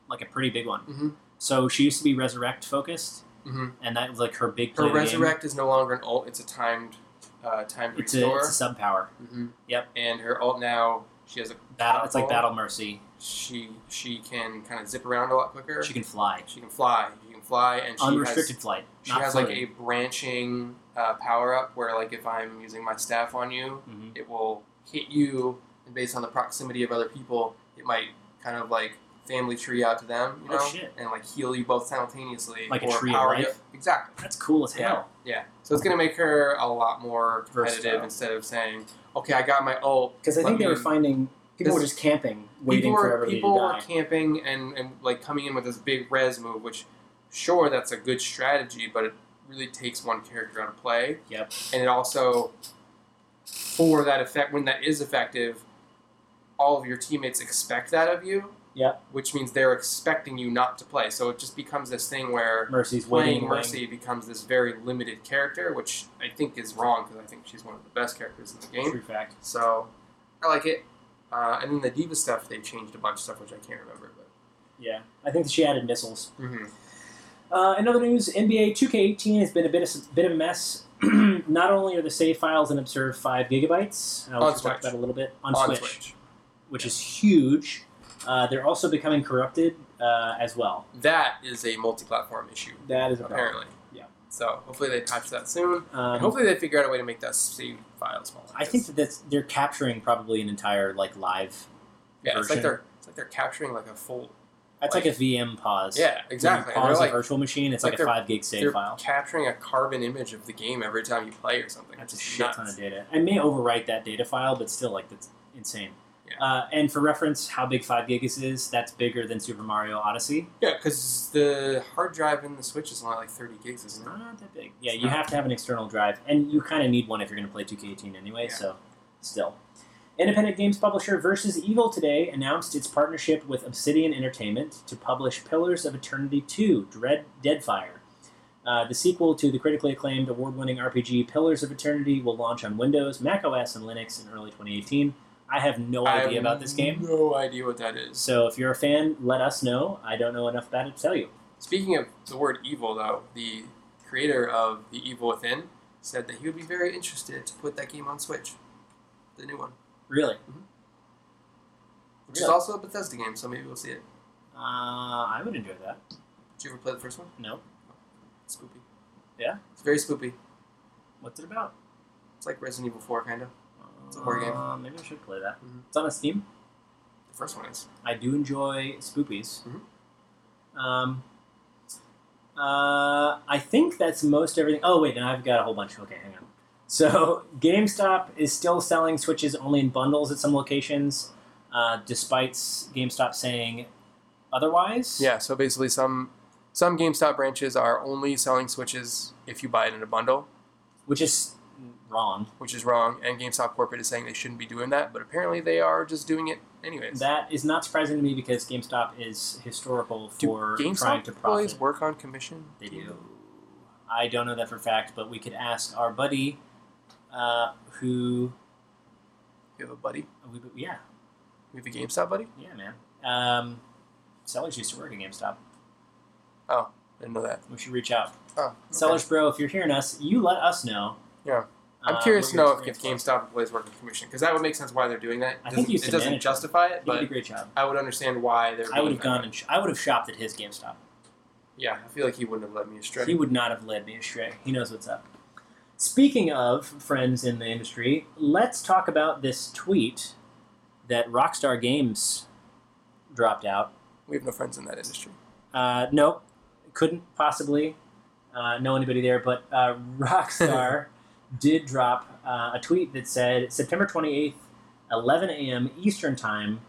[SPEAKER 2] like a pretty big one.
[SPEAKER 1] Mhm.
[SPEAKER 2] So she used to be resurrect focused,
[SPEAKER 1] Mhm.
[SPEAKER 2] and that was like her big play
[SPEAKER 1] Her
[SPEAKER 2] of the game.
[SPEAKER 1] resurrect is no longer an ult; it's a timed, uh, timed
[SPEAKER 2] It's a,
[SPEAKER 1] restore.
[SPEAKER 2] it's a sub power
[SPEAKER 1] mm-hmm.
[SPEAKER 2] Yep.
[SPEAKER 1] And her ult now she has a
[SPEAKER 2] battle. It's like
[SPEAKER 1] powerful-
[SPEAKER 2] battle mercy.
[SPEAKER 1] She she can kind of zip around a lot quicker.
[SPEAKER 2] She can fly,
[SPEAKER 1] She can fly. She can fly, and she
[SPEAKER 2] unrestricted
[SPEAKER 1] has
[SPEAKER 2] flight.
[SPEAKER 1] she
[SPEAKER 2] not
[SPEAKER 1] has like
[SPEAKER 2] floating.
[SPEAKER 1] a branching uh, power up where like if I'm using my staff on you,
[SPEAKER 2] Mhm.
[SPEAKER 1] it will hit you, and based on the proximity of other people, it might kind of like family tree out to them, you
[SPEAKER 2] Oh,
[SPEAKER 1] know,
[SPEAKER 2] shit.
[SPEAKER 1] and like heal you both simultaneously,
[SPEAKER 2] Like a
[SPEAKER 1] or
[SPEAKER 2] tree of
[SPEAKER 1] power you.
[SPEAKER 2] life?
[SPEAKER 1] Exactly.
[SPEAKER 2] That's cool as hell.
[SPEAKER 1] Yeah. So it's going to make her a lot more competitive
[SPEAKER 2] Versatile.
[SPEAKER 1] instead of saying, okay, I got my ult.
[SPEAKER 2] Because
[SPEAKER 1] I think they were
[SPEAKER 2] finding
[SPEAKER 1] people were
[SPEAKER 2] just camping,
[SPEAKER 1] people were, people were camping and, and like coming in with this big res move, which sure, that's a good strategy, but it really takes one character out of play.
[SPEAKER 2] Yep.
[SPEAKER 1] And it also, for that effect, when that is effective, all of your teammates expect that of you.
[SPEAKER 2] Yeah.
[SPEAKER 1] Which means they're expecting you not to play. So it just becomes this thing where
[SPEAKER 2] Mercy's
[SPEAKER 1] playing
[SPEAKER 2] waiting.
[SPEAKER 1] Mercy becomes this very limited character, which I think is wrong because I think she's one of the best characters in the game.
[SPEAKER 2] True fact.
[SPEAKER 1] So I like it. Uh, and then the Diva stuff, they changed a bunch of stuff which I can't remember. But
[SPEAKER 2] Yeah. I think that she added missiles.
[SPEAKER 1] mm-hmm.
[SPEAKER 2] Uh, in other news, NBA 2K18 has been a bit of, bit of a mess. <clears throat> Not only are the save files an absurd five gigabytes, uh,
[SPEAKER 1] On
[SPEAKER 2] which we talked
[SPEAKER 1] Switch.
[SPEAKER 2] about a little bit on,
[SPEAKER 1] on,
[SPEAKER 2] Switch, which is huge. Uh, they're also becoming corrupted uh, as well.
[SPEAKER 1] that is a multi-platform issue
[SPEAKER 2] That is a problem.
[SPEAKER 1] apparently.
[SPEAKER 2] Yeah.
[SPEAKER 1] So hopefully they patch that soon, and
[SPEAKER 2] Um,
[SPEAKER 1] hopefully they figure out a way to make that save file smaller.
[SPEAKER 2] I think that that's, they're capturing probably an entire like live.
[SPEAKER 1] yeah, it's
[SPEAKER 2] version.
[SPEAKER 1] like they're it's like they're capturing like a full
[SPEAKER 2] That's like,
[SPEAKER 1] Like-
[SPEAKER 2] a VM pause.
[SPEAKER 1] yeah
[SPEAKER 2] When
[SPEAKER 1] exactly.
[SPEAKER 2] you
[SPEAKER 1] They're
[SPEAKER 2] pause
[SPEAKER 1] like
[SPEAKER 2] a virtual machine. It's
[SPEAKER 1] like
[SPEAKER 2] like, a
[SPEAKER 1] they're-
[SPEAKER 2] five gig save
[SPEAKER 1] they're
[SPEAKER 2] file.
[SPEAKER 1] capturing a carbon image of the game every time you play or something.
[SPEAKER 2] That's a
[SPEAKER 1] It's
[SPEAKER 2] shit
[SPEAKER 1] nuts.
[SPEAKER 2] ton of data. I may overwrite that data file, but still, like that's insane.
[SPEAKER 1] Yeah.
[SPEAKER 2] Uh, and for reference, how big five gigas is? That's bigger than Super Mario Odyssey.
[SPEAKER 1] Yeah, because the hard drive in the Switch is only like 30 gigs,
[SPEAKER 2] It's
[SPEAKER 1] isn't it?
[SPEAKER 2] not that big. Yeah, you
[SPEAKER 1] not.
[SPEAKER 2] have to have an external drive, and you kind of need one if you're going to play 2K18 anyway.
[SPEAKER 1] Yeah.
[SPEAKER 2] So, still, independent games publisher Versus Evil today announced its partnership with Obsidian Entertainment to publish Pillars of Eternity 2: Dread Deadfire. Uh, the sequel to the critically acclaimed award-winning RPG Pillars of Eternity will launch on Windows, Mac OS, and Linux in early 2018. I have no
[SPEAKER 1] I
[SPEAKER 2] idea
[SPEAKER 1] have
[SPEAKER 2] about this game,
[SPEAKER 1] No idea what that is.
[SPEAKER 2] so if you're a fan, let us know. I don't know enough about it to tell you.
[SPEAKER 1] Speaking of the word evil, though, the creator of The Evil Within said that he would be very interested to put that game on Switch, the new one,
[SPEAKER 2] Really?
[SPEAKER 1] which is
[SPEAKER 2] Really?
[SPEAKER 1] also a Bethesda game. So maybe we'll see it.
[SPEAKER 2] Uh, I would enjoy that.
[SPEAKER 1] Did you ever play the first one?
[SPEAKER 2] No.
[SPEAKER 1] It's spoopy.
[SPEAKER 2] Yeah?
[SPEAKER 1] it's very spoopy.
[SPEAKER 2] What's it about?
[SPEAKER 1] It's like Resident Evil 4, kind of. It's a horror game.
[SPEAKER 2] Uh, maybe I should play that.
[SPEAKER 1] Mhm.
[SPEAKER 2] It's on Steam.
[SPEAKER 1] The first one is.
[SPEAKER 2] I do enjoy spoopies.
[SPEAKER 1] Mhm.
[SPEAKER 2] Um, uh, I think that's most everything. Oh wait, and I've got a whole bunch. Okay, hang on. So <laughs> GameStop is still selling Switches only in bundles at some locations, uh, despite GameStop saying otherwise.
[SPEAKER 1] Yeah, so basically, some some GameStop branches are only selling Switches if you buy it in a bundle,
[SPEAKER 2] which is wrong.
[SPEAKER 1] which is wrong. And GameStop corporate is saying they shouldn't be doing that, but apparently they are just doing it anyways.
[SPEAKER 2] That is not surprising to me because GameStop is historical
[SPEAKER 1] Do
[SPEAKER 2] for trying
[SPEAKER 1] GameStop
[SPEAKER 2] to profit.
[SPEAKER 1] employees work on commission?
[SPEAKER 2] They do. I don't know that for a fact, but we could ask our buddy, uh, who,
[SPEAKER 1] You have a buddy?
[SPEAKER 2] we, yeah,
[SPEAKER 1] You have a GameStop buddy?
[SPEAKER 2] yeah, man. Um, sellers used to work at GameStop.
[SPEAKER 1] I didn't know that.
[SPEAKER 2] We should reach out.
[SPEAKER 1] Oh, okay.
[SPEAKER 2] Sellers, bro, if you're hearing us, you let us know. uh,
[SPEAKER 1] Yeah. I'm curious
[SPEAKER 2] what
[SPEAKER 1] to
[SPEAKER 2] your
[SPEAKER 1] know if, if
[SPEAKER 2] experience
[SPEAKER 1] GameStop employees work on commission because that would make sense why they're doing that. It
[SPEAKER 2] I think
[SPEAKER 1] doesn't-
[SPEAKER 2] you
[SPEAKER 1] it
[SPEAKER 2] should
[SPEAKER 1] doesn't
[SPEAKER 2] manage it.
[SPEAKER 1] justify
[SPEAKER 2] was. He
[SPEAKER 1] it,
[SPEAKER 2] did a
[SPEAKER 1] but
[SPEAKER 2] great job.
[SPEAKER 1] I would understand why they're.
[SPEAKER 2] I would
[SPEAKER 1] doing
[SPEAKER 2] have
[SPEAKER 1] that.
[SPEAKER 2] gone and sh- I would have shopped at his GameStop.
[SPEAKER 1] Yeah, I feel like he wouldn't have led me astray.
[SPEAKER 2] He would not have led me astray. He knows what's up. Speaking of friends in the industry, let's talk about this tweet that Rockstar Games dropped out.
[SPEAKER 1] we have no friends in that industry.
[SPEAKER 2] Uh, nope, couldn't possibly uh, know anybody there. But uh, <laughs>
[SPEAKER 1] <laughs>
[SPEAKER 2] Rockstar did drop uh, a tweet that said September 28th, 11 a.m. Eastern time.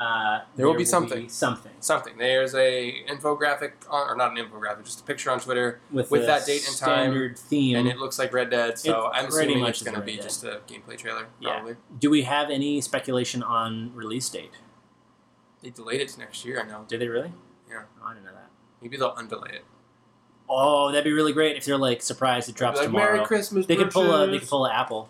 [SPEAKER 2] Uh,
[SPEAKER 1] There will be something.
[SPEAKER 2] something
[SPEAKER 1] Something. There's a infographic on, or not an infographic, just a picture on Twitter,
[SPEAKER 2] with,
[SPEAKER 1] With
[SPEAKER 2] the
[SPEAKER 1] that date and time,
[SPEAKER 2] standard theme.
[SPEAKER 1] and it looks like Red Dead. So
[SPEAKER 2] It
[SPEAKER 1] I'm
[SPEAKER 2] pretty
[SPEAKER 1] assuming
[SPEAKER 2] much
[SPEAKER 1] it's
[SPEAKER 2] is
[SPEAKER 1] going to
[SPEAKER 2] Red
[SPEAKER 1] be
[SPEAKER 2] Dead.
[SPEAKER 1] just a gameplay trailer.
[SPEAKER 2] Yeah.
[SPEAKER 1] Probably.
[SPEAKER 2] Do we have any speculation on release date?
[SPEAKER 1] They delayed it to next year. I know.
[SPEAKER 2] Did they really?
[SPEAKER 1] Yeah.
[SPEAKER 2] Oh, I didn't know that.
[SPEAKER 1] Maybe they'll undelay it.
[SPEAKER 2] Oh, that'd be really great if they're like surprised it drops
[SPEAKER 1] like,
[SPEAKER 2] tomorrow.
[SPEAKER 1] Merry Christmas.
[SPEAKER 2] they could pull a they
[SPEAKER 1] bitches."
[SPEAKER 2] could pull an Apple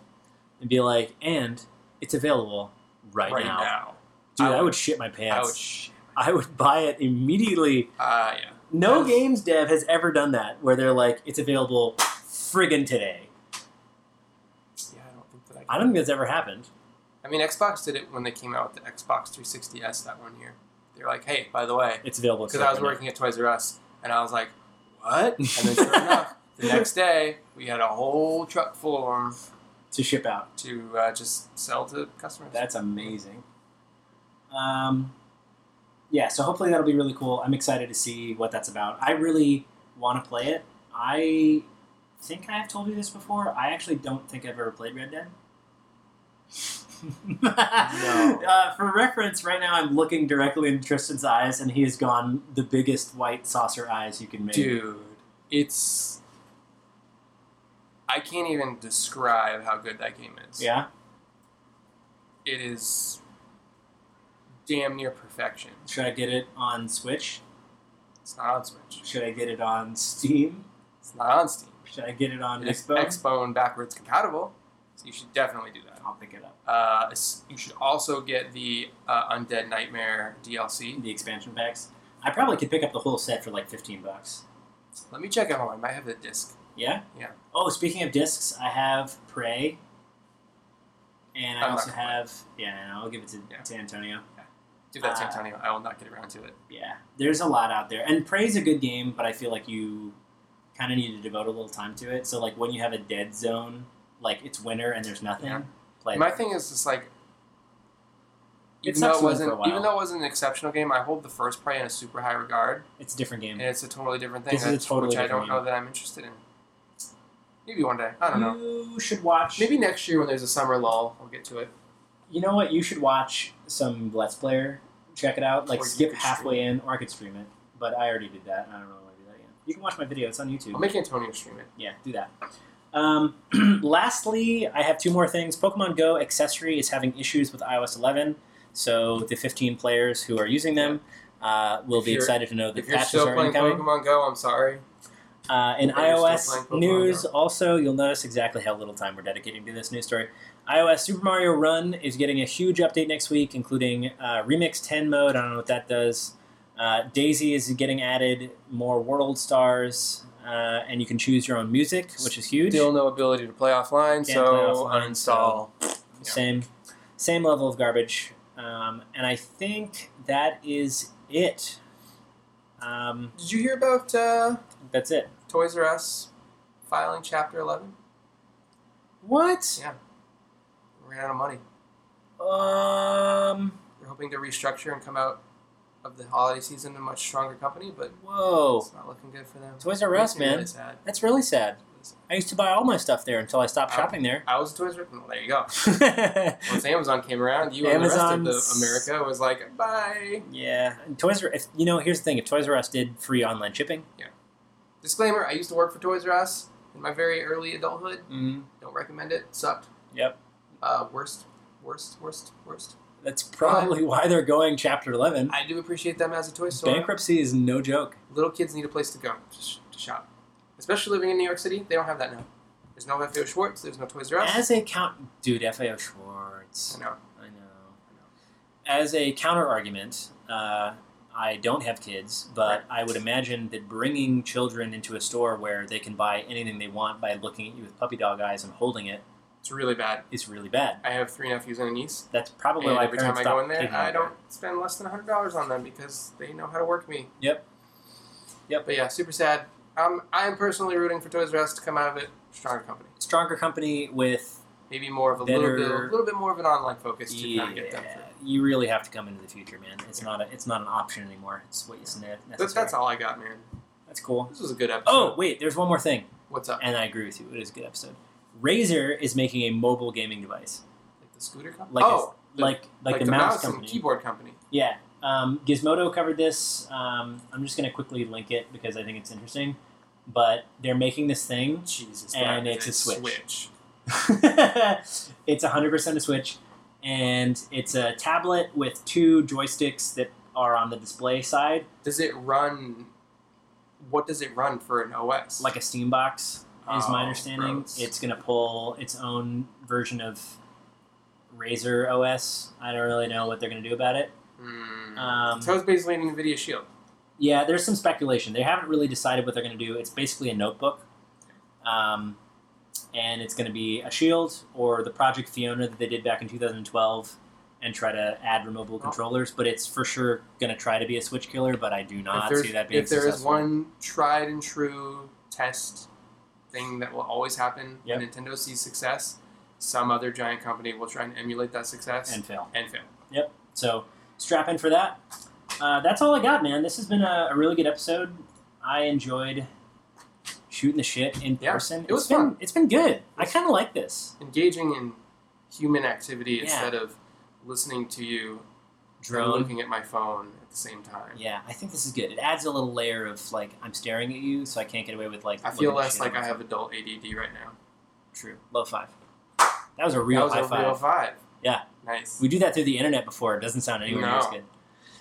[SPEAKER 2] and be like, and it's available right,
[SPEAKER 1] right
[SPEAKER 2] now.
[SPEAKER 1] now.
[SPEAKER 2] Dude,
[SPEAKER 1] I
[SPEAKER 2] I
[SPEAKER 1] would-
[SPEAKER 2] would shit my pants.
[SPEAKER 1] Oh. Ouch.
[SPEAKER 2] I would <laughs> buy it immediately.
[SPEAKER 1] Ah, yeah.
[SPEAKER 2] No
[SPEAKER 1] That's-
[SPEAKER 2] games dev has ever done that, where they're like, it's available friggin' today.
[SPEAKER 1] Yeah, I don't think that I. Can.
[SPEAKER 2] I don't think that's ever happened.
[SPEAKER 1] I mean, Xbox did it when they came out with the Xbox 360s that one year. They were like, "Hey, by the way,"
[SPEAKER 2] It's available
[SPEAKER 1] because I was
[SPEAKER 2] today.
[SPEAKER 1] working at Toys R Us, and I was like, "What?" And
[SPEAKER 2] <laughs>
[SPEAKER 1] then sure enough, the next day we had a whole truck full of them
[SPEAKER 2] to ship out.
[SPEAKER 1] to uh, just sell to customers.
[SPEAKER 2] That's amazing. Um, yeah, so hopefully that'll be really cool. I'm excited to see what that's about. I really want to play it. I think I have told you this before. I actually don't think I've ever played Red Dead. <laughs> Uh, for reference, right now I'm looking directly in Tristan's eyes, and he has gone the biggest white saucer eyes you can make.
[SPEAKER 1] Dude, it's. I can't even describe how good that game is.
[SPEAKER 2] Yeah,
[SPEAKER 1] It is damn near perfection.
[SPEAKER 2] Should I get it on Switch?
[SPEAKER 1] It's not on Switch.
[SPEAKER 2] Should I get it on Steam?
[SPEAKER 1] It's not on Steam.
[SPEAKER 2] Should I get it on
[SPEAKER 1] It is
[SPEAKER 2] Xbox?
[SPEAKER 1] Xbone backwards compatible, so you should definitely do that.
[SPEAKER 2] I'll pick it up.
[SPEAKER 1] Uh, it's- you should also get the uh, Undead Nightmare DLC.
[SPEAKER 2] The expansion packs. I probably could pick up the whole set for like fifteen bucks.
[SPEAKER 1] Let me check out I might have the disc.
[SPEAKER 2] Yeah.
[SPEAKER 1] Yeah.
[SPEAKER 2] Oh, speaking of discs, I have Prey, and I
[SPEAKER 1] I'm not
[SPEAKER 2] also
[SPEAKER 1] gonna play
[SPEAKER 2] have yeah. I'll give it to,
[SPEAKER 1] Yeah.
[SPEAKER 2] to Antonio.
[SPEAKER 1] Do that,
[SPEAKER 2] Uh,
[SPEAKER 1] Antonio. I will not get around to it.
[SPEAKER 2] Yeah. There's a lot out there, and Prey's a good game, but I feel like you kind of need to devote a little time to it. So like when you have a dead zone, like it's winter and there's nothing.
[SPEAKER 1] Yeah.
[SPEAKER 2] Play
[SPEAKER 1] My
[SPEAKER 2] that.
[SPEAKER 1] thing is just like,
[SPEAKER 2] It
[SPEAKER 1] even though
[SPEAKER 2] sucks
[SPEAKER 1] it
[SPEAKER 2] for them for
[SPEAKER 1] wasn't,
[SPEAKER 2] a while.
[SPEAKER 1] even though it wasn't an exceptional game, I hold the first Prey in a super high regard,
[SPEAKER 2] It's a different game.
[SPEAKER 1] and it's a totally different thing.
[SPEAKER 2] This is a
[SPEAKER 1] that's-
[SPEAKER 2] totally
[SPEAKER 1] which I
[SPEAKER 2] different
[SPEAKER 1] don't
[SPEAKER 2] game. Hmm.
[SPEAKER 1] know that I'm interested in. Maybe one day. I don't know.
[SPEAKER 2] You should watch.
[SPEAKER 1] Maybe next year when there's a summer lull, I'll get to it.
[SPEAKER 2] You know what? You should watch some Let's Player. Check it out. Like
[SPEAKER 1] Or you
[SPEAKER 2] skip
[SPEAKER 1] could
[SPEAKER 2] halfway in, or I could stream it. But I already did that, and I don't really want to do that yet. You can watch my video. It's on YouTube.
[SPEAKER 1] I'll make Antonio stream it.
[SPEAKER 2] yeah, do that. Um, <clears throat> lastly, I have two more things. Pokemon Go accessory is having issues with iOS 11, so the 15 players who are using them uh, will
[SPEAKER 1] If
[SPEAKER 2] be
[SPEAKER 1] you're-
[SPEAKER 2] excited to know that
[SPEAKER 1] If you're
[SPEAKER 2] patches
[SPEAKER 1] still
[SPEAKER 2] are
[SPEAKER 1] playing
[SPEAKER 2] incoming.
[SPEAKER 1] Pokemon Go, I'm sorry.
[SPEAKER 2] Uh, in
[SPEAKER 1] Or you're still
[SPEAKER 2] iOS
[SPEAKER 1] playing Pokemon
[SPEAKER 2] news, also, you'll notice exactly how little time we're dedicating to this news story. iOS Super Mario Run is getting a huge update next week, including uh, Remix 10 mode. I don't know what that does. Uh, Daisy is getting added, more World Stars, uh, and you can choose your own music, which is huge.
[SPEAKER 1] Still no ability to play offline,
[SPEAKER 2] Can't
[SPEAKER 1] so
[SPEAKER 2] play offline,
[SPEAKER 1] uninstall. Yeah.
[SPEAKER 2] Same, same level of garbage. Um, and I think that is it. Um,
[SPEAKER 1] Did you hear about uh,
[SPEAKER 2] that's it.
[SPEAKER 1] Toys R Us filing Chapter 11?
[SPEAKER 2] What?
[SPEAKER 1] Ran out of money.
[SPEAKER 2] Um.
[SPEAKER 1] They're hoping to restructure and come out of the holiday season a much stronger company, but
[SPEAKER 2] Whoa.
[SPEAKER 1] it's not looking good for them.
[SPEAKER 2] Oh. Toys R Us,
[SPEAKER 1] Makes me
[SPEAKER 2] man.
[SPEAKER 1] really sad.
[SPEAKER 2] That's really sad. I used to buy all my stuff there until I stopped
[SPEAKER 1] Oh.
[SPEAKER 2] shopping there. <laughs>
[SPEAKER 1] I was a Toys R Us. There you go. Once Amazon came around, you and the rest of
[SPEAKER 2] Amazon's-
[SPEAKER 1] the America was like, bye.
[SPEAKER 2] yeah, and Toys R. If you know, here's the thing: if Toys R Us did free online shipping,
[SPEAKER 1] Disclaimer: I used to work for Toys R Us in my very early adulthood.
[SPEAKER 2] mm,
[SPEAKER 1] Don't recommend it. Sucked.
[SPEAKER 2] Yep.
[SPEAKER 1] Uh, worst, worst, worst, worst.
[SPEAKER 2] that's probably why they're going Chapter Eleven.
[SPEAKER 1] I do appreciate them as a toy store.
[SPEAKER 2] Bankruptcy is no joke.
[SPEAKER 1] Little kids need a place to go to, sh- to shop, especially living in New York City. They don't have that now. There's no FAO Schwartz. There's no Toys R Us.
[SPEAKER 2] As a count, dude, FAO Schwartz.
[SPEAKER 1] I know.
[SPEAKER 2] I know. As a counter argument, uh, I don't have kids, but I would imagine that bringing children into a store where they can buy anything they want by looking at you with puppy dog eyes and holding it
[SPEAKER 1] It's really bad.
[SPEAKER 2] is really bad.
[SPEAKER 1] I have three nephews and a niece.
[SPEAKER 2] That's probably
[SPEAKER 1] and
[SPEAKER 2] why
[SPEAKER 1] every time
[SPEAKER 2] parents
[SPEAKER 1] I go
[SPEAKER 2] stop
[SPEAKER 1] in there,
[SPEAKER 2] taking
[SPEAKER 1] I
[SPEAKER 2] it.
[SPEAKER 1] don't spend less than hundred dollars on them because they know how to work me.
[SPEAKER 2] Yep. Yep.
[SPEAKER 1] But yeah, super sad. Um, I am personally rooting for Toys R Us to come out of it stronger company.
[SPEAKER 2] Stronger company with
[SPEAKER 1] Maybe more of a
[SPEAKER 2] Better-
[SPEAKER 1] little bit, a little bit more of an online focus to kind of get them.
[SPEAKER 2] yeah,
[SPEAKER 1] through.
[SPEAKER 2] you really have to come into the future, man. It's not a, it's not an option anymore. It's what you ne-
[SPEAKER 1] That's,
[SPEAKER 2] necessary.
[SPEAKER 1] that's all I got, man.
[SPEAKER 2] That's cool.
[SPEAKER 1] This was a good episode.
[SPEAKER 2] Oh wait, there's one more thing,
[SPEAKER 1] what's up?
[SPEAKER 2] and I agree with you. It is a good episode. Razer is making a mobile gaming device,
[SPEAKER 1] Like the scooter company?
[SPEAKER 2] like
[SPEAKER 1] oh,
[SPEAKER 2] a, like, like the, mouse, company.
[SPEAKER 1] and keyboard company.
[SPEAKER 2] Yeah. Um, Gizmodo covered this. Um, I'm just gonna quickly link it because I think it's interesting. But they're making this thing
[SPEAKER 1] Jesus,
[SPEAKER 2] And
[SPEAKER 1] that
[SPEAKER 2] it's
[SPEAKER 1] is
[SPEAKER 2] a <laughs> it's 100% a Switch, and it's a tablet with two joysticks that are on the display side,
[SPEAKER 1] Does it run? What does it run for an OS?
[SPEAKER 2] like a Steam Box, is
[SPEAKER 1] Oh,
[SPEAKER 2] my understanding.
[SPEAKER 1] gross.
[SPEAKER 2] It's going to pull its own version of Razer OS. I don't really know what they're going to do about it.
[SPEAKER 1] Hmm.
[SPEAKER 2] Um,
[SPEAKER 1] so it's basically an NVIDIA Shield.
[SPEAKER 2] Yeah, there's some speculation. They haven't really decided what they're going to do. It's basically a notebook, um, and it's going to be a shield or the Project Fiona that they did back in 2012, and try to add removable
[SPEAKER 1] Oh.
[SPEAKER 2] controllers. But it's for sure going to try to be a switch killer. But I do
[SPEAKER 1] if
[SPEAKER 2] not
[SPEAKER 1] there's-
[SPEAKER 2] see that being
[SPEAKER 1] if there is
[SPEAKER 2] successful.
[SPEAKER 1] one tried and true test thing that will always happen when Nintendo sees success, some other giant company will try and emulate that success
[SPEAKER 2] and fail.
[SPEAKER 1] and fail.
[SPEAKER 2] So strap in for that. Uh, that's all I got, man. This has been a, a really good episode. I enjoyed shooting the shit in
[SPEAKER 1] Yeah,
[SPEAKER 2] person.
[SPEAKER 1] it was
[SPEAKER 2] It's been
[SPEAKER 1] fun.
[SPEAKER 2] it's been good. I kind of like this.
[SPEAKER 1] Engaging in human activity
[SPEAKER 2] Yeah.
[SPEAKER 1] instead of listening to you and
[SPEAKER 2] Drone.
[SPEAKER 1] looking at my phone at the same time.
[SPEAKER 2] Yeah, I think this is good. It adds a little layer of like I'm staring at you, so I can't get away with like.
[SPEAKER 1] I
[SPEAKER 2] looking
[SPEAKER 1] feel
[SPEAKER 2] at
[SPEAKER 1] less
[SPEAKER 2] shit
[SPEAKER 1] like
[SPEAKER 2] on
[SPEAKER 1] I
[SPEAKER 2] my
[SPEAKER 1] have
[SPEAKER 2] phone.
[SPEAKER 1] adult ADD right now.
[SPEAKER 2] True. Low five. That was a real
[SPEAKER 1] that was
[SPEAKER 2] high
[SPEAKER 1] a
[SPEAKER 2] five.
[SPEAKER 1] real five.
[SPEAKER 2] Yeah.
[SPEAKER 1] Nice.
[SPEAKER 2] We do that through the internet before. It doesn't sound anywhere near as
[SPEAKER 1] No.
[SPEAKER 2] good.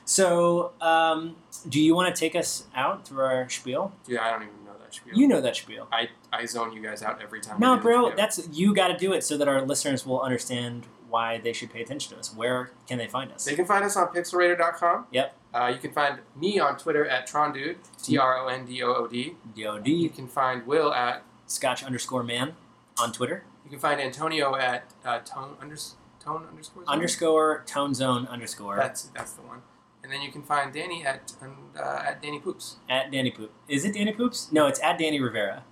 [SPEAKER 2] So, um, do you want to take us out through our spiel?
[SPEAKER 1] Dude, I don't even know that spiel.
[SPEAKER 2] You know that spiel.
[SPEAKER 1] I, I zone you guys out every time.
[SPEAKER 2] No,
[SPEAKER 1] we do
[SPEAKER 2] bro,
[SPEAKER 1] This spiel.
[SPEAKER 2] that's you got to do it so that our listeners will understand why they should pay attention to us. Where can they find us?
[SPEAKER 1] So you can find us on pixelrator.com.
[SPEAKER 2] Yep.
[SPEAKER 1] Uh, you can find me on Twitter at Trondude, T R O N D O O D. You
[SPEAKER 2] DOD
[SPEAKER 1] can find Will at,
[SPEAKER 2] Scotch underscore man on Twitter
[SPEAKER 1] you can find Antonio at uh, tone, unders, tone underscore. zone?
[SPEAKER 2] underscore tone zone underscore
[SPEAKER 1] That's, that's the one. And then you can find Danny at and, uh, at Danny Poops.
[SPEAKER 2] at Danny Poop. Is it Danny Poops? No, it's at Danny Rivera.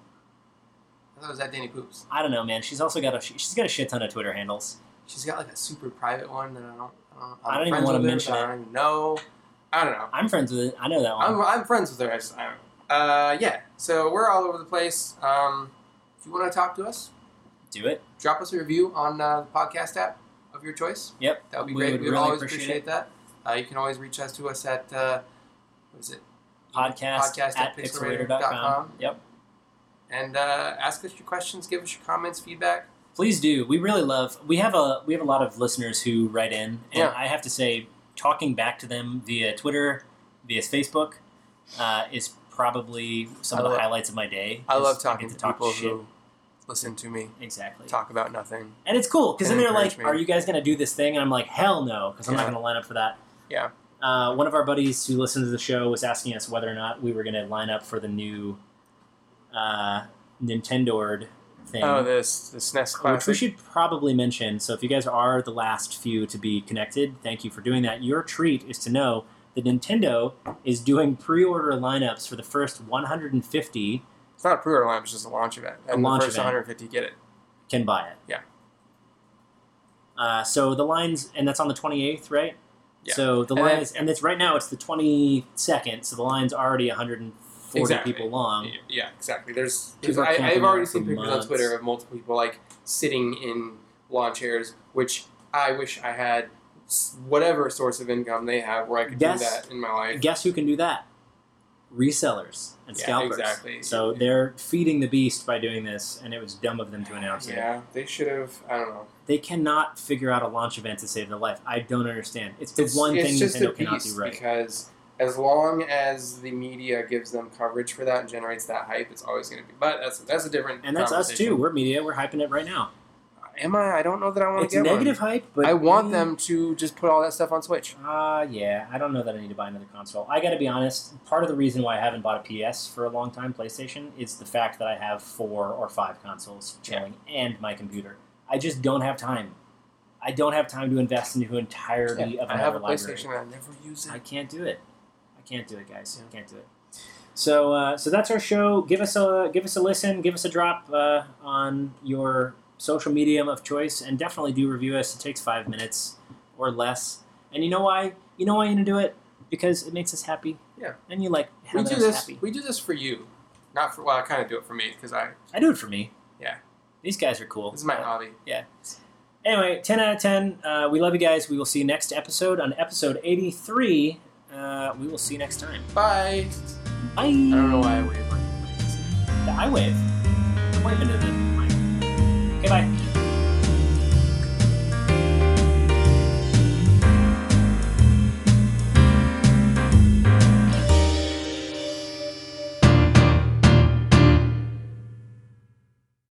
[SPEAKER 1] I thought it was at Danny Poops.
[SPEAKER 2] I don't know, man. She's also got a she's got a shit ton of Twitter handles.
[SPEAKER 1] She's got like a super private one that I don't. I don't, I'm
[SPEAKER 2] I don't even
[SPEAKER 1] friends
[SPEAKER 2] wanna
[SPEAKER 1] with her,
[SPEAKER 2] mention
[SPEAKER 1] but I don't even know. I don't know.
[SPEAKER 2] I'm friends with it. I know that one.
[SPEAKER 1] I'm, I'm friends with her. I just, I don't uh, yeah. So we're all over the place. Um, if you want to talk to us,
[SPEAKER 2] do it.
[SPEAKER 1] drop us a review on uh, the podcast app of your choice.
[SPEAKER 2] Yep.
[SPEAKER 1] That would be
[SPEAKER 2] We
[SPEAKER 1] great.
[SPEAKER 2] would
[SPEAKER 1] we would
[SPEAKER 2] really
[SPEAKER 1] always
[SPEAKER 2] appreciate
[SPEAKER 1] that. Uh, you can always reach us to us at uh, what is it?
[SPEAKER 2] Podcast,
[SPEAKER 1] Podcast
[SPEAKER 2] at
[SPEAKER 1] at
[SPEAKER 2] pixelrator.com.
[SPEAKER 1] pixelrator.com.
[SPEAKER 2] Yep.
[SPEAKER 1] And uh, ask us your questions. Give us your comments, feedback.
[SPEAKER 2] Please do. We really love. We have a we have a lot of listeners who write in, and
[SPEAKER 1] Yeah.
[SPEAKER 2] I have to say, talking back to them via Twitter, via Facebook, uh, is probably some
[SPEAKER 1] I
[SPEAKER 2] of the
[SPEAKER 1] love-
[SPEAKER 2] highlights of my day.
[SPEAKER 1] I
[SPEAKER 2] is
[SPEAKER 1] love
[SPEAKER 2] get
[SPEAKER 1] talking
[SPEAKER 2] to
[SPEAKER 1] to,
[SPEAKER 2] talk
[SPEAKER 1] people
[SPEAKER 2] shit.
[SPEAKER 1] who listen to me
[SPEAKER 2] Exactly.
[SPEAKER 1] talk about nothing.
[SPEAKER 2] And it's cool because then
[SPEAKER 1] And
[SPEAKER 2] they're like,
[SPEAKER 1] encourage me.
[SPEAKER 2] "Are you guys going to do this thing?" And I'm like, "Hell no," because I'm not
[SPEAKER 1] Yeah.
[SPEAKER 2] going to line up for that.
[SPEAKER 1] Yeah.
[SPEAKER 2] Uh, one of our buddies who listened to the show was asking us whether or not we were going to line up for the new uh, Nintendo thing.
[SPEAKER 1] Oh, this this
[SPEAKER 2] Which
[SPEAKER 1] SNES
[SPEAKER 2] we
[SPEAKER 1] classic.
[SPEAKER 2] should probably mention. So, if you guys are the last few to be connected, thank you for doing that. Your treat is to know that Nintendo is doing pre order lineups for the first 150
[SPEAKER 1] It's not a pre-order line, it's just a launch event. And
[SPEAKER 2] launch
[SPEAKER 1] the first
[SPEAKER 2] event.
[SPEAKER 1] 150 get it.
[SPEAKER 2] can buy it.
[SPEAKER 1] Yeah.
[SPEAKER 2] Uh, so, the lines, and that's on the 28th, right?
[SPEAKER 1] Yeah.
[SPEAKER 2] So, the
[SPEAKER 1] And
[SPEAKER 2] line
[SPEAKER 1] then-
[SPEAKER 2] is, and it's right now, it's the 22nd, so the line's already 140
[SPEAKER 1] Exactly.
[SPEAKER 2] people long.
[SPEAKER 1] Yeah, exactly. There's,
[SPEAKER 2] Um, People
[SPEAKER 1] there's
[SPEAKER 2] are
[SPEAKER 1] I,
[SPEAKER 2] camping
[SPEAKER 1] I've already
[SPEAKER 2] out
[SPEAKER 1] seen
[SPEAKER 2] for
[SPEAKER 1] pictures
[SPEAKER 2] months.
[SPEAKER 1] on Twitter of multiple people like sitting in lawn chairs, which I wish I had s- whatever source of income they have where I could
[SPEAKER 2] Yes.
[SPEAKER 1] do that in my life.
[SPEAKER 2] Guess who can do that? Resellers and
[SPEAKER 1] Yeah,
[SPEAKER 2] scalpers.
[SPEAKER 1] exactly.
[SPEAKER 2] So they're feeding the beast by doing this, and it was dumb of them to announce it.
[SPEAKER 1] Yeah, they should have. I don't know.
[SPEAKER 2] They cannot figure out a launch event to save their life. I don't understand. It's the
[SPEAKER 1] It's,
[SPEAKER 2] one
[SPEAKER 1] it's
[SPEAKER 2] thing
[SPEAKER 1] just
[SPEAKER 2] Nintendo
[SPEAKER 1] a
[SPEAKER 2] cannot
[SPEAKER 1] beast
[SPEAKER 2] do right.
[SPEAKER 1] because as long as the media gives them coverage for that and generates that hype, it's always going to be. But that's that's a different.
[SPEAKER 2] And that's us too.
[SPEAKER 1] conversation.
[SPEAKER 2] We're media. We're hyping it right now.
[SPEAKER 1] Am I? I don't know that I want
[SPEAKER 2] It's
[SPEAKER 1] to get one.
[SPEAKER 2] negative hype, but
[SPEAKER 1] I want them to just put all that stuff on Switch.
[SPEAKER 2] Ah, yeah. I don't know that I need to buy another console. I got to be honest. Part of the reason why I haven't bought a PS for a long time, PlayStation, is the fact that I have four or five consoles chilling and my computer. I just don't have time. I don't have time to invest into entirety
[SPEAKER 1] Yeah,
[SPEAKER 2] of another
[SPEAKER 1] I have a
[SPEAKER 2] library.
[SPEAKER 1] PlayStation and I never use
[SPEAKER 2] I
[SPEAKER 1] it.
[SPEAKER 2] can't do it. I can't do it, guys.
[SPEAKER 1] Yeah.
[SPEAKER 2] I can't do it. So, uh, so that's our show. Give us a give us a listen. Give us a drop uh, on your social medium of choice, and definitely do review us. It takes five minutes or less. And you know why? You know why you're gonna do it because it makes us happy.
[SPEAKER 1] Yeah.
[SPEAKER 2] And you like
[SPEAKER 1] We
[SPEAKER 2] having
[SPEAKER 1] do
[SPEAKER 2] us
[SPEAKER 1] this.
[SPEAKER 2] happy.
[SPEAKER 1] We do this for you, not for. Well, I kind of do it for me because I.
[SPEAKER 2] I do it for me.
[SPEAKER 1] Yeah.
[SPEAKER 2] These guys are cool. Uh,
[SPEAKER 1] This is my hobby.
[SPEAKER 2] Anyway, 10 out of 10. Uh, we love you guys. We will see you next episode on episode 83. Uh, we will see you next time.
[SPEAKER 1] Bye.
[SPEAKER 2] Bye.
[SPEAKER 1] I don't know why I wave like this.
[SPEAKER 2] The I wave. I'm waving to the mic. Okay, bye.